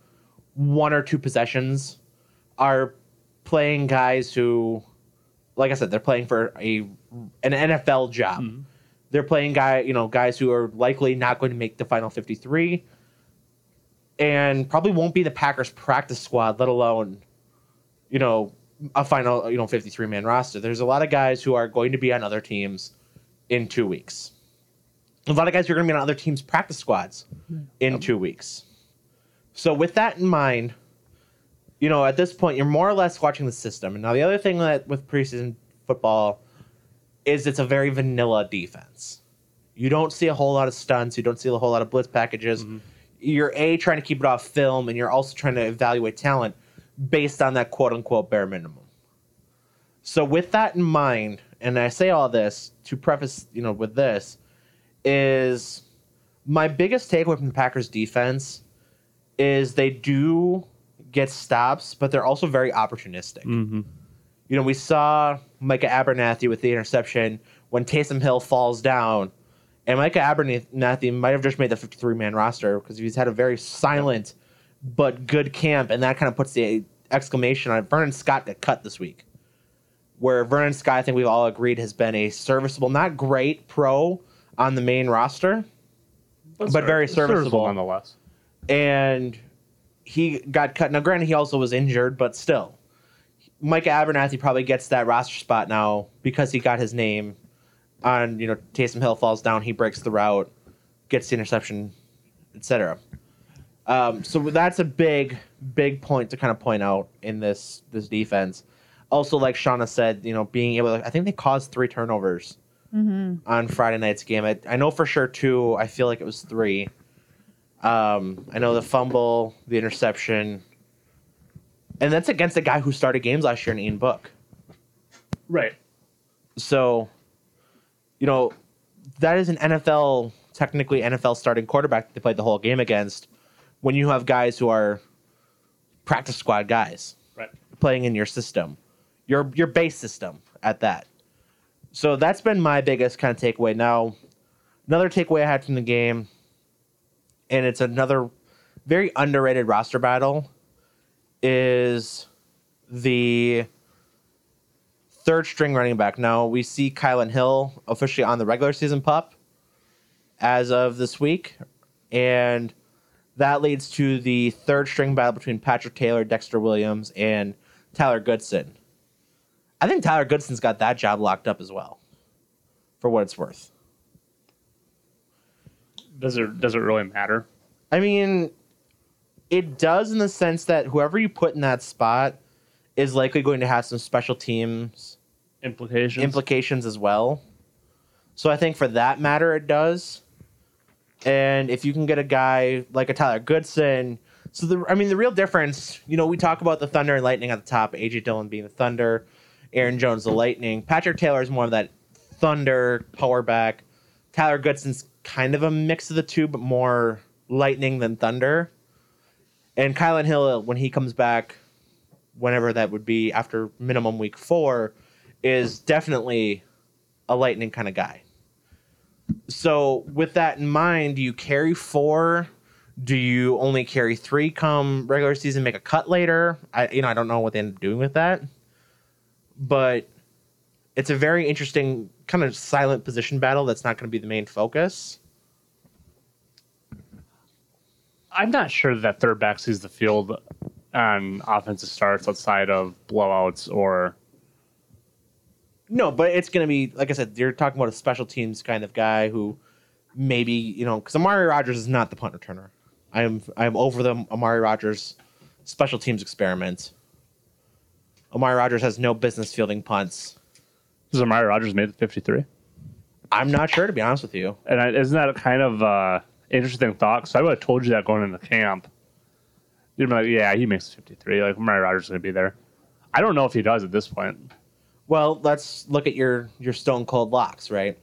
A: one or two possessions, are playing guys who, like I said, they're playing for a an NFL job.
D: Mm-hmm.
A: They're playing guy, you know, guys who are likely not going to make the final fifty three, and probably won't be the Packers practice squad, let alone, you know, a final you know fifty three man roster. There's a lot of guys who are going to be on other teams in two weeks. A lot of guys who are going to be on other teams' practice squads in two weeks. So with that in mind, you know, at this point, you're more or less watching the system. And now the other thing that with preseason football is it's a very vanilla defense. You don't see a whole lot of stunts. You don't see a whole lot of blitz packages. You're a trying to keep it off film, and you're also trying to evaluate talent based on that quote unquote bare minimum. So with that in mind, and I say all this to preface, you know, with this is my biggest takeaway from the Packers defense is they do get stops, but they're also very opportunistic. You know, we saw Micah Abernathy with the interception when Taysom Hill falls down, and Micah Abernathy might have just made the 53 man roster because he's had a very silent but good camp, and that kind of puts the exclamation on it. Vernon Scott got cut this week. Where Vernon Scott, I think we've all agreed, has been a serviceable, not great pro on the main roster but very serviceable.
D: nonetheless.
A: and he got cut. Now, granted, he also was injured, but still, Mike Abernathy probably gets that roster spot now because he got his name on. You know, Taysom Hill falls down, he breaks the route, gets the interception, etc. Um, so that's a big, big point to kind of point out in this this defense. Also, like Shauna said, you know, being able, to, I think they caused three turnovers on Friday night's game. I, I know for sure two. I feel like it was three. Um, I know the fumble, the interception, and that's against a guy who started games last year in Ian Book.
D: Right.
A: So, you know, that is an NFL, technically NFL starting quarterback that they played the whole game against when you have guys who are practice squad guys
D: Right.
A: playing in your system, your your base system at that. So that's been my biggest kind of takeaway. Now, another takeaway I had from the game, and it's another very underrated roster battle, is the third string running back. Now we see Kylan Hill officially on the regular season pup as of this week, and that leads to the third string battle between Patrick Taylor, Dexter Williams, and Tyler Goodson. I think Tyler Goodson's got that job locked up as well, for what it's worth.
B: Does it does it really matter?
A: I mean, it does in the sense that whoever you put in that spot is likely going to have some special teams
D: Implications.
A: implications as well. So I think for that matter, it does. And if you can get a guy like a Tyler Goodson, so the I mean the real difference, you know, we talk about the Thunder and Lightning at the top, AJ Dillon being the Thunder, Aaron Jones the Lightning, Patrick Taylor is more of that Thunder power back. Tyler Goodson's kind of a mix of the two, but more Lightning than Thunder. And Kylan Hill, when he comes back, whenever that would be after minimum week four, is definitely a lightning kind of guy. So with that in mind, do you carry four? Do you only carry three come regular season, make a cut later? I you know, I don't know what they end up doing with that. But it's a very interesting kind of silent position battle that's not gonna be the main focus.
B: I'm not sure that third back sees the field on offensive starts outside of blowouts or
A: No, but it's gonna be like I said. You're talking about a special teams kind of guy who maybe you know because Amari Rogers is not the punt returner. I'm I'm over the Amari Rogers special teams experiment. Amari Rogers has no business fielding punts.
B: Has Amari Rogers made the 53?
A: I'm not sure to be honest with you.
B: And I, isn't that a kind of uh, interesting thought? So I would have told you that going into camp. You'd be like, yeah, he makes the 53. Like, Amari Rogers is going to be there. I don't know if he does at this point.
A: Well, let's look at your your stone cold locks, right?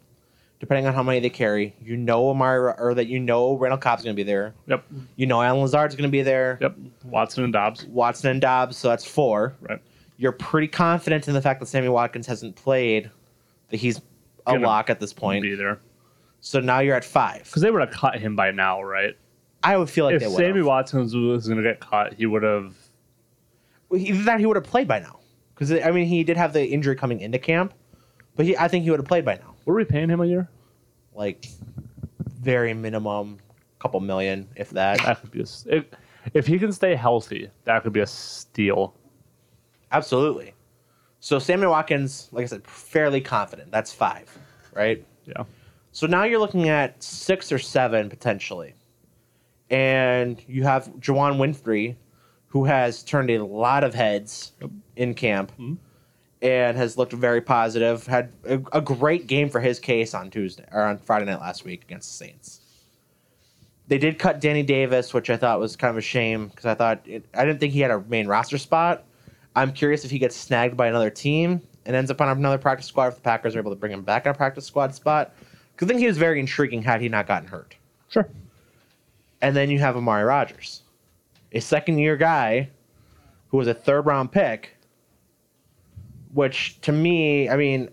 A: Depending on how many they carry, you know Amari or that you know Randall Cobb's gonna be there.
B: Yep.
A: You know Alan Lazard's gonna be there.
B: Yep. Watson and Dobbs.
A: Watson and Dobbs, so that's four.
B: Right.
A: you're pretty confident in the fact that Sammy Watkins hasn't played, that he's a
B: Gonna
A: lock at this point.
B: Be there.
A: So now you're at five.
B: Because they would have cut him by now, right?
A: I would feel like
B: if
A: they would.
B: Sammy Watson was going to get cut, he would have.
A: Either that he would have played by now, because I mean he did have the injury coming into camp, but he, I think he would have played by now,
B: Were we paying him a year?
A: like very minimum, couple million if that.
B: That could be a, s- if, if he can stay healthy, that could be a steal.
A: Absolutely. So Sammy Watkins, like I said, fairly confident. That's five, right?
B: Yeah.
A: So now you're looking at six or seven potentially. And you have Jawan Winfrey, who has turned a lot of heads in camp and has looked very positive. Had a, a great game for his case on Tuesday or on Friday night last week against the Saints. They did cut Danny Davis, which I thought was kind of a shame because I thought it, I didn't think he had a main roster spot. I'm curious if he gets snagged by another team and ends up on another practice squad if the Packers are able to bring him back in a practice squad spot. Because I think he was very intriguing had he not gotten hurt.
B: Sure.
A: And then you have Amari Rogers, a second year guy who was a third round pick, which to me, I mean,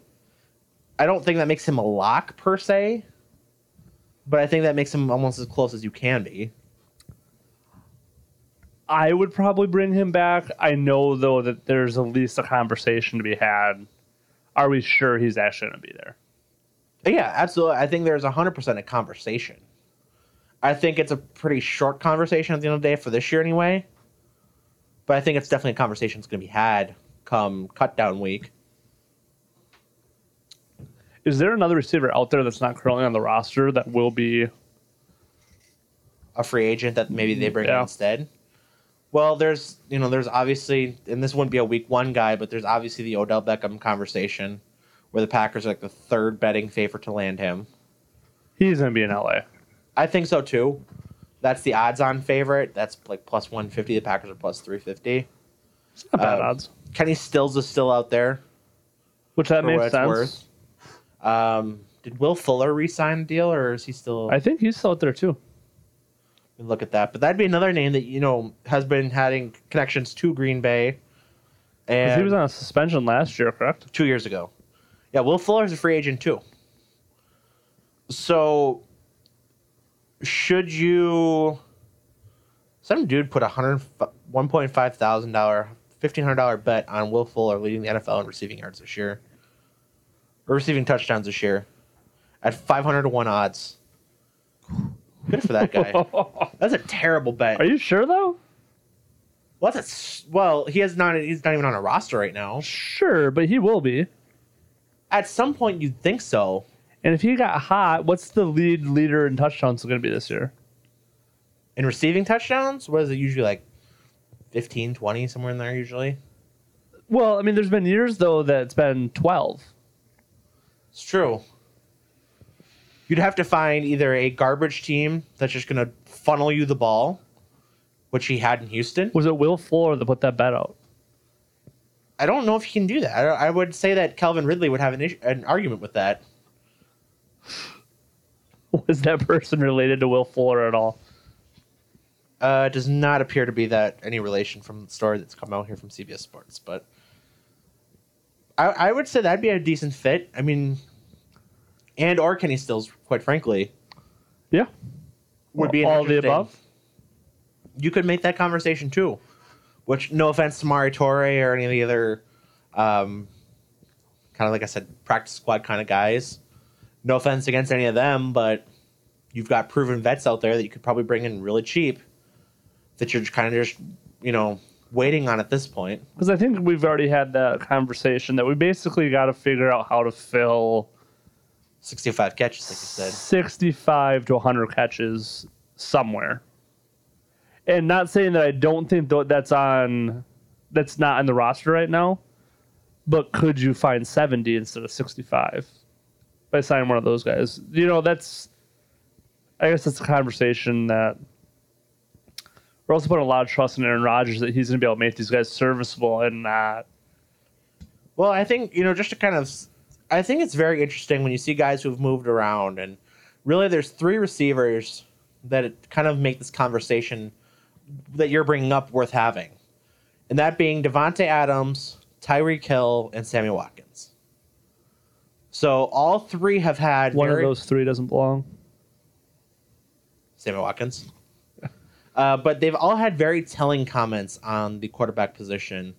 A: I don't think that makes him a lock per se, but I think that makes him almost as close as you can be.
B: I would probably bring him back. I know though that there's at least a conversation to be had. Are we sure he's actually going to be there?
A: Yeah, absolutely. I think there's 100% a conversation. I think it's a pretty short conversation at the end of the day for this year, anyway. But I think it's definitely a conversation that's going to be had come cut down week.
B: Is there another receiver out there that's not currently on the roster that will be?
A: a free agent that maybe they bring
B: Yeah.
A: in instead. Well, there's you know there's obviously and this wouldn't be a week one guy, but there's obviously the Odell Beckham conversation where the Packers are like the third betting favorite to land him.
B: He's going to be in LA.
A: I think so too. That's the odds-on favorite. That's like plus one fifty. The Packers are plus three fifty.
B: It's not bad
A: Uh,
B: odds,
A: Kenny Stills is still out there.
B: which that
A: for what
B: makes
A: it's
B: sense.
A: worth. Um, did Will Fuller re-sign the deal, or is he still?
B: I think he's still out there too.
A: look at that. But that'd be another name that you know has been having connections to Green Bay.
B: 'Cause
A: And
B: He was on a suspension last year, correct?
A: two years ago. Yeah, Will Fuller's a free agent too. So, should you? Some dude put a hundred one point five thousand dollar $1,500 bet on Will Fuller leading the NFL in receiving yards this year, or receiving touchdowns this year, at 500 to 1 odds. Good for that guy. That's a terrible bet.
D: Are you sure though?
A: well, that's a s well, he has not. He's not even on a roster right now.
D: Sure, but he will be.
A: At some point, you'd think so.
D: And if he got hot, what's the lead leader in touchdowns going to be this year?
A: In receiving touchdowns, what is it usually like? 15, 20, somewhere in there usually.
D: Well, I mean, there's been years though that it's been 12.
A: It's true. You'd have to find either a garbage team that's just going to funnel you the ball, which he had in Houston.
D: Was it Will Fuller that put that bet out?
A: I don't know if he can do that. I, I would say that Calvin Ridley would have an, issue, an argument with that.
D: Was that person related to Will Fuller at all?
A: Uh, it does not appear to be that any relation from the story that's come out here from CBS Sports, but I, I would say that'd be a decent fit. I mean, and or Kenny Stills, quite frankly,
D: Yeah.
A: would be an
D: all the
A: interesting-
D: above.
A: you could make that conversation too. Which, no offense to Mari Torre or any of the other, um, kind of like I said, practice squad kind of guys. No offense against any of them, but you've got proven vets out there that you could probably bring in really cheap that you're kind of just, you know, waiting on at this point.
D: Because I think we've already had that conversation that we basically got to figure out how to fill
A: 65 catches, like you said.
D: 65 to 100 catches somewhere. And not saying that I don't think tho- that's on that's not on the roster right now, but could you find 70 instead of 65 by signing one of those guys? You know, that's I guess that's a conversation that we're also putting a lot of trust in Aaron Rodgers that he's going to be able to make these guys serviceable and not
A: Well, I think, you know, just to kind of, s- I think it's very interesting when you see guys who've moved around. And really, there's three receivers that it kind of make this conversation that you're bringing up worth having. And that being Devonte Adams, Tyreek Hill, and Sammy Watkins. So all three have had
D: one of
A: very-
D: those three doesn't belong.
A: Sammy Watkins. Uh, but they've all had very telling comments on the quarterback position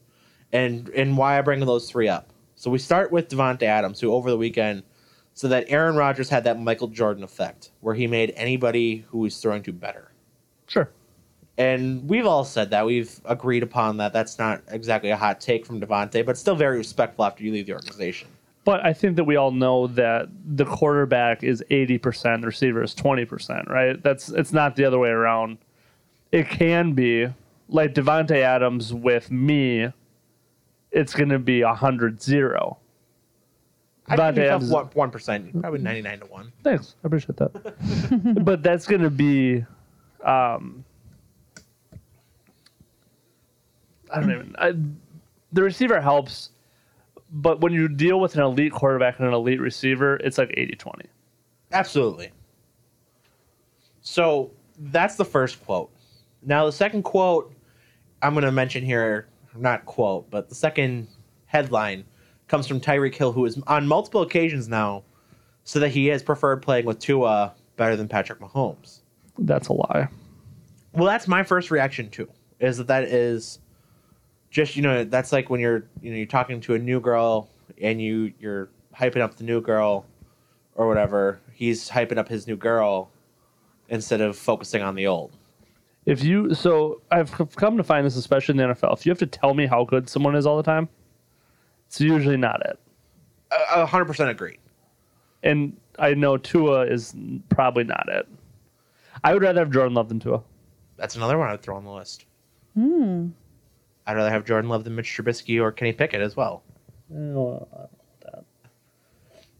A: and and why I bring those three up. So we start with Devonte Adams, who over the weekend, so that Aaron Rodgers had that Michael Jordan effect, where he made anybody who he's throwing to better.
D: Sure.
A: And we've all said that. We've agreed upon that. That's not exactly a hot take from Devonte, but still very respectful after you leave the organization.
D: But I think that we all know that the quarterback is 80%, the receiver is 20%, right? That's it's not the other way around. It can be like Devonte Adams with me, it's going to be 100-0.
A: I think he's
D: Devontae
A: up
D: Adams-
A: one- one percent, probably ninety nine to one.
D: Thanks. I appreciate that. but that's going to be um I don't even I, the receiver helps, but when you deal with an elite quarterback and an elite receiver, it's like 80-20.
A: Absolutely. So that's the first quote. Now the second quote I'm going to mention here, not quote, but the second headline comes from Tyreek Hill, who is on multiple occasions now so that he has preferred playing with Tua better than Patrick Mahomes.
D: That's a lie.
A: Well, that's my first reaction too. Is that that is just you know that's like when you're you know you're talking to a new girl and you you're hyping up the new girl or whatever. He's hyping up his new girl instead of focusing on the old.
D: If you so, I've c- come to find this, especially in the NFL. If you have to tell me how good someone is all the time, it's usually not it.
A: A a hundred percent agreed.
D: And I know Tua is n- probably not it. I would rather have Jordan Love than Tua.
A: That's another one I'd throw on the list. I'd rather have Jordan Love than Mitch Trubisky or Kenny Pickett as well.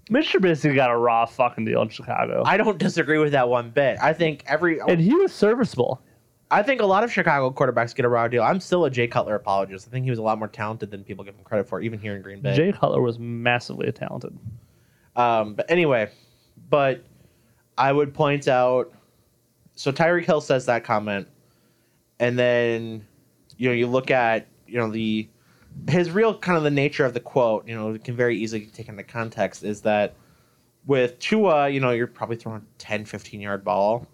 D: Mitch Trubisky got a raw fucking deal in Chicago,
A: I don't disagree with that one bit. I think every
D: and he was serviceable.
A: I think a lot of Chicago quarterbacks get a raw deal. I'm still a Jay Cutler apologist. I think he was a lot more talented than people give him credit for, even here in Green Bay.
D: Jay Cutler was massively talented.
A: Um, but anyway, but I would point out so Tyreek Hill says that comment, and then you know you look at you know the his real kind of the nature of the quote. You know, it can very easily be taken into context. Is that with Tua, you know, you're probably throwing a 10, 15 yard ball,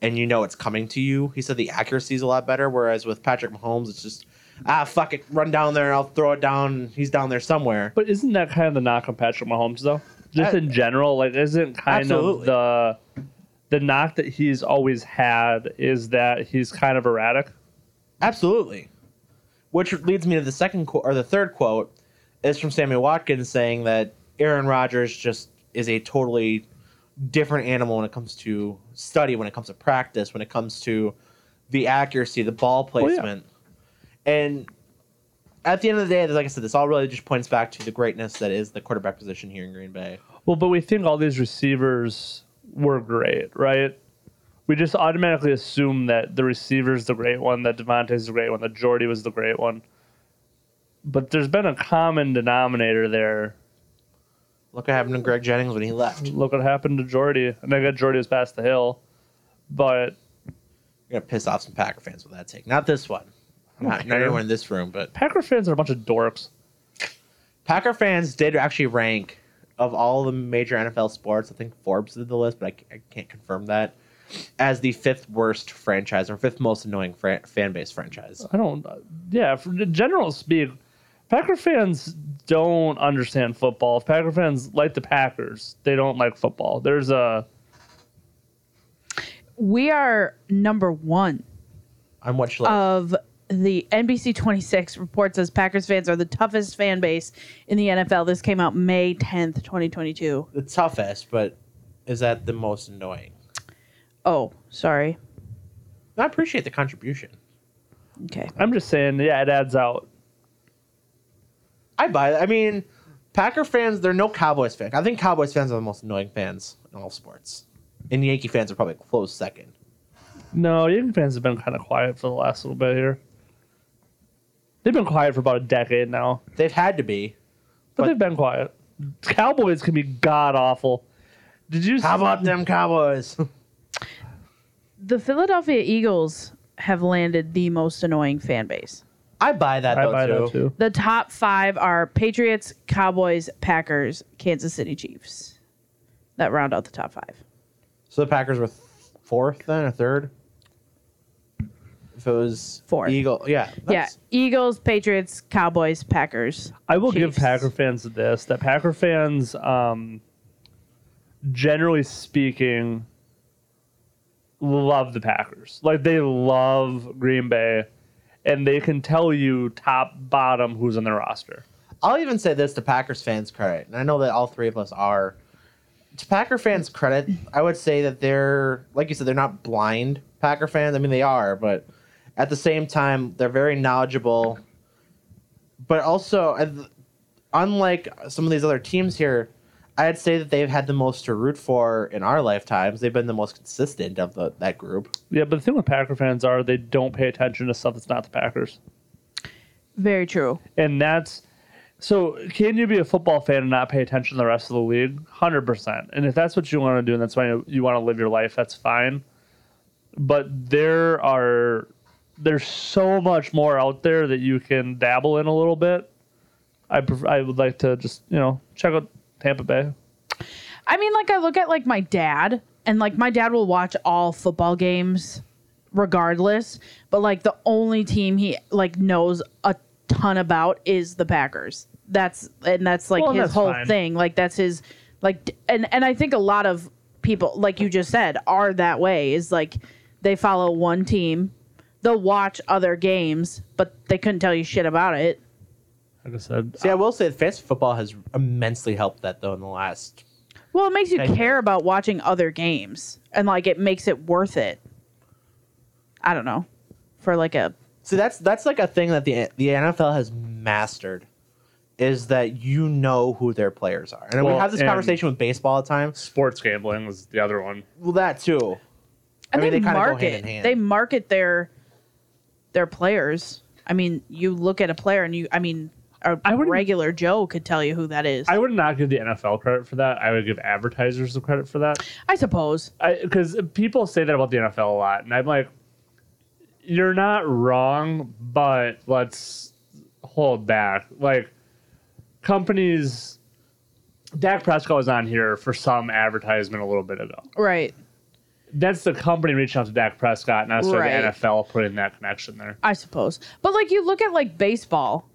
A: and you know it's coming to you. He said the accuracy is a lot better, whereas with Patrick Mahomes, it's just ah, fuck it, run down there. I'll throw it down. He's down there somewhere.
D: But isn't that kind of the knock on Patrick Mahomes though? Just
A: Uh,
D: in general, like isn't kind
A: Absolutely.
D: of the the knock that he's always had is that he's kind of erratic.
A: Absolutely. Which leads me to the second quote or the third quote is from Samuel Watkins saying that Aaron Rodgers just is a totally different animal when it comes to study, when it comes to practice, when it comes to the accuracy, the ball
D: Oh, yeah.
A: placement. And at the end of the day, like I said, this all really just points back to the greatness that is the quarterback position here in Green Bay.
D: Well, but we think all these receivers were great, right? We just automatically assume that the receiver's the great one, that Devontae's the great one, that Jordy was the great one. But there's been a common denominator there.
A: Look what happened to Greg Jennings when he left.
D: Look what happened to Jordy. And I got Jordy was past the hill. But
A: You're gonna piss off some Packer fans with that take. Not this one. Not, not
D: care.
A: anyone in this room, but
D: Packer fans are a bunch of dorks.
A: Packer fans did actually rank of all the major NFL sports. I think Forbes did the list, but I, c- I can't confirm that as the fifth worst franchise or fifth most annoying fran- fan base franchise.
D: I don't. Yeah, for the general speak, Packer fans don't understand football. If Packer fans like the Packers, they don't like football. There's a
C: We are number one
A: On which list?
C: of the NBC 26 report says Packers fans are the toughest fan base in the NFL. This came out May 10th, 2022.
A: the toughest, but is that the most annoying?
C: Oh, sorry.
A: I appreciate the contribution.
C: Okay.
D: I'm just saying, yeah, it adds out.
A: I buy that. I mean, Packer fans, they're no Cowboys fans. I think Cowboys fans are the most annoying fans in all sports. And Yankee fans are probably a close second.
D: No, Yankee fans have been kind of quiet for the last little bit here. They've been quiet for about a decade now,
A: They've had to be.
D: but,
A: But-
D: they've been quiet. Cowboys can be god awful. Did you?
A: How about them Cowboys?
C: The Philadelphia Eagles have landed the most annoying fan base.
A: I buy that
D: I
A: though
D: buy
A: too.
D: that too.
C: The top five are Patriots, Cowboys, Packers, Kansas City Chiefs. That round out the top five.
A: So the Packers were th- fourth then or third? If it was
C: Fourth.
A: Eagle, yeah, that's-
C: yeah. Eagles, Patriots, Cowboys, Packers.
D: I will give
C: Chiefs.
D: Packer fans this that Packer fans, um, generally speaking, love the Packers. Like they love Green Bay, and they can tell you top bottom who's on their roster.
A: I'll even say this to Packers fans' credit, and I know that all three of us are. To Packer fans' credit, I would say that they're, like you said, they're not blind Packer fans. I mean, they are, but at the same time, they're very knowledgeable. But also, uh, unlike some of these other teams here, I'd say that they've had the most to root for in our lifetimes. They've been the most consistent of the, that group.
D: Yeah, but the thing with Packer fans are they don't pay attention to stuff that's not the Packers,
C: Very true.
D: and that's so. Can you be a football fan and not pay attention to the rest of the league? Hundred percent. And if that's what you want to do, and that's why you, you want to live your life, that's fine. But there are there's so much more out there that you can dabble in a little bit. I pref- I would like to just you know check out Tampa Bay.
C: I mean, like I look at like my dad, and like my dad will watch all football games, regardless. But like the only team he like knows a ton about is the Packers. That's and that's like
D: Well,
C: his
D: that's
C: whole
D: fine.
C: thing. Like that's his like d- and and I think a lot of people, like you just said, are that way. Is like they follow one team, they'll watch other games, but they couldn't tell you shit about it.
D: Like I said,
A: See, I will say that fantasy football has immensely helped that though in the last.
C: Well, it makes you
A: Thank you.
C: care about watching other games and like it makes it worth it. I don't know. For like a
A: See, that's that's like a thing that the the NFL has mastered is that you know who their players are. And we
D: Well,
A: have this
D: and-
A: conversation with baseball all the time.
B: Sports gambling was the other one.
A: Well, that too.
C: I
A: mean,
C: they,
A: they kinda go hand
C: market
A: in hand.
C: they market their their players. I mean, you look at a player and you I mean a
D: I wouldn't-
C: regular Joe could tell you who that is.
D: I
C: I,
D: would not give the NFL credit for that. I would give advertisers the credit for that.
C: suppose.
D: because people say that about the NFL a lot, and I'm like, you're not wrong, but let's hold back. Like companies, Dak Prescott was on here for some advertisement a little bit ago,
C: Right.
B: that's the company reaching out to Dak Prescott, not sort
C: Right.
B: of the NFL putting that connection there.
C: I suppose. But like you look at like baseball,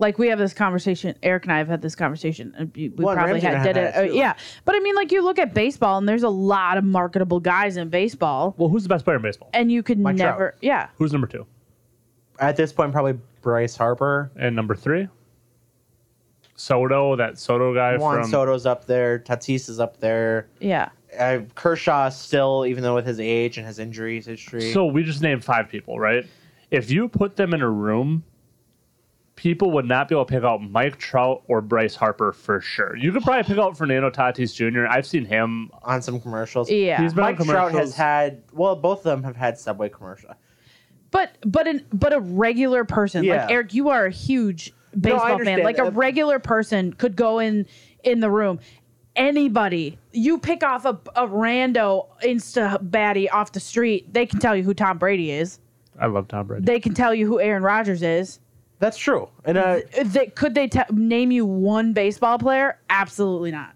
C: like we have this conversation. Eric and I have had this conversation. and We, we
A: Well, and
C: probably
A: Ramsey and I
C: had
A: have
C: did it.
A: had it,
C: uh,
A: too.
C: yeah, but I mean, like you look at baseball, and there's a lot of marketable guys in baseball,
D: Well, who's the best player in baseball?
C: and you could
A: Mike Trout.
C: never. Yeah,
D: Who's number two
A: At this point, probably Bryce Harper.
D: and number three?
B: Soto, that Soto guy
A: Juan
B: from
A: Soto's up there. Tatis is up there.
C: yeah.
A: Uh, Kershaw still, even though with his age and his injuries history.
B: So we just named five people, right? If you put them in a room, people would not be able to pick out Mike Trout or Bryce Harper for sure. You could probably pick out Fernando Tatis Jr. I've seen him.
A: on some commercials.
C: Yeah.
B: He's been on
A: Mike Trout has
B: commercials.
A: had well, both of them have had Subway commercial.
C: But but an but a regular person
A: Yeah.
C: like Eric, you are a huge
A: I
C: baseball fan.
A: understand.
C: Like a
A: Uh,
C: regular person could go in in the room. Anybody you pick off a, a rando insta baddie off the street, they can tell you who Tom Brady is.
B: I love Tom Brady.
C: They can tell you who Aaron Rodgers is.
A: That's true. And uh,
C: They, could they te- name you one baseball player? Absolutely not.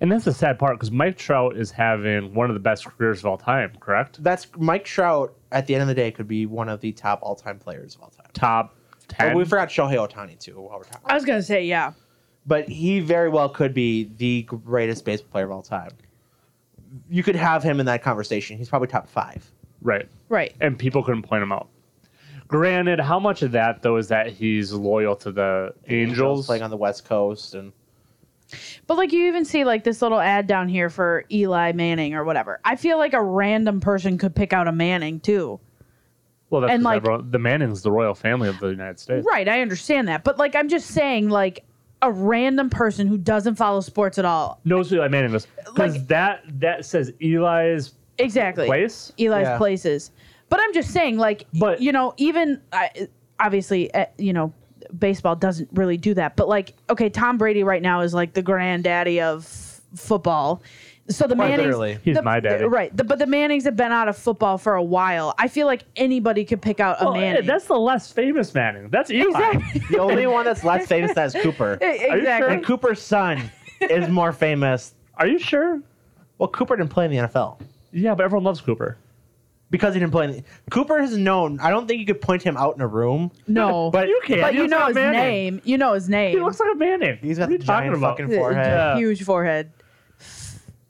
B: And that's the sad part because Mike Trout is having one of the best careers of all time, correct?
A: that's Mike Trout. At the end of the day, could be one of the top all-time players of all time.
B: Top
A: Oh,
B: 10.
A: we forgot Shohei Otani too while we're talking,
C: I was gonna say yeah.
A: but he very well could be the greatest baseball player of all time. You could have him in that conversation. He's probably top five.
B: right.
C: Right.
B: And people couldn't point him out. Granted, how much of that, though, is that he's loyal to the Angels?
A: playing on the West Coast, and
C: But like you even see like this little ad down here for Eli Manning or whatever. I feel like a random person could pick out a Manning too.
B: well, that's
C: and,
B: 'cause
C: like-
B: everyone, the Manning's the royal family of the United States.
C: Right, I understand that. But like I'm just saying like a random person who doesn't follow sports at all.
B: knows who Eli Manning is because
C: Like-
B: that that says Eli's
C: Exactly.
B: place.
C: Eli's
A: Yeah.
C: places. But I'm just saying, like,
B: But-
C: you know, even I, obviously, uh, you know, baseball doesn't really do that. But like, okay, Tom Brady right now is like the granddaddy of f- football. So the
A: Quite
C: Mannings,
A: literally.
B: He's
C: the-
B: my daddy.
C: right? The, but the Mannings have been out of football for a while. I feel like anybody could pick out a
B: Well, eh,
C: Manning.
B: that's the less famous Manning. That's Eli.
C: Exactly.
A: the only one that's less famous than is Cooper.
C: E, exactly.
A: And Cooper's son is more famous.
B: Are you sure?
A: Well, Cooper didn't play in the NFL.
B: Yeah, but everyone loves Cooper.
A: because he didn't play. In the, Cooper has known. I don't think you could point him out in a room,
C: No,
A: but
B: You can't.
C: but
B: He
C: you
B: looks
C: know
B: like
C: his
B: Manning.
C: name. You know his name.
B: He looks like a Manning.
A: he's got
B: What are
A: the
B: you
A: giant
B: talking about?
A: fucking
C: Uh,
A: forehead.
C: Huge forehead,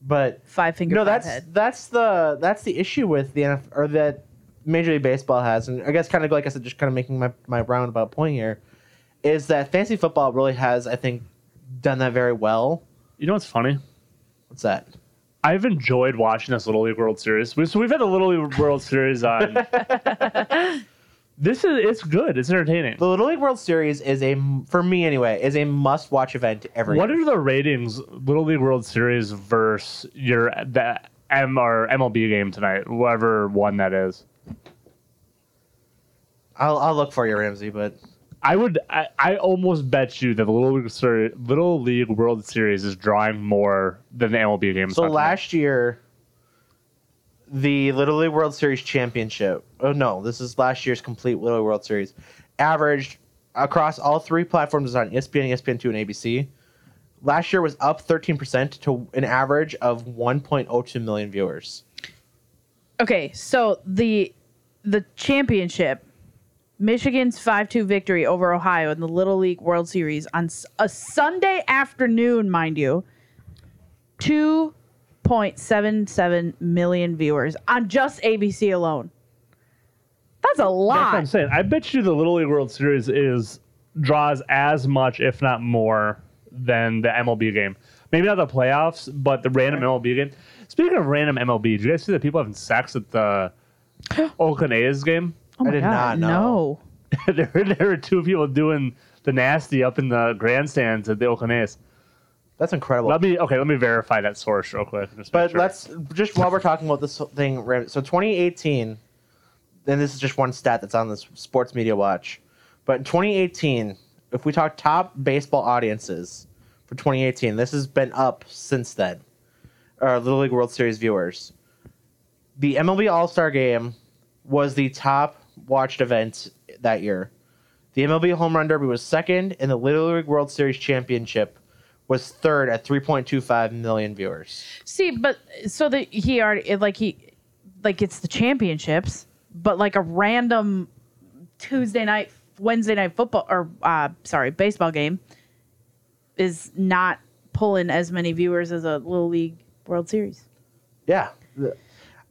A: But
C: five finger.
A: no,
C: five
A: that's
C: head.
A: that's the that's the issue with the NFL or that Major League Baseball has, and I guess kind of like I said, just kind of making my my roundabout point here, is that fantasy football really has I think done that very well.
B: You know what's funny?
A: What's that?
B: I've enjoyed watching this Little League World Series. We, so we've had the Little League World Series on. this is it's good. It's entertaining.
A: The Little League World Series is a for me anyway is a must watch event every.
B: What
A: year.
B: are the ratings? Little League World Series versus your the M or MLB game tonight? Whoever one that is.
A: I'll I'll look for you, Ramsey. But
B: I would. I, I almost bet you that the Little League, Ser- Little League World Series is drawing more than the MLB games.
A: So last year, the Little League World Series championship. Oh no, this is last year's complete Little League World Series. Averaged across all three platforms is on E ESPN, ESPN two, and ABC. Last year was up thirteen percent to an average of one point oh two million viewers.
C: Okay, so the the championship, Michigan's five two victory over Ohio in the Little League World Series on s- a Sunday afternoon, mind you, two point seven seven million viewers on just ABC alone. That's a
B: that's what I'm
C: lot.
B: saying. I bet you the Little League World Series is draws as much, if not more, than the MLB game. Maybe not the playoffs, but the random MLB game. Speaking of random MLB, did you guys see that people having sex at the Oakland A's game?
C: Oh my
A: I did not know.
C: No.
B: there, were- there were two people doing the nasty up in the grandstands at the Oakland A's.
A: That's incredible.
B: Let me okay. Let me verify that source real quick. just make
A: But
B: sure.
A: let's just while we're talking about this thing, Ram- so 2018, and this is just one stat that's on this Sports Media Watch. But in 2018, if we talk top baseball audiences for 2018, this has been up since then. Or Little League World Series viewers. The MLB All Star Game was the top watched event that year. The MLB Home Run Derby was second, and the Little League World Series Championship was third at 3.25 million viewers.
C: See, but so that he already it- like he like it's the championships, but like a random Tuesday night, Wednesday night football or uh, sorry, baseball game is not pulling as many viewers as a little league World Series.
A: Yeah. The-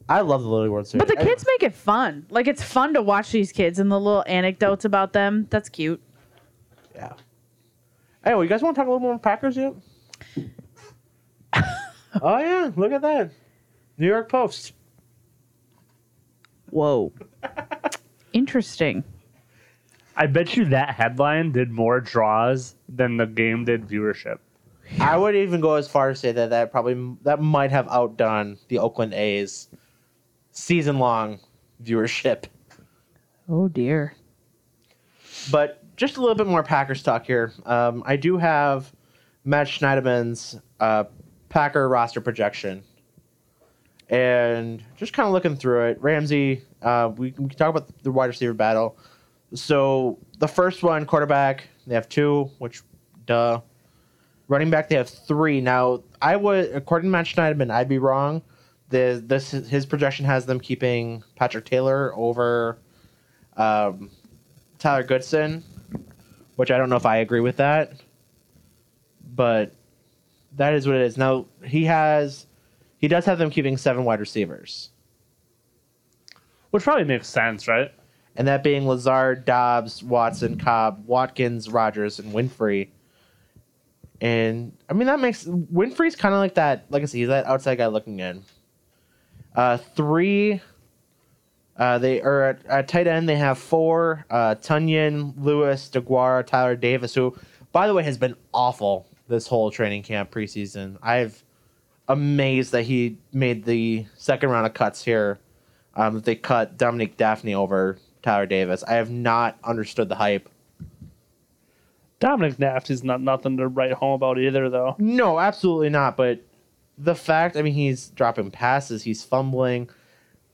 A: I love the Little League World Series.
C: But the
A: I-
C: kids make it fun. Like it's fun to watch these kids and the little anecdotes about them. That's cute.
A: yeah. Anyway, you guys want to talk a little more Packers yet? oh yeah, look at that. New York Post.
C: Whoa. Interesting.
B: I bet you that headline did more draws than the game did viewership.
A: I would even go as far as say that that probably that might have outdone the Oakland A's season long viewership.
C: Oh dear.
A: But just a little bit more Packers talk here. Um, I do have Matt Schneiderman's uh, Packer roster projection, and just kind of looking through it. Ramsey, uh, we, we can talk about the wide receiver battle. So the first one, quarterback, they have two, which, duh. Running back, they have three. Now, I would, according to Matt Schneiderman, I'd be wrong. The, this his projection has them keeping Patrick Taylor over. Um, Tyler Goodson, which I don't know if I agree with that, but that is what it is. Now he has, he does have them keeping seven wide receivers,
D: Which probably makes sense, right?
A: and that being Lazard, Dobbs, Watson, Cobb, Watkins, Rogers, and Winfrey. And I mean that makes Winfrey's kind of like that. Like I said, he's that outside guy looking in. Uh, three. Uh, they are at, at tight end. They have four: uh, Tunyon, Lewis, DeGuara, Tyler Davis, who, by the way, has been awful this whole training camp preseason. I've amazed that he made the second round of cuts here. Um, that they cut Dominic Daphne over Tyler Davis. I have not understood the hype.
D: Dominic Nafty's not nothing to write home about either, though.
A: No, absolutely not. But the fact, I mean, he's dropping passes, he's fumbling,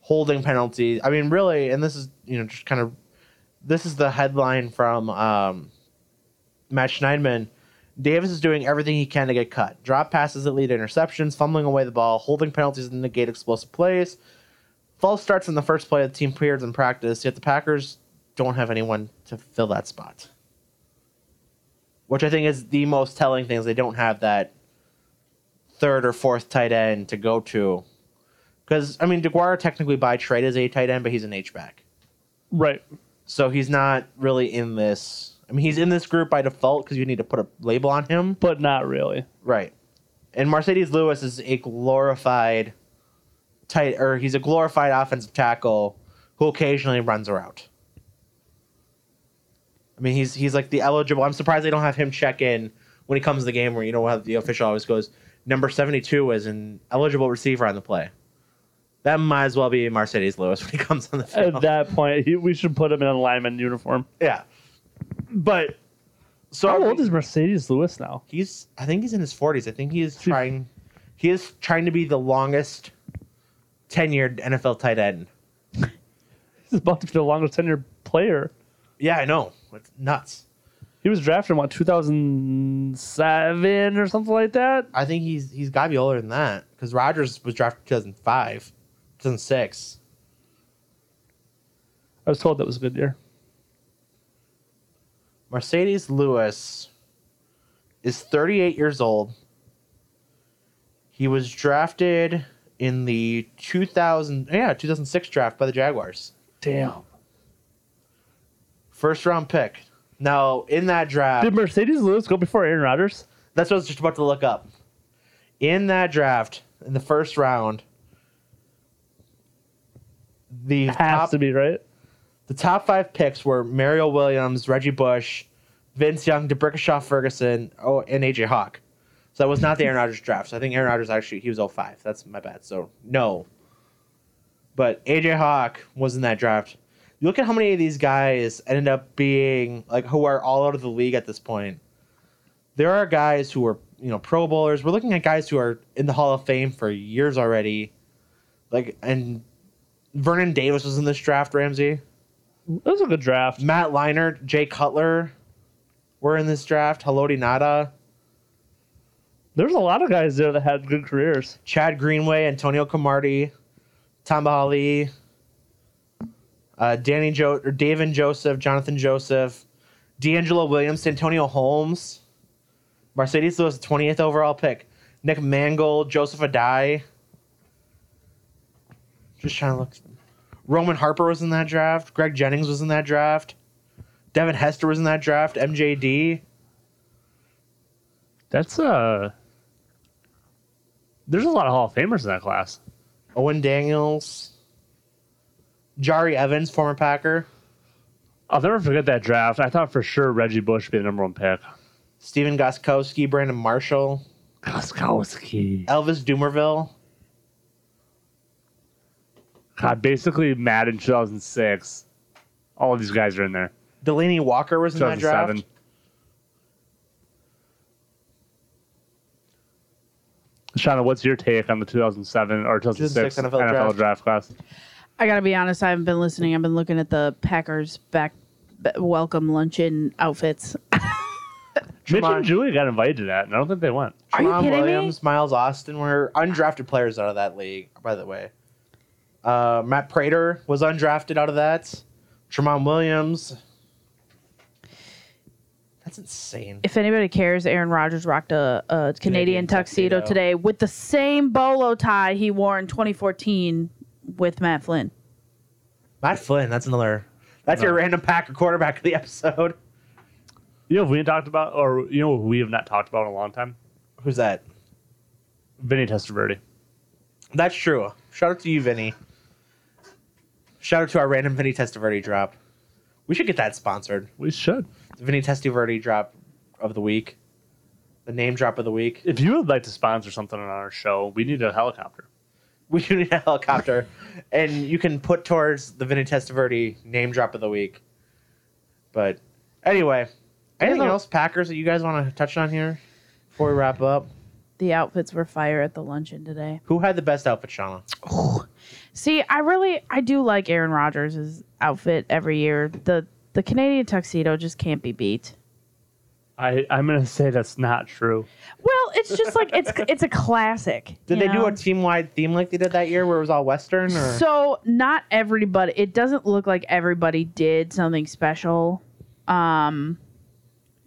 A: holding penalties. I mean, really, and this is, you know, just kind of this is the headline from um, Matt Schneidman. Davis is doing everything he can to get cut. Drop passes that lead to interceptions, fumbling away the ball, holding penalties that negate explosive plays. False starts in the first play of the team periods in practice, yet the Packers don't have anyone to fill that spot. Which I think is the most telling thing is they don't have that third or fourth tight end to go to. Because, I mean, DeGuara technically by trade is a tight end, but he's an H-back.
D: Right.
A: So he's not really in this. I mean, he's in this group by default because you need to put a label on him.
D: But not really.
A: Right. And Mercedes Lewis is a glorified tight, or he's a glorified offensive tackle who occasionally runs a route. I mean, he's he's like the eligible. I'm surprised they don't have him check in when he comes to the game where you know how the official always goes number 72 is an eligible receiver on the play. That might as well be Mercedes Lewis when he comes on the field.
D: At Uh, that point, he, we should put him in a lineman uniform.
A: yeah. But so
D: How
A: I
D: old
A: mean-
D: is Mercedes Lewis now?
A: he's I think he's in his forties. I think he is trying he is trying to be the longest tenured NFL tight end.
D: He's about to be the longest tenured player.
A: Yeah, I know. It's nuts.
D: He was drafted in what 2007 or something like that.
A: I think he's he's gotta be older than that. Because Rogers was drafted two thousand five, two thousand six.
D: I was told that was a good year.
A: Mercedes Lewis is 38 years old. He was drafted in the 2000 yeah, 2006 draft by the Jaguars.
D: Damn.
A: First round pick. Now, in that draft,
D: Did Mercedes Lewis go before Aaron Rodgers?
A: That's what I was just about to look up. In that draft, in the first round, the
D: Has
A: top,
D: to be right.
A: the top five picks were Mario Williams, Reggie Bush, Vince Young, DeBrickashaw Ferguson, oh, and AJ Hawk. So that was not the Aaron Rodgers draft. So I think Aaron Rodgers actually he was 05. That's my bad. So no. But AJ Hawk was in that draft. You look at how many of these guys ended up being like who are all out of the league at this point. There are guys who are you know Pro Bowlers. We're looking at guys who are in the Hall of Fame for years already. Like and Vernon Davis was in this draft, Ramsey.
D: It was a good draft.
A: Matt Leinart, Jay Cutler were in this draft. Haloti Nada,
D: There's a lot of guys there that had good careers.
A: Chad Greenway, Antonio Camardi, Tom Holly, uh, Danny Joe or David Joseph, Jonathan Joseph, D'Angelo Williams, Antonio Holmes, Mercedes Lewis, 20th overall pick, Nick Mangold, Joseph Adai. Just trying to look. Roman Harper was in that draft. Greg Jennings was in that draft. Devin Hester was in that draft. MJD.
D: That's uh There's a lot of Hall of Famers in that class.
A: Owen Daniels, Jari Evans, former Packer,
D: I'll never forget that draft. I thought for sure Reggie Bush would be the number one pick.
A: Steven Goskowski, Brandon Marshall,
D: Koskowski.
A: Elvis Dumervil.
D: God, basically Matt in 2006. All of these guys are in there.
A: Delaney Walker was in that draft.
D: 2007. Shauna, what's your take on the 2007 or 2006,
A: 2006 NFL draft.
D: class?
C: I gotta be honest. I haven't been listening. I've been looking at the Packers back b- welcome luncheon outfits.
D: Mitch
A: Tremont-
D: and Julie got invited to that, and I don't think they went.
C: Are you
A: Tramon
C: kidding me?
A: Williams, Miles Austin were undrafted players out of that league, by the way. Uh, Matt Prater was undrafted out of that. Tremont Williams. That's insane.
C: If anybody cares, Aaron Rodgers rocked a, a Canadian,
A: Canadian
C: tuxedo,
A: tuxedo.
C: today with the same bolo tie he wore in 2014 with Matt Flynn.
A: Matt Flynn, that's another. That's your random Packer quarterback of the episode.
D: You know, what we ain't talked about, or you know, what we have not talked about in a long time.
A: Who's that?
D: Vinny Testaverde.
A: That's true. Shout out to you, Vinny. Shout out to our random Vinny Testaverde drop. We should get that sponsored.
D: We should.
A: The Vinny Testaverde drop of the week. The name drop of the week.
D: If you would like to sponsor something on our show, we need a helicopter.
A: We do need a helicopter. and you can put towards the Vinny Testaverde name drop of the week. But anyway, anything
C: Yeah.
A: else, Packers, that you guys want to touch on here before we wrap up?
C: The outfits were fire at the luncheon today.
A: Who had the best outfit, Shauna?
C: See, I really I do like Aaron Rodgers' outfit every year. The the Canadian tuxedo just can't be beat.
D: I, I'm going to say that's not true.
C: Well, it's just like it's it's a classic.
A: Did
C: you
A: they do
C: know?
A: a team wide theme like they did that year where it was all Western? Or?
C: So not everybody. It doesn't look like everybody did something special, um,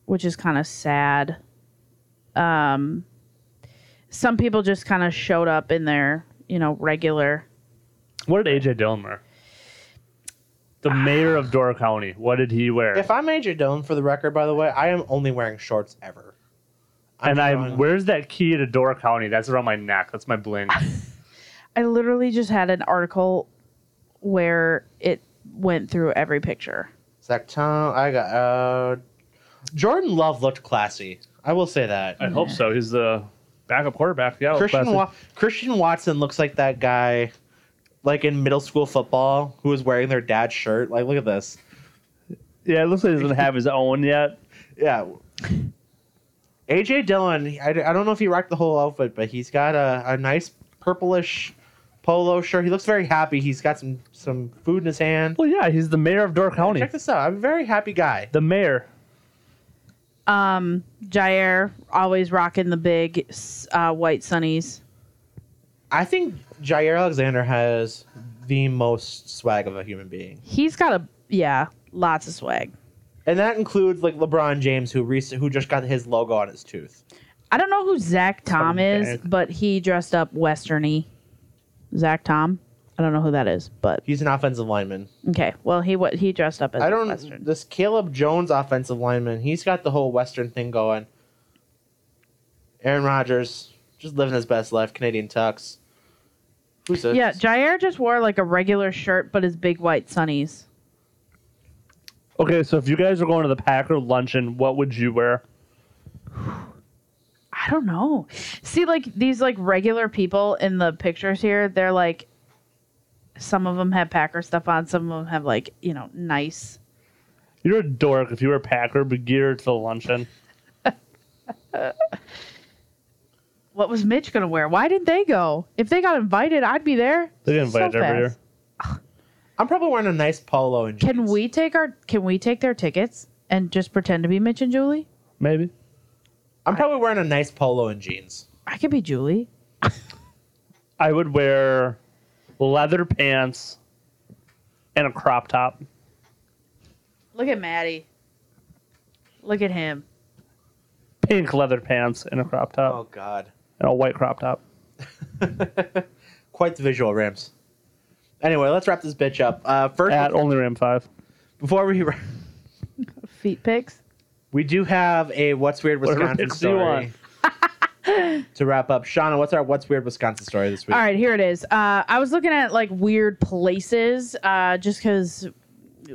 C: which is kind of sad. Um, some people just kind of showed up in their you know regular.
D: What did AJ Dillon wear? The mayor of Door County. What did he wear?
A: If I'm AJ Dillon, for the record, by the way, I am only wearing shorts ever. I'm
D: and I,
A: showing-
D: where's that key to Door County? That's around my neck. That's my bling.
C: I literally just had an article where it went through every picture.
A: Zach Tom. I got uh, Jordan Love looked classy. I will say that.
D: I hope so. He's the backup quarterback. Yeah,
A: Christian
D: classic.
A: Wa- Christian Watson looks like that guy, like in middle school football, who was wearing their dad's shirt. Like, look at this.
D: Yeah, it looks like he doesn't have his own yet.
A: Yeah. AJ Dillon. I, I don't know if he rocked the whole outfit, but he's got a, a nice purplish polo shirt. He looks very happy. He's got some some food in his hand.
D: Well, yeah, he's the mayor of Door County.
A: Check this out. I'm a very happy guy.
D: The mayor.
C: Um, Jair always rocking the big s- uh, white sunnies.
A: I think Jair Alexander has the most swag of a human being,
C: He's got a yeah, lots of swag.
A: and that includes like LeBron James, who recent who just got his logo on his tooth.
C: I don't know who Zach Tom is,
D: Zach.
C: but he dressed up westerny. Zach Tom. I don't know who that is, but
A: He's an offensive lineman.
C: okay. Well, he what he dressed up as
A: I don't
C: western.
A: this Caleb Jones offensive lineman. He's got the whole Western thing going. Aaron Rodgers just living his best life. Canadian Tucks. Who's this?
C: Yeah, Jair just wore like a regular shirt, but his big white sunnies.
D: Okay, so if you guys are going to the Packer luncheon, what would you wear?
C: I don't know. See, like these like regular people in the pictures here, they're like, some of them have Packer stuff on, some of them have like you know nice.
D: You're a dork if you were a Packer but geared to the luncheon.
C: What was Mitch gonna wear? Why didn't they go? If they got invited, I'd be there.
D: They get
C: So
D: invited every
C: fast.
D: year.
A: I'm probably wearing a nice polo and
C: Can
A: jeans.
C: we take our can we take their tickets and just pretend to be Mitch and Julie?
D: Maybe.
A: I'm probably wearing a nice polo and jeans.
C: I could be Julie.
D: I would wear leather pants, and a crop top.
C: Look at Maddie. Look at him.
D: Pink leather pants and a crop top.
A: Oh God,
D: And a white crop top.
A: quite the visual, Rams. Anyway, let's wrap this bitch up. Uh, first,
D: At Only Ram 5.
A: before we
C: Feet pics.
A: we do have a what's weird
D: What
A: Wisconsin
D: picks do you
A: story to wrap up. Shauna, what's our what's weird Wisconsin story this week?
C: All right, here it is. Uh, I was looking at like weird places, uh, just because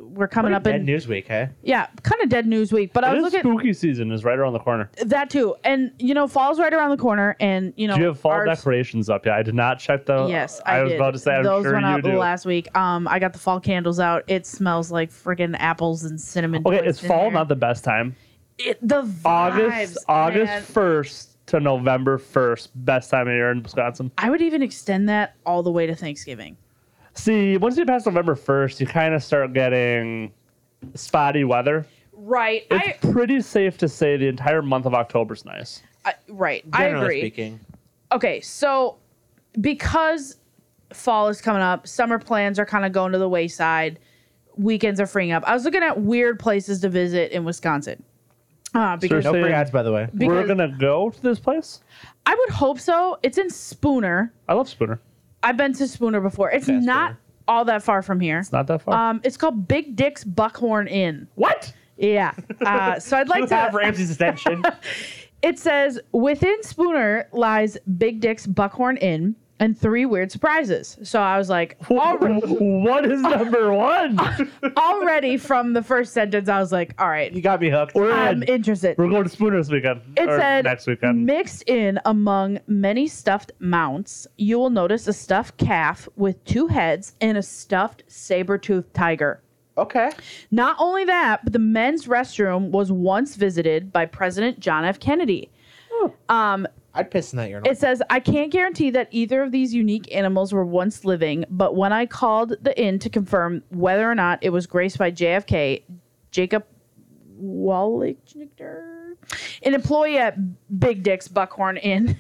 C: we're coming up in
A: Newsweek, hey?
C: yeah, kind of dead news week. But I
D: It
C: was
D: is
C: looking
D: spooky season is right around the corner.
C: at that too, and you know, fall's right around the corner, and you know,
D: do you have fall
C: ours-
D: decorations up yet? I did not check those.
C: Yes, I,
D: was
C: did.
D: about to say, I'm
C: those
D: sure
C: went
D: you
C: out
D: do.
C: last week. Um, I got the fall candles out. It smells like friggin' apples and cinnamon.
D: okay,
C: twigs
D: it's
C: in
D: fall,
C: there.
D: not the best time.
C: It- the vibes, man.
D: August August 1st to November 1st, best time of year in Wisconsin.
C: I would even extend that all the way to Thanksgiving.
D: See, once you pass November 1st, you kind of start getting spotty weather.
C: Right. I,
D: It's pretty safe to say the entire month of October's nice.
C: I right. I
A: Generally
C: agree.
A: speaking,
C: Okay, so because fall is coming up, summer plans are kind of going to the wayside. Weekends are freeing up. I was looking at weird places to visit in Wisconsin. Uh, because
A: no
D: Seriously?
A: free ads, by the way.
D: We're
C: Because-
D: going to go to this place?
C: I would hope so. It's in Spooner.
D: I love Spooner.
C: I've been to Spooner before. It's
A: Fast
C: not
A: Spooner.
C: all that far from here.
D: It's not that far.
C: Um, it's called Big Dick's Buckhorn Inn.
D: what?
C: Yeah. Uh, so I'd
A: You
C: like to
A: have Ramsey's attention.
C: It says within Spooner lies Big Dick's Buckhorn Inn and three weird surprises. So I was like, already,
D: what is number one?
C: already from the first sentence, I was like, all right,
A: you got me hooked.
D: We're,
C: I'm
D: in.
C: interested.
D: We're going to Spooner this weekend.
C: It
D: or
C: said
D: next weekend.
C: mixed in among many stuffed mounts, you will notice a stuffed calf with two heads and a stuffed saber-toothed tiger.
A: Okay.
C: Not only that, but the men's restroom was once visited by President John F. Kennedy. Um,
A: I'd piss in that urinal.
C: It says, I can't guarantee that either of these unique animals were once living, but when I called the inn to confirm whether or not it was graced by JFK, Jacob Wallichner, an employee at Big Dick's Buckhorn Inn,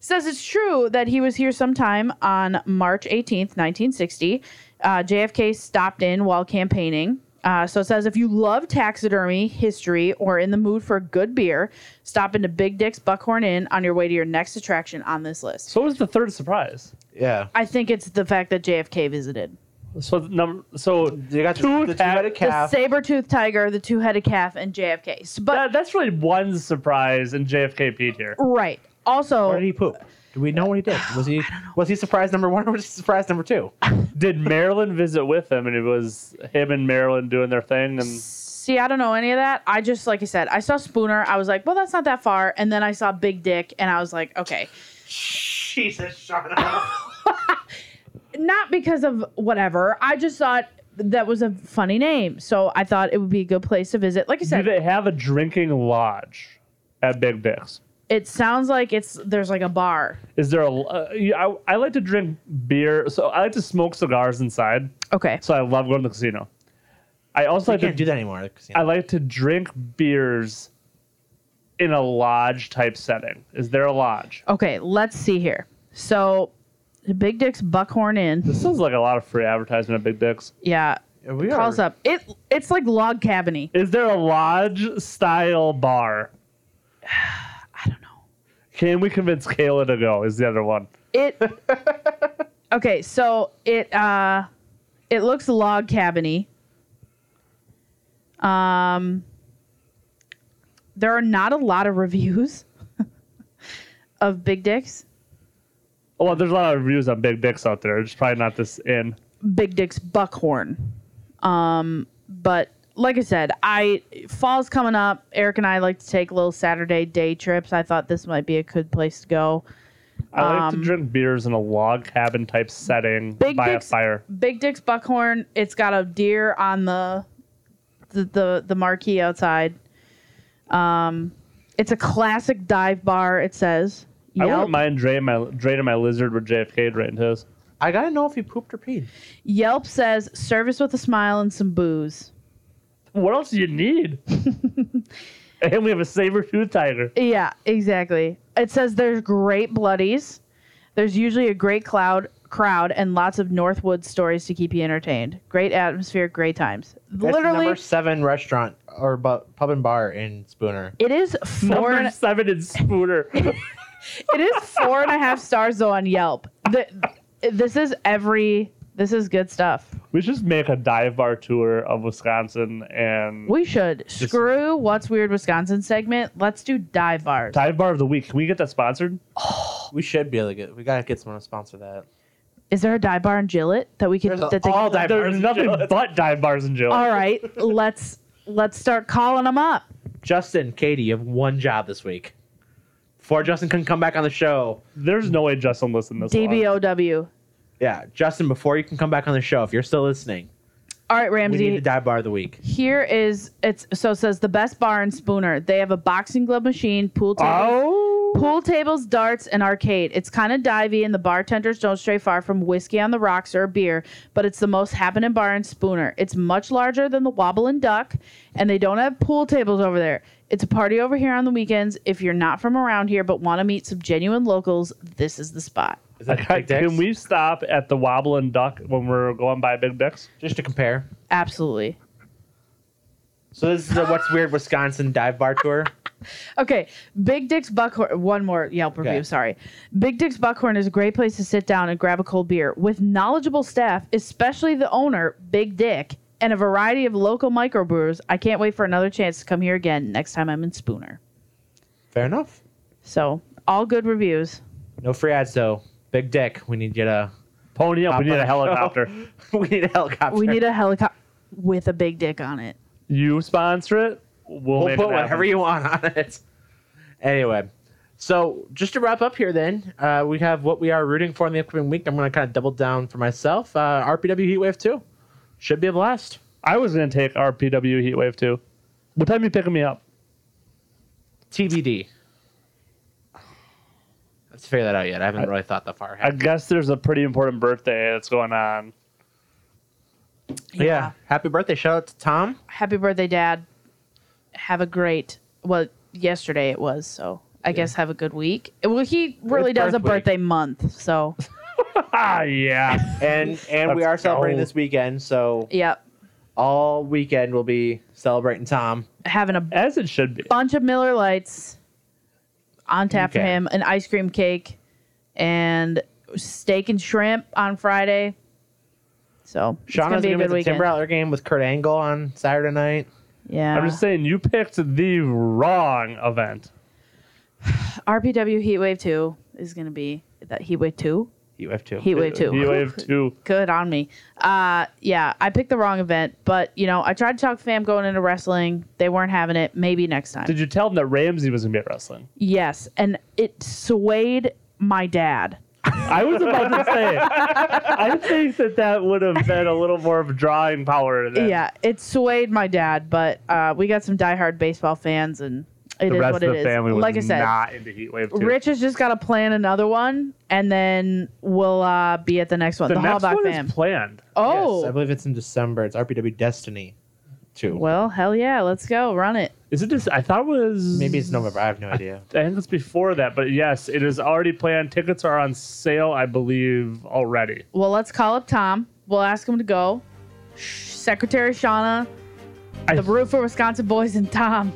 C: says it's true that he was here sometime on March 18th, 1960. Uh, JFK stopped in while campaigning. Uh, so it says if you love taxidermy, history, or in the mood for good beer, stop into Big Dick's Buckhorn Inn on your way to your next attraction on this list.
D: so what was the third surprise?
A: yeah.
C: I think it's the fact that JFK visited.
D: So the number. So
A: You got
D: Two
A: the, the
D: ta-
A: two-headed
C: The
A: calf.
C: saber-toothed tiger, the two-headed calf, and JFK. S- But
D: that, that's really one surprise in JFK Pete here.
C: right. Also,
A: Where did he poop? Do we know what he did? Was he was he surprise number one or was he surprise number two?
D: Did Marilyn visit with him, and it was him and Marilyn doing their thing, and
C: See, I don't know any of that. I just, like I said, I saw Spooner. I was like, well, that's not that far. And then I saw Big Dick, and I was like, okay.
A: Jesus, Shauna.
C: Not because of whatever. I just thought that was a funny name. So I thought it would be a good place to visit. Like I
D: do
C: said,
D: they have a drinking lodge at Big Dick's?
C: it sounds like it's there's like a bar.
D: Is there a? Uh, yeah, I, I like to drink beer, so I like to smoke cigars inside.
C: Okay.
D: So I love going to the casino. I also
A: I
D: like to
A: can't do that anymore. at the casino.
D: I like to drink beers in a lodge type setting. Is there a lodge?
C: Okay, let's see here. So Big Dick's Buckhorn Inn.
D: This sounds like a lot of free advertisement at Big Dicks.
C: Yeah.
A: Yeah, we
C: Uh, Calls
A: are-
C: up. It it's like log cabiny.
D: Is there a lodge style bar?
C: I don't know.
D: Can we convince Kayla to go? Is the other one.
C: It Okay, so it uh it looks log cabiny. Um there are not a lot of reviews of Big Dick's.
D: Oh, well, there's a lot of reviews on Big Dicks out there. It's probably not this in.
C: Big Dick's Buckhorn. Um, but like I said, I fall's coming up. Eric and I like to take little Saturday day trips. I thought this might be a good place to go.
D: I like to drink beers in a log cabin type setting
C: Big
D: by
C: Dick's-
D: a fire.
C: Big Dick's Buckhorn. It's got a deer on the the the, the marquee outside. Um, it's a classic dive bar. It says.
D: I
C: Yelp,
D: wouldn't mind draining my draining my lizard with JFK drained his.
A: I gotta know if he pooped or peed.
C: Yelp says service with a smile and some booze.
D: What else do you need? and we have a saber tooth tiger.
C: Yeah, exactly. It says there's great bloodies. There's usually a great cloud crowd and lots of Northwood stories to keep you entertained. Great atmosphere, great times.
A: That's the
C: Literally,
A: number seven restaurant or bu- pub and bar in Spooner.
C: it is four.
D: Number seven is Spooner.
C: it is four and a half stars though on Yelp. The, this is every. This is good stuff.
D: we should just make a dive bar tour of Wisconsin and
C: We should screw what's weird Wisconsin segment. Let's do dive bars.
D: dive bar of the week. Can we get that sponsored?
A: We should be able to get. We gotta get someone to sponsor that.
C: Is there a dive bar in Gillette that we could?
A: There's a-
C: That they
A: all
C: could-
A: dive bars
D: There's
A: in
D: nothing
A: Gillette.
D: but dive bars in Gillette.
C: All right, let's let's start calling them up.
A: Justin, Katie, you have one job this week. Before Justin can come back on the show,
D: There's no way Justin listened this long.
C: DBOW.
A: yeah, Justin, before you can come back on the show, if you're still listening,
C: All right,
A: we
C: Ramsey.
A: need the dive bar of the week.
C: Here is it's so it says the best bar in Spooner. They have a boxing glove machine, pool table,
D: Oh,
C: pool tables, darts, and arcade. It's kind of divey, and the bartenders don't stray far from whiskey on the rocks or beer. But it's the most happening bar in Spooner. It's much larger than the Wobble and Duck, and they don't have pool tables over there. It's a party over here on the weekends. If you're not from around here but want to meet some genuine locals, this is the spot.
A: Is that
D: Okay,
A: Big Dick's?
D: can we stop at the Wobble and Duck when we're going by Big Dicks?
A: just to compare?
C: Absolutely.
A: So this is the What's Weird Wisconsin dive bar tour.
C: Okay, Big Dick's Buckhorn. One more Yelp review.
A: Okay.
C: Sorry, Big Dick's Buckhorn is a great place to sit down and grab a cold beer with knowledgeable staff, especially the owner, Big Dick, and a variety of local microbrewers. I can't wait for another chance to come here again next time I'm in Spooner.
A: Fair enough.
C: So all good reviews.
A: No free ads though. Big Dick, we need you to.
D: Pony up.
A: hop
D: We need
A: on
D: a
A: the
D: helicopter.
A: show. we need a helicopter.
C: We need a helicopter with a big dick on it.
D: You sponsor it. We'll,
A: We'll
D: make
A: put
D: it happen.
A: whatever you want on it. Anyway, so just to wrap up here, then uh, we have what we are rooting for in the upcoming week. I'm going to kind of double down for myself. Uh, RPW Heatwave Two should be a blast.
D: I was gonna take our PW Heatwave too. What time you picking me up?
A: TBD. Let's figure that out yet. I haven't really thought that far.
D: I
A: ahead.
D: guess there's a pretty important birthday that's going on.
A: Happy birthday! Shout out to Tom.
C: Happy birthday, Dad. Have a great. Well, yesterday it was so. I guess have a good week. Well, he really does
A: birth
C: a
A: week.
C: birthday month, so
D: Ah, yeah.
A: And and we
D: Let's
A: are celebrating
D: go.
A: this weekend, so
C: yep.
A: all weekend we'll be celebrating Tom.
C: having a
D: As it should be.
C: bunch of Miller Lights on tap for
A: Okay.
C: him, an ice cream cake, and steak and shrimp on Friday. So it's
A: Shauna's
C: gonna be a
A: gonna be
C: good
A: at the
C: weekend.
A: Tim Rattler game with Kurt Angle on Saturday night.
C: yeah,
D: I'm just saying you picked the wrong event.
C: RPW Heatwave Two is gonna be that Heatwave Two.
A: Heatwave Two.
C: Heatwave Two.
D: Heatwave two.
C: Good on me. Uh, yeah, I picked the wrong event, but you know I tried to talk fam going into wrestling. They weren't having it. Maybe next time.
D: Did you tell them that Ramsey was gonna be at wrestling?
C: yes, and it swayed my dad.
D: I was about to say. I think that that would have been a little more of drawing power. Than
C: Yeah, it swayed my dad, but uh, we got some diehard baseball fans, and it
D: The
C: is
D: rest
C: what
D: of
C: it
D: the
C: is.
D: family was
C: Like I said,
D: not into Heatwave two.
C: Rich has just got to plan another one, and then we'll uh, be at the next one.
D: the
C: The,
D: next
C: Hallback
D: one
C: fam.
D: is planned.
C: oh,
A: Yes, I believe it's in December. It's RPW Destiny 2.
C: well, hell yeah, let's go run it.
D: Is it just? I thought it was
A: Maybe it's November. I have no idea.
D: I think it's before that, but yes, it is already planned. Tickets are on sale, I believe, already.
C: Well, let's call up Tom. We'll ask him to go. Sh- Secretary Shauna,
D: I-
C: the Root for Wisconsin Boys, and Tom.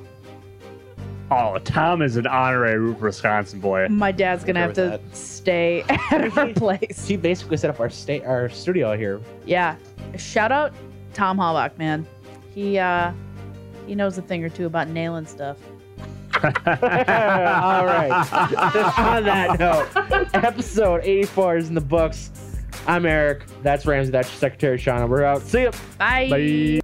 D: Oh, Tom is an honorary Root Wisconsin boy.
C: My dad's gonna
A: Okay
C: have to
A: with
C: stay at our place.
A: She basically set up our state, our studio here.
C: Yeah. Shout out Tom Hallbach, man. He uh he knows a thing or two about nailing stuff.
A: All right. on that note, episode 84 is in the books. I'm Eric. That's Ramsey. That's your secretary, Shauna. We're out. See ya.
D: Bye.